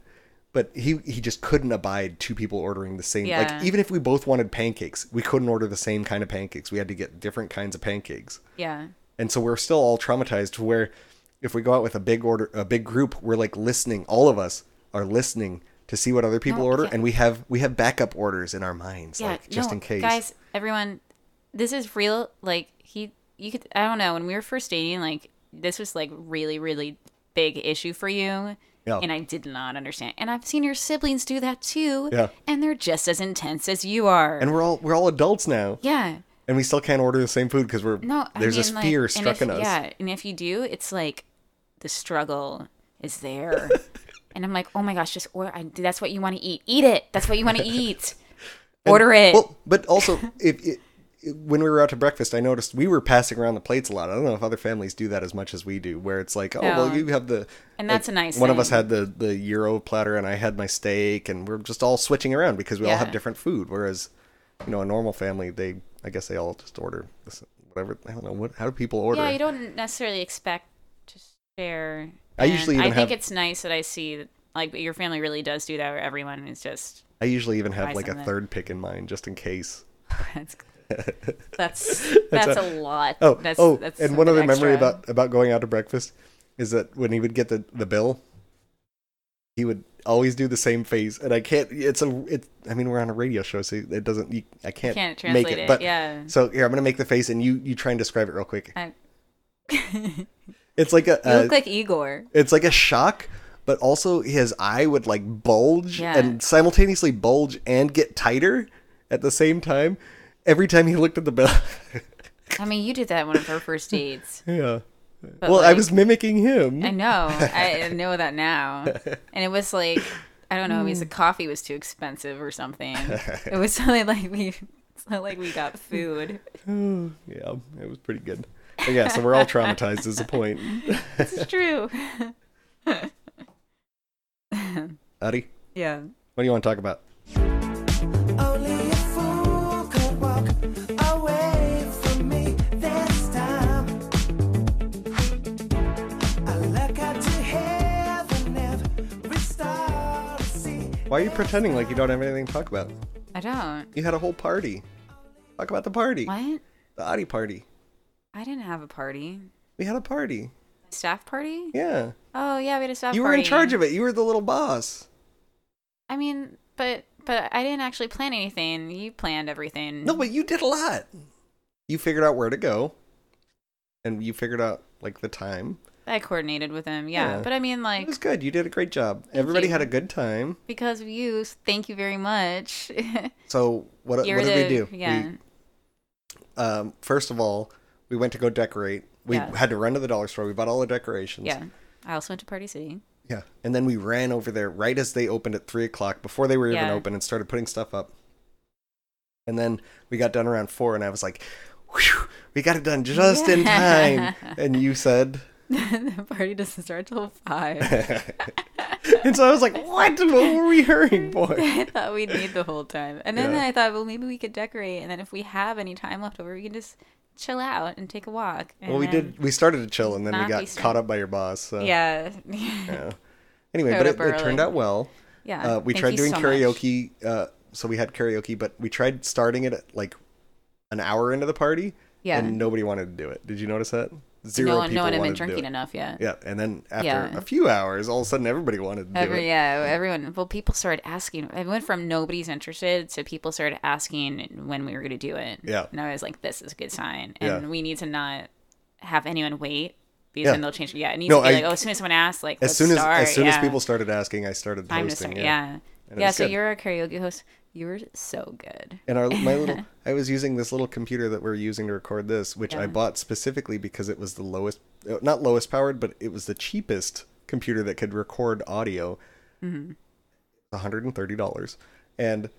A: but he he just couldn't abide two people ordering the same
B: Yeah.
A: like even if we both wanted pancakes we couldn't order the same kind of pancakes we had to get different kinds of pancakes
B: Yeah.
A: and so we're still all traumatized to where if we go out with a big order a big group we're like listening all of us are listening to see what other people
B: No,
A: order
B: yeah.
A: and we have we have backup orders in our minds like just
B: no,
A: in case
B: Guys, everyone, this is real. Like he, you could. I don't know. When we were first dating, like this was like really, really big issue for you.
A: Yeah.
B: And I did not understand. And I've seen your siblings do that too.
A: Yeah.
B: And they're just as intense as you are.
A: and we're all we're all adults now
B: yeah.
A: and we still can't order the same food because we're
B: No. I
A: there's
B: mean,
A: this
B: like,
A: fear
B: and
A: struck
B: if-
A: in us
B: Yeah. And if you do, it's like the struggle is there. and I'm like, oh my gosh, just order. I, that's what you want to eat. Eat it. That's what you want to eat. Order it.
A: well but also if it when we were out to breakfast, I noticed we were passing around the plates a lot. I don't know if other families do that as much as we do, where it's like, oh, well,
B: No.
A: you have the.
B: And that's
A: like,
B: a nice
A: One of us
B: thing.
A: had the, the Euro platter and I had my steak, and we're just all switching around because we all have
B: Yeah.
A: different food. Whereas, you know, a normal family, they, I guess they all just order this, whatever. I don't know. what. How do people order?
B: Yeah, you don't necessarily expect to share.
A: I usually
B: and I
A: even
B: think
A: have-
B: it's nice that I see that, like your family really does do that, where everyone is just
A: I usually even have
B: buy
A: like a
B: something.
A: third pick in mind just in case.
B: that's that's that's a lot.
A: Oh,
B: that's,
A: oh,
B: that's
A: and one other
B: something
A: memory
B: extra.
A: about about going out to breakfast is that when he would get the the bill, he would always do the same face, and I can't. It's a. It. I mean, we're on a radio show, so it doesn't. You, I can't,
B: Can't
A: make it.
B: translate it,
A: But
B: yeah.
A: So here, I'm gonna make the face, and you you try and describe it real quick.
B: I-
A: It's like a.
B: you
A: a
B: look like Igor.
A: it's like a shock. But also, his eye would like bulge
B: Yeah.
A: and simultaneously bulge and get tighter at the same time every time he looked at the bill.
B: I mean, you did that one of our first dates.
A: yeah.
B: But
A: well, I
B: like-
A: was mimicking him.
B: I know. I know that now. And it was like I don't know, maybe the coffee was too expensive or something. It was something like we it's not like we got food.
A: Mm. Yeah, it was pretty good. But yeah, so we're all traumatized is the point.
B: It's true.
A: Adi,
B: Yeah.
A: what do you want to talk about?
E: Only a fool could walk away from me this time. I look up to heaven, every star to see.
A: Why are you pretending like you don't have anything to talk about?
B: I don't.
A: You had a whole party. Talk about the party.
B: What?
A: The Adi party.
B: I didn't have a party.
A: We had a party.
B: Staff party?
A: Yeah.
B: Oh yeah, we had a staff
A: You were
B: party.
A: in charge of it. You were the little boss.
B: I mean, but but I didn't actually plan anything. You planned everything.
A: No, but you did a lot. You figured out where to go. And you figured out like the time.
B: I coordinated with him. Yeah.
A: Yeah.
B: But I mean
A: It
B: like
A: was good. You did a great job. Everybody
B: you.
A: had a good time.
B: because of you, thank you very much.
A: So what, what
B: You're
A: did
B: the
A: we do? We-
B: yeah.
A: um, first of all, we went to go decorate. We
B: Yeah.
A: had to run to the dollar store. We bought all the decorations.
B: Yeah. I also went to Party City.
A: Yeah. And then we ran over there right as they opened at three o'clock, before they were even
B: Yeah.
A: open, and started putting stuff up. And then we got done around four, and I was like, Whew, we got it done just in time. And you said,
B: the party doesn't start till five.
A: and so I was like, what? What were we hurrying for?
B: I thought we'd need the whole time. And then
A: Yeah.
B: I thought, well, maybe we could decorate. And then if we have any time left over, we can just chill out and take a walk. And
A: Well, we
B: then-
A: did. uh, We started to chill, and then we
B: Not
A: got
B: be
A: caught up by your boss. So.
B: Yeah.
A: yeah. Anyway,
B: Showed
A: but
B: up
A: it, it turned
B: early.
A: out well.
B: Yeah,
A: Uh, we
B: thank
A: tried
B: you
A: doing
B: so much.
A: karaoke. Uh, so we had karaoke, but we tried starting it at like an hour into the party.
B: Yeah.
A: And nobody wanted to do it. Did you notice that? Zero
B: no, one,
A: people
B: no one had
A: wanted
B: been
A: to do
B: drinking
A: it.
B: enough yet.
A: Yeah, and then after
B: Yeah.
A: a few hours, all of a sudden everybody wanted to do
B: Every,
A: it.
B: yeah, everyone. Well, people started asking. It went from nobody's interested to people started asking when we were going to do it.
A: Yeah.
B: And I was like, this is a good sign.
A: Yeah.
B: And we need to not have anyone wait because
A: Yeah.
B: then they'll change. Yeah. It needs
A: No,
B: to be
A: I-
B: like, oh, as soon as someone asks, like,
A: As
B: let's
A: soon as
B: start.
A: as soon as
B: yeah.
A: people started asking, I started
B: time to
A: hosting.
B: start. Yeah.
A: And it
B: Yeah.
A: was
B: so
A: good.
B: you're a karaoke host. You were so good.
A: And our my little I was using this little computer that we're using to record this, which I
B: Yeah.
A: bought specifically because it was the lowest uh, not lowest powered, but it was the cheapest computer that could record audio.
B: Mm-hmm.
A: $130. And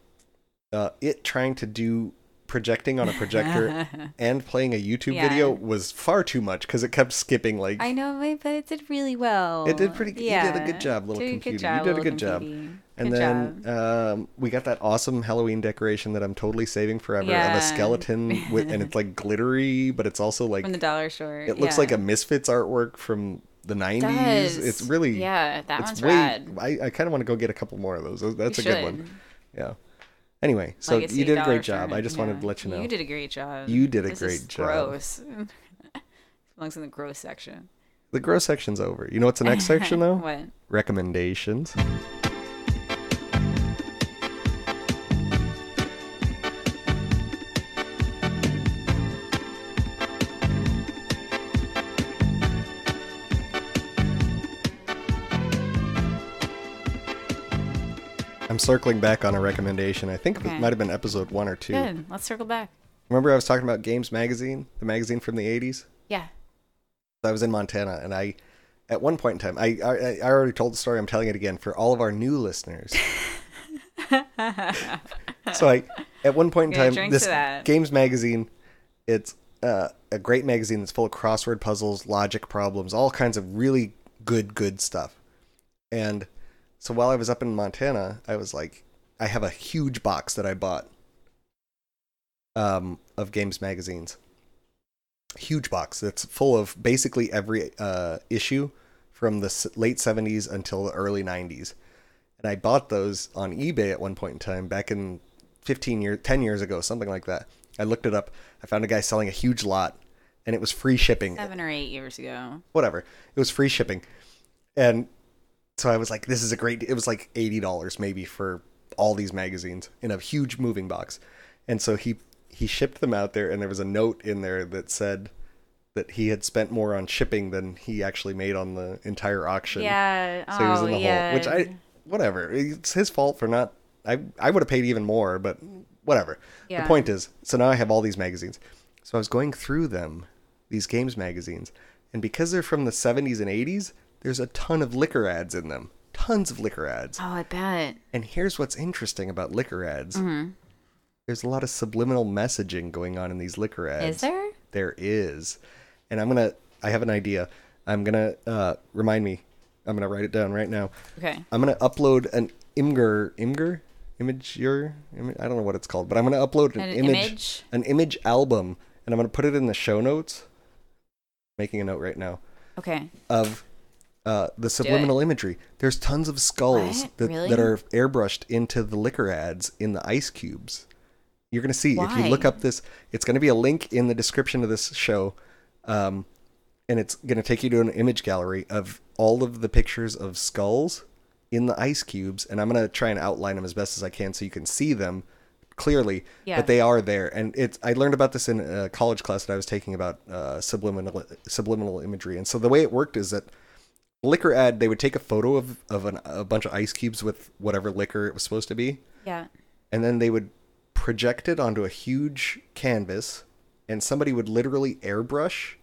A: uh, it trying to do projecting on a projector and playing a YouTube
B: Yeah.
A: video was far too much cuz it kept skipping like
B: I know, babe, but it did really well.
A: it did pretty. good. You did a good job, little
B: Did a
A: computer.
B: good job,
A: you did a
B: little
A: good job.
B: computer.
A: And
B: Good
A: then Um, we got that awesome Halloween decoration that I'm totally saving forever of
B: Yeah.
A: a skeleton with, and it's like glittery, but it's also like
B: From the dollar store.
A: it looks
B: yeah.
A: like a Misfits artwork from the 90s.
B: does.
A: It's really
B: Yeah, that
A: it's
B: one's
A: way.
B: rad.
A: I, I kind of want to go get a couple more of those. Those- That's a good
B: should.
A: one. Yeah. Anyway, so
B: Legacy
A: you did a
B: dollar
A: great job.
B: store.
A: I just wanted
B: Yeah.
A: to let you know.
B: You did a great job.
A: You did a
B: This
A: great
B: is
A: job.
B: Gross. Belongs in the gross section.
A: The gross section's over. You know what's the next section though?
B: What?
A: Recommendations. I'm circling back on a recommendation. I think
B: Okay.
A: it might have been episode one or two.
B: Good. Let's circle back.
A: Remember, I was talking about Games Magazine, the magazine from the 80s?
B: Yeah.
A: I was in Montana, and I, at one point in time, I I, I already told the story. I'm telling it again for all of our new listeners. so I, at one point in
B: Gonna
A: time,
B: drink
A: this
B: to that.
A: Games magazine It's uh, a great magazine that's full of crossword puzzles, logic problems, all kinds of really good, good stuff. And so while I was up in Montana, I was like, I have a huge box that I bought um, of games magazines. Huge box that's full of basically every uh, issue from the s- late 70s until the early 90s. And I bought those on eBay at one point in time back in 15 years, 10 years ago, something like that. I looked it up. I found a guy selling a huge lot and it was free shipping
B: Seven or eight years ago.
A: whatever. It was free shipping. And so I was like, this is a great, it was like $80 maybe for all these magazines in a huge moving box. And so he, he shipped them out there and there was a note in there that said that he had spent more on shipping than he actually made on the entire auction.
B: Yeah.
A: So he was
B: oh,
A: in the
B: yeah.
A: hole, which I, whatever. It's his fault for not, I, I would have paid even more, but whatever.
B: Yeah.
A: The point is, so now I have all these magazines. So I was going through them, these games magazines, and because they're from the 70s and 80s, there's a ton of liquor ads in them. Tons of liquor ads.
B: Oh, I bet.
A: And here's what's interesting about liquor ads
B: Mm-hmm.
A: there's a lot of subliminal messaging going on in these liquor ads.
B: Is there?
A: There is. And I'm going to, I have an idea. I'm going to, uh, remind me, I'm going to write it down right now.
B: Okay.
A: I'm going to upload an Imgur, Imgur? Imager? Imi- I don't know what it's called, but I'm going to upload an,
B: An
A: image,
B: image?
A: an image album, and I'm going to put it in the show notes. Making a note right now
B: Okay.
A: of uh, the subliminal imagery. There's tons of skulls
B: What?
A: that,
B: Really?
A: that are airbrushed into the liquor ads in the ice cubes. You're gonna see if
B: Why?
A: you look up this. It's gonna be a link in the description of this show, um, and it's gonna take you to an image gallery of all of the pictures of skulls in the ice cubes. And I'm gonna try and outline them as best as I can so you can see them clearly.
B: Yeah.
A: But they are there, and it's. I learned about this in a college class that I was taking about uh, subliminal subliminal imagery. And so the way it worked is that liquor ad they would take a photo of, of an, a bunch of ice cubes with whatever liquor it was supposed to be
B: Yeah.
A: and then they would project it onto a huge canvas and somebody would literally airbrush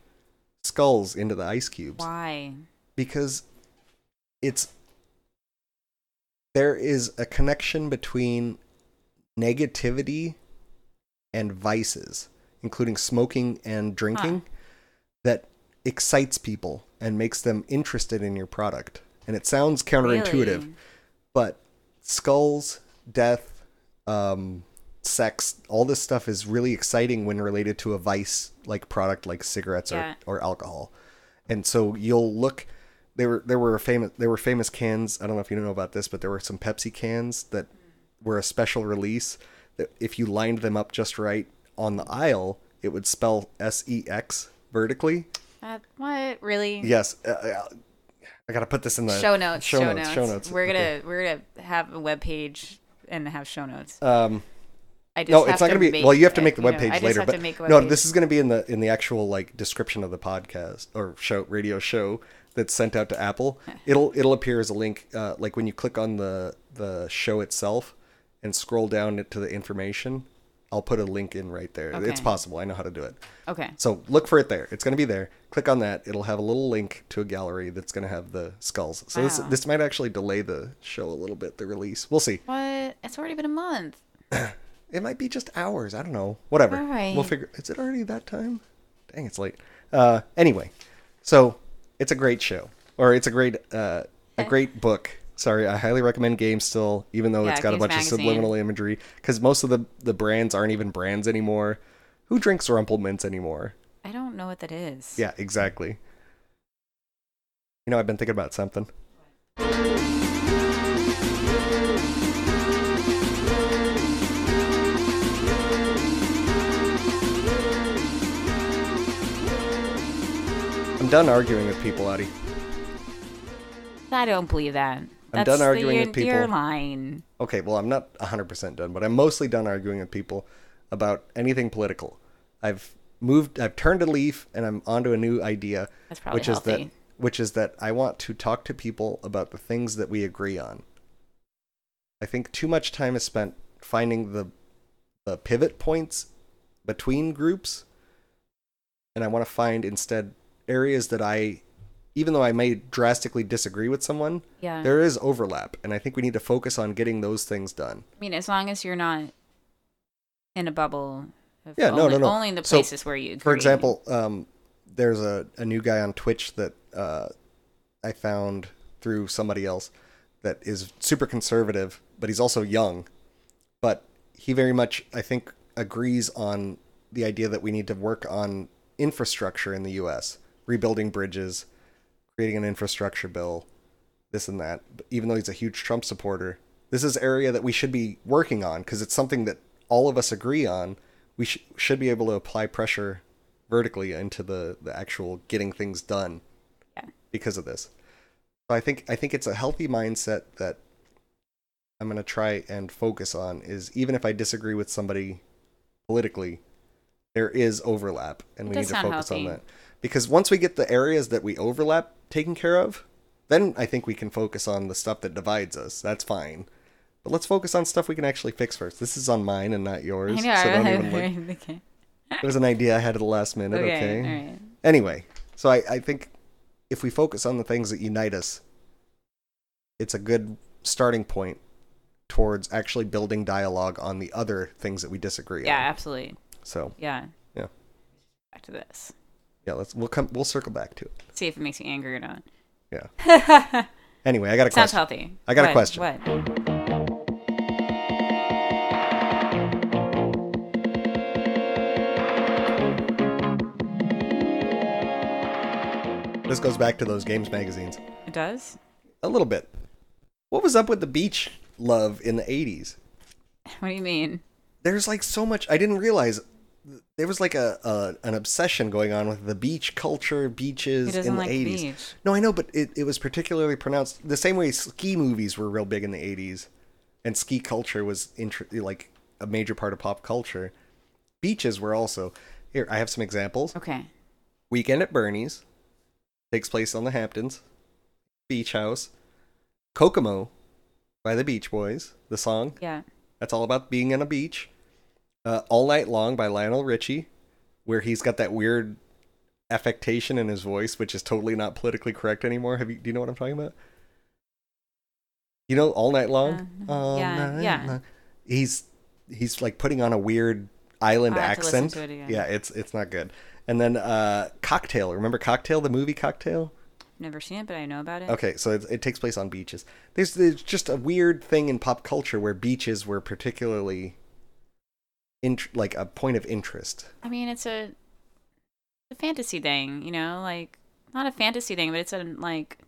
A: skulls into the ice cubes
B: Why?
A: because it's there is a connection between negativity and vices including smoking and drinking that excites people and makes them interested in your product and it sounds counterintuitive
B: Really?
A: but skulls death um sex all this stuff is really exciting when related to a vice like product like cigarettes
B: Yeah.
A: or, or alcohol and so you'll look there were there were a famous there were famous cans i don't know if you know about this but there were some pepsi cans that were a special release that if you lined them up just right on the aisle it would spell sex vertically
B: Uh, what? Really?
A: yes uh, uh, i gotta put this in the
B: Show notes. Show, notes,
A: show notes
B: We're gonna
A: Okay.
B: we're gonna have a web page and have show notes.
A: um
B: I just
A: no,
B: have
A: it's not
B: to
A: going to be.
B: Make,
A: well, you have to
B: it,
A: make the
B: you
A: web
B: know,
A: page
B: I just
A: later,
B: have
A: but
B: to make a
A: no,
B: webpage.
A: this is going to be in the in the actual like description of the podcast or show radio show that's sent out to Apple. It'll it'll appear as a link, uh, like when you click on the the show itself and scroll down to the information. I'll put a link in right there. It's
B: Okay.
A: possible. I know how to do it.
B: okay.
A: So look for it there. It's going to be there. Click on that. It'll have a little link to a gallery that's going to have the skulls. So this
B: Wow.
A: this might actually delay the show a little bit. The release. We'll see.
B: What? It's already been a month.
A: It might be just hours. I don't know. Whatever.
B: All right.
A: We'll figure. Is it already that time? Dang, it's late. Uh, anyway, so it's a great show, or it's a great, uh, a great book. Sorry, I highly recommend Games still, even though
B: Yeah,
A: it's got a
B: Games
A: bunch
B: Magazine.
A: of subliminal imagery, because most of the the brands aren't even brands anymore. Who drinks Rumple Mints anymore?
B: I don't know what that is.
A: Yeah, exactly. You know, I've been thinking about something. I'm done arguing with people, Addie.
B: I don't believe that. That's
A: done
B: the-
A: arguing
B: you're-
A: with people.
B: You're lying.
A: Okay, well, I'm not 100% done, but I'm mostly done arguing with people about anything political. I've moved, I've turned a leaf, and I'm onto a new idea,
B: That's probably
A: which is that
B: healthy.
A: which is that I want to talk to people about the things that we agree on. I think too much time is spent finding the the pivot points between groups, and I want to find instead areas that I, even though I may drastically disagree with someone,
B: Yeah.
A: there is overlap, and I think we need to focus on getting those things done.
B: I mean, as long as you're not in a bubble of
A: Yeah, no,
B: only,
A: no, no.
B: Only the
A: So,
B: places where you. Agree.
A: For example, um, there's a, a new guy on Twitch that uh, I found through somebody else that is super conservative, but he's also young. But he very much, I think, agrees on the idea that we need to work on infrastructure in the U.S., rebuilding bridges, creating an infrastructure bill, this and that. But even though he's a huge Trump supporter, this is area that we should be working on because it's something that all of us agree on. We sh- should be able to apply pressure vertically into the, the actual getting things done
B: Yeah.
A: because of this. So I think I think it's a healthy mindset that I'm going to try and focus on is even if I disagree with somebody politically, there is overlap and we
B: That's
A: need to
B: not
A: focus
B: healthy.
A: on that. Because once we get the areas that we overlap taken care of, then I think we can focus on the stuff that divides us. That's fine. But let's focus on stuff we can actually fix first. This is on mine and not yours.
B: I know.
A: so
B: I
A: don't
B: really-
A: even look.
B: okay.
A: It was an idea I had at the last minute.
B: Okay,
A: Okay.
B: all right.
A: Anyway, so I, I think if we focus on the things that unite us, it's a good starting point towards actually building dialogue on the other things that we disagree
B: Yeah,
A: on.
B: absolutely.
A: So
B: Yeah.
A: Yeah.
B: Back to this.
A: yeah, let's we'll come we'll circle back to it.
B: See if it makes you angry or not.
A: Yeah. anyway, I got a
B: Sounds
A: question.
B: healthy.
A: I got a
B: What?
A: question.
B: What?
A: This goes back to those games magazines
B: It does?
A: a little bit. What was up with the beach love in the eighties?
B: What do you mean?
A: there's like so much I didn't realize there was like a, a an obsession going on with the beach culture,
B: He
A: beaches
B: doesn't
A: in the
B: like
A: 80s.
B: beach.
A: No, I know, but it, it was particularly pronounced the same way ski movies were real big in the 80s and ski culture was intr- like a major part of pop culture. Beaches were also Here, I have some examples.
B: Okay.
A: Weekend at Bernie's takes place on the Hamptons beach house. Kokomo by the Beach Boys, the song.
B: Yeah.
A: That's all about being on a beach. Uh, All Night Long by Lionel Richie, where he's got that weird affectation in his voice, which is totally not politically correct anymore. Have you? Do you know what I'm talking about? You know, All Night Long.
B: Uh,
A: all
B: yeah, yeah.
A: He's he's like putting on a weird island
B: I'll have to listen
A: accent.
B: to it again.
A: Yeah, it's it's not good. And then uh, Cocktail. Remember Cocktail, the movie Cocktail?
B: Never seen it, but I know about it.
A: Okay, so it, it takes place on beaches. There's, there's just a weird thing in pop culture where beaches were particularly, in, like a point of interest.
B: I mean, it's a, it's a fantasy thing, you know, like not a fantasy thing, but it's a like,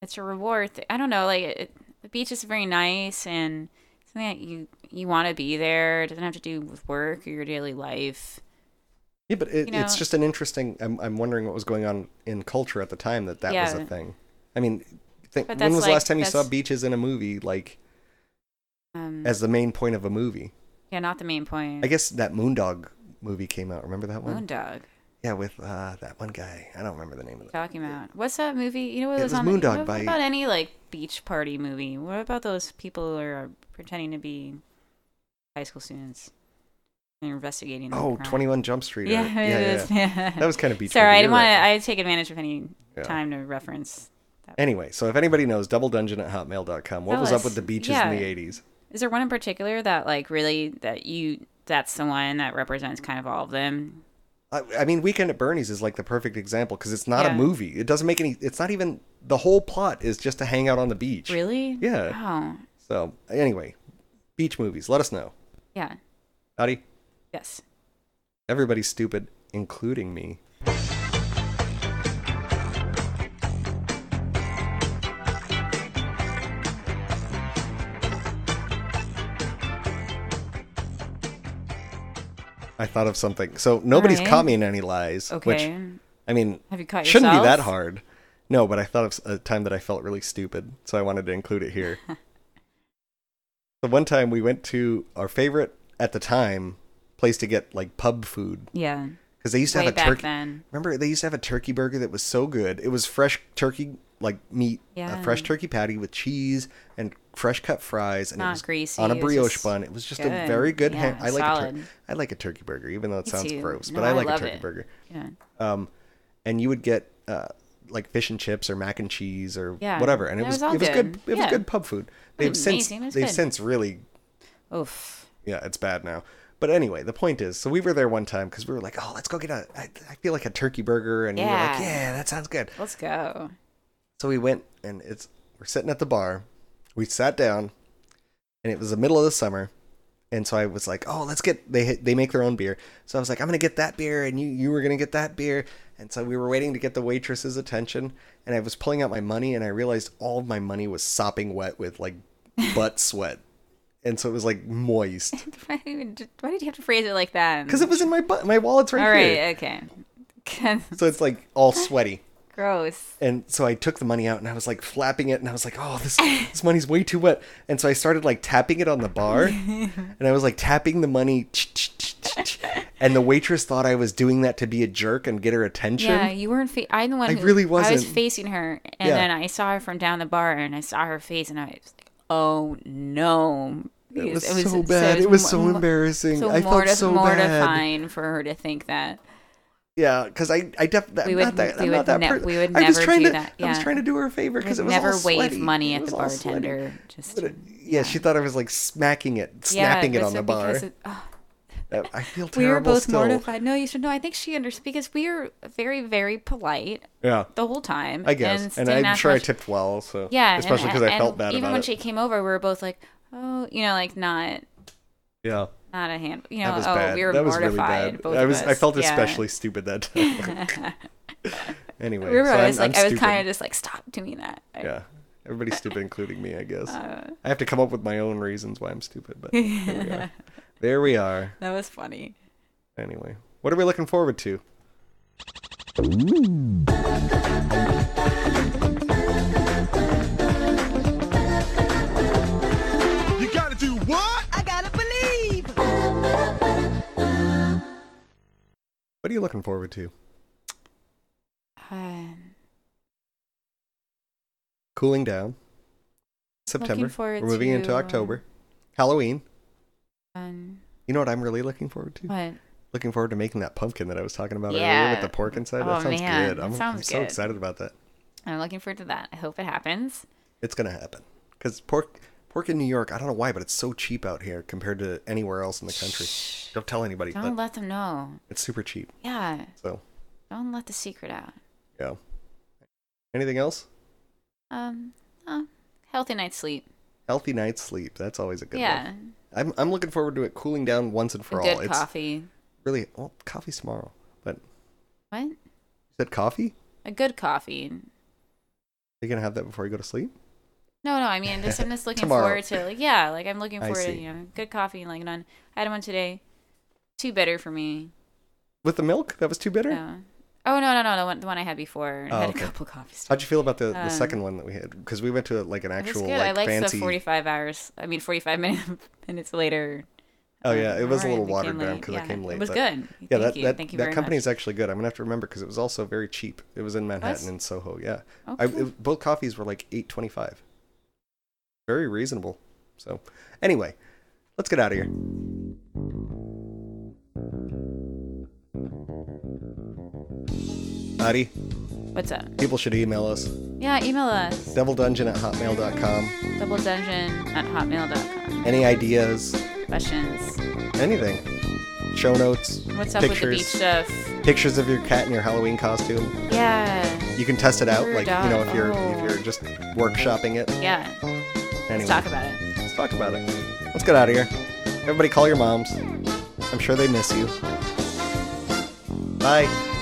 B: it's a reward. Th- I don't know, like it, the beach is very nice and something that you you want to be there. It doesn't have to do with work or your daily life.
A: Yeah, but it,
B: You know-
A: it's just an interesting. I'm, I'm wondering what was going on in culture at the time that that was
B: Yeah.
A: a thing. I mean, think, when
B: But that's
A: was the
B: like-
A: last time you saw
B: that's-
A: beaches in a movie, like
B: Um,
A: as the main point of a movie?
B: yeah, not the main point.
A: I guess that Moondog movie came out. Remember that one?
B: Moondog.
A: Yeah, with uh, that one guy. I don't remember the name of it.
B: Talking about what's that movie? You know what
A: It
B: was
A: was
B: on the-
A: Moondog
B: what
A: by-
B: about any like beach party movie? What about those people who are pretending to be high school students and investigating? their
A: Oh,
B: crime?
A: 21 Jump Street.
B: Yeah,
A: right?
B: it is. yeah.
A: That was kind of beach.
B: Sorry,
A: movie,
B: I didn't
A: you're
B: want
A: right.
B: to. I take advantage of any
A: Yeah.
B: time to reference.
A: Anyway, so if anybody knows, double dungeon at hotmail.com. What
B: Tell
A: was
B: us.
A: up with the beaches
B: Yeah.
A: in the 80s?
B: Is there one in particular that like really that you that's the one that represents kind of all of them?
A: I, I mean, Weekend at Bernie's is like the perfect example because it's not a
B: Yeah.
A: movie. It doesn't make any, it's not even, the whole plot is just to hang out on the beach.
B: Really? Oh,
A: Yeah.
B: Wow.
A: So, anyway, beach movies, let us know.
B: Yeah.
A: Howdy.
B: Yes.
A: Everybody's stupid, including me. I thought of something. So nobody's
B: Alright.
A: caught me in any lies.
B: Okay.
A: Which, I mean,
B: Have you caught
A: shouldn't be that
B: yourself?
A: hard. No, but I thought of s- a time that I felt really stupid, so I wanted to include it here. so one time we went to our favorite at the time place to get like pub food
B: yeah.
A: because they used to
B: Way
A: have a
B: back
A: turkey.
B: then.
A: Remember, they used to have a turkey burger that was so good. It was fresh turkey, like meat,
B: Yeah.
A: a fresh turkey patty with cheese and fresh cut fries, and
B: Not
A: it was
B: greasy,
A: on a
B: it was
A: brioche
B: just
A: bun. It was just
B: good.
A: a very good.
B: Yeah,
A: ham I like a
B: solid.
A: tur- I like a turkey burger, even though it
B: Me
A: sounds
B: too.
A: gross,
B: No,
A: but I
B: I
A: like a
B: love
A: turkey
B: it.
A: burger.
B: Yeah.
A: Um, and you would get uh, like fish and chips or mac and cheese or
B: Yeah.
A: whatever, and it
B: That
A: was
B: was all
A: it was good.
B: good.
A: It was
B: Yeah.
A: good pub food. They've since
B: amazing. It was
A: they've
B: good.
A: since really
B: Oof.
A: yeah, it's bad now. But anyway, the point is, so we were there one time because we were like, oh, let's go get a, I, I feel like a turkey burger. And we were like,
B: Yeah.
A: yeah, that sounds good.
B: Let's go.
A: So we went and it's we're sitting at the bar. We sat down and it was the middle of the summer. And so I was like, "Oh, let's get they they make their own beer." So I was like, "I'm going to get that beer and you you were going to get that beer." And so we were waiting to get the waitress's attention and I was pulling out my money and I realized all of my money was sopping wet with like butt sweat. And so it was like moist
B: Why, even, why did you have to phrase it like that?
A: cuz it was in my butt. My wallet's right
B: All right,
A: here.
B: okay.
A: So it's like all sweaty.
B: Gross.
A: And so I took the money out and I was like flapping it and I was like, oh, this, this money's way too wet. And so I started like tapping it on the bar and I was like tapping the money. ch- ch- ch- ch- ch. And the waitress thought I was doing that to be a jerk and get her attention.
B: Yeah, you weren't. Fa- I'm the one.
A: I
B: who-
A: really
B: I was
A: wasn't.
B: facing her, and
A: Yeah.
B: then I saw her from down the bar, and I saw her face, and I was like, "Oh no!"
A: It was
B: Because
A: so bad. it was so
B: mo-
A: embarrassing.
B: So
A: I felt
B: mortif-
A: so bad.
B: mortifying for her to think that.
A: Yeah, because I, I definitely, I'm
B: would-
A: not that,
B: we
A: I'm
B: would
A: not that
B: ne-
A: person.
B: we would
A: I was
B: never
A: trying
B: do
A: to,
B: that,
A: I was
B: yeah.
A: trying to do her a favor
B: We'd
A: because it was
B: never
A: all
B: wave
A: sweaty.
B: money
A: It
B: at
A: was
B: the
A: all sweaty.
B: bartender. Just
A: But it- yeah, she thought I was like smacking it,
B: Yeah,
A: snapping it
B: but
A: on
B: so
A: the bar.
B: because it- oh,
A: That- I feel
B: we
A: terrible
B: were both
A: still.
B: mortified. No, you should know. I think she understood because we were very, very polite
A: Yeah.
B: the whole time.
A: I guess, and,
B: didn't
A: I'm
B: ask
A: sure I
B: much-
A: tipped well. So
B: Yeah, and-
A: especially because I
B: and
A: felt bad
B: Even
A: about
B: when
A: it.
B: she came over, we were both like, "Oh, you know, like not
A: yeah,
B: not a hand. You know,
A: that was
B: oh,
A: bad.
B: we were
A: that was really
B: mortified.
A: bad.
B: Both
A: I
B: of
A: was, I
B: us.
A: felt
B: Yeah.
A: especially stupid that time. anyway,
B: We were
A: so
B: always
A: I'm,
B: like,
A: I'm
B: i was
A: stupid.
B: kind of just like, Uh. stop doing that. I-
A: yeah. Everybody's stupid, including me, I guess. I have to come up with my own reasons why I'm stupid, but here we are. there we are.
B: That was funny.
A: Anyway, what are we looking forward to?
F: You gotta do what?
E: I gotta believe.
A: What are you looking forward to?
B: Um,
A: Cooling down. September.
B: Looking forward
A: We're moving into
B: to,
A: October. Halloween.
B: um,
A: You know what I'm really looking forward to?
B: what?
A: Looking forward to making that pumpkin that I was talking about earlier
B: Yeah.
A: with the pork inside.
B: Oh,
A: That sounds
B: man,
A: good.
B: that
A: I'm, I'm
B: sounds
A: so
B: good.
A: excited about that.
B: I'm looking forward to that. I hope it happens.
A: It's gonna happen because pork pork in New York. I don't know why, but it's so cheap out here compared to anywhere else in the country. Don't tell anybody,
B: Don't
A: but
B: let them know.
A: it's super cheap.
B: Yeah,
A: So
B: don't let the secret out.
A: yeah. Anything else?
B: Um, oh, healthy night's sleep.
A: Healthy night's sleep. That's always a good
B: yeah,
A: one. I'm I'm looking forward to it cooling down once and for
B: a
A: all.
B: good
A: it's
B: coffee.
A: really well coffee's tomorrow, but you
B: What?
A: said coffee.
B: A good coffee.
A: You're gonna have that before you go to sleep.
B: No, no. I mean, just I'm just looking
A: Tomorrow.
B: forward to like yeah, like I'm looking
A: I
B: forward to
A: see.
B: you know good coffee like none. I had one today. Too bitter for me.
A: With the milk, that was too bitter.
B: No. Oh no no no the one the one I had before.
A: Oh,
B: I had
A: okay.
B: a couple coffees.
A: How'd you feel about the, the
B: Um,
A: second one that we had? Because we went to like an
B: It was
A: actual
B: good. I
A: like
B: liked
A: fancy.
B: the 45 hours. I mean 45 minutes minutes later.
A: oh yeah, it was a
B: Alright,
A: little
B: we came
A: watered down
B: late.
A: because I
B: Yeah,
A: came late.
B: It was
A: but-
B: good.
A: Yeah,
B: Thank
A: that
B: you.
A: that,
B: Thank you
A: that
B: very
A: company
B: much.
A: is actually good. I'm gonna have to remember because it was also very cheap. It was in Manhattan
B: Was?
A: and Soho. Yeah,
B: Oh,
A: I,
B: cool.
A: it- both coffees were like eight twenty five. Very reasonable. So, anyway, let's get out of here. Adi,
B: What's up?
A: people should email us
B: Yeah, email us
A: devildungeon at hotmail.com.
B: double dungeon at hotmail.com.
A: Any ideas,
B: Questions.
A: anything, show notes,
B: What's up with the beach
A: pictures,
B: stuff?
A: pictures of your cat in your Halloween costume.
B: Yeah.
A: you can test it out
B: Sure
A: like you
B: does.
A: know if you're if
B: Oh.
A: you're just workshopping it
B: Yeah.
A: anyway
B: Let's talk about it.
A: let's talk about it let's get out of here everybody call your moms i'm sure they miss you bye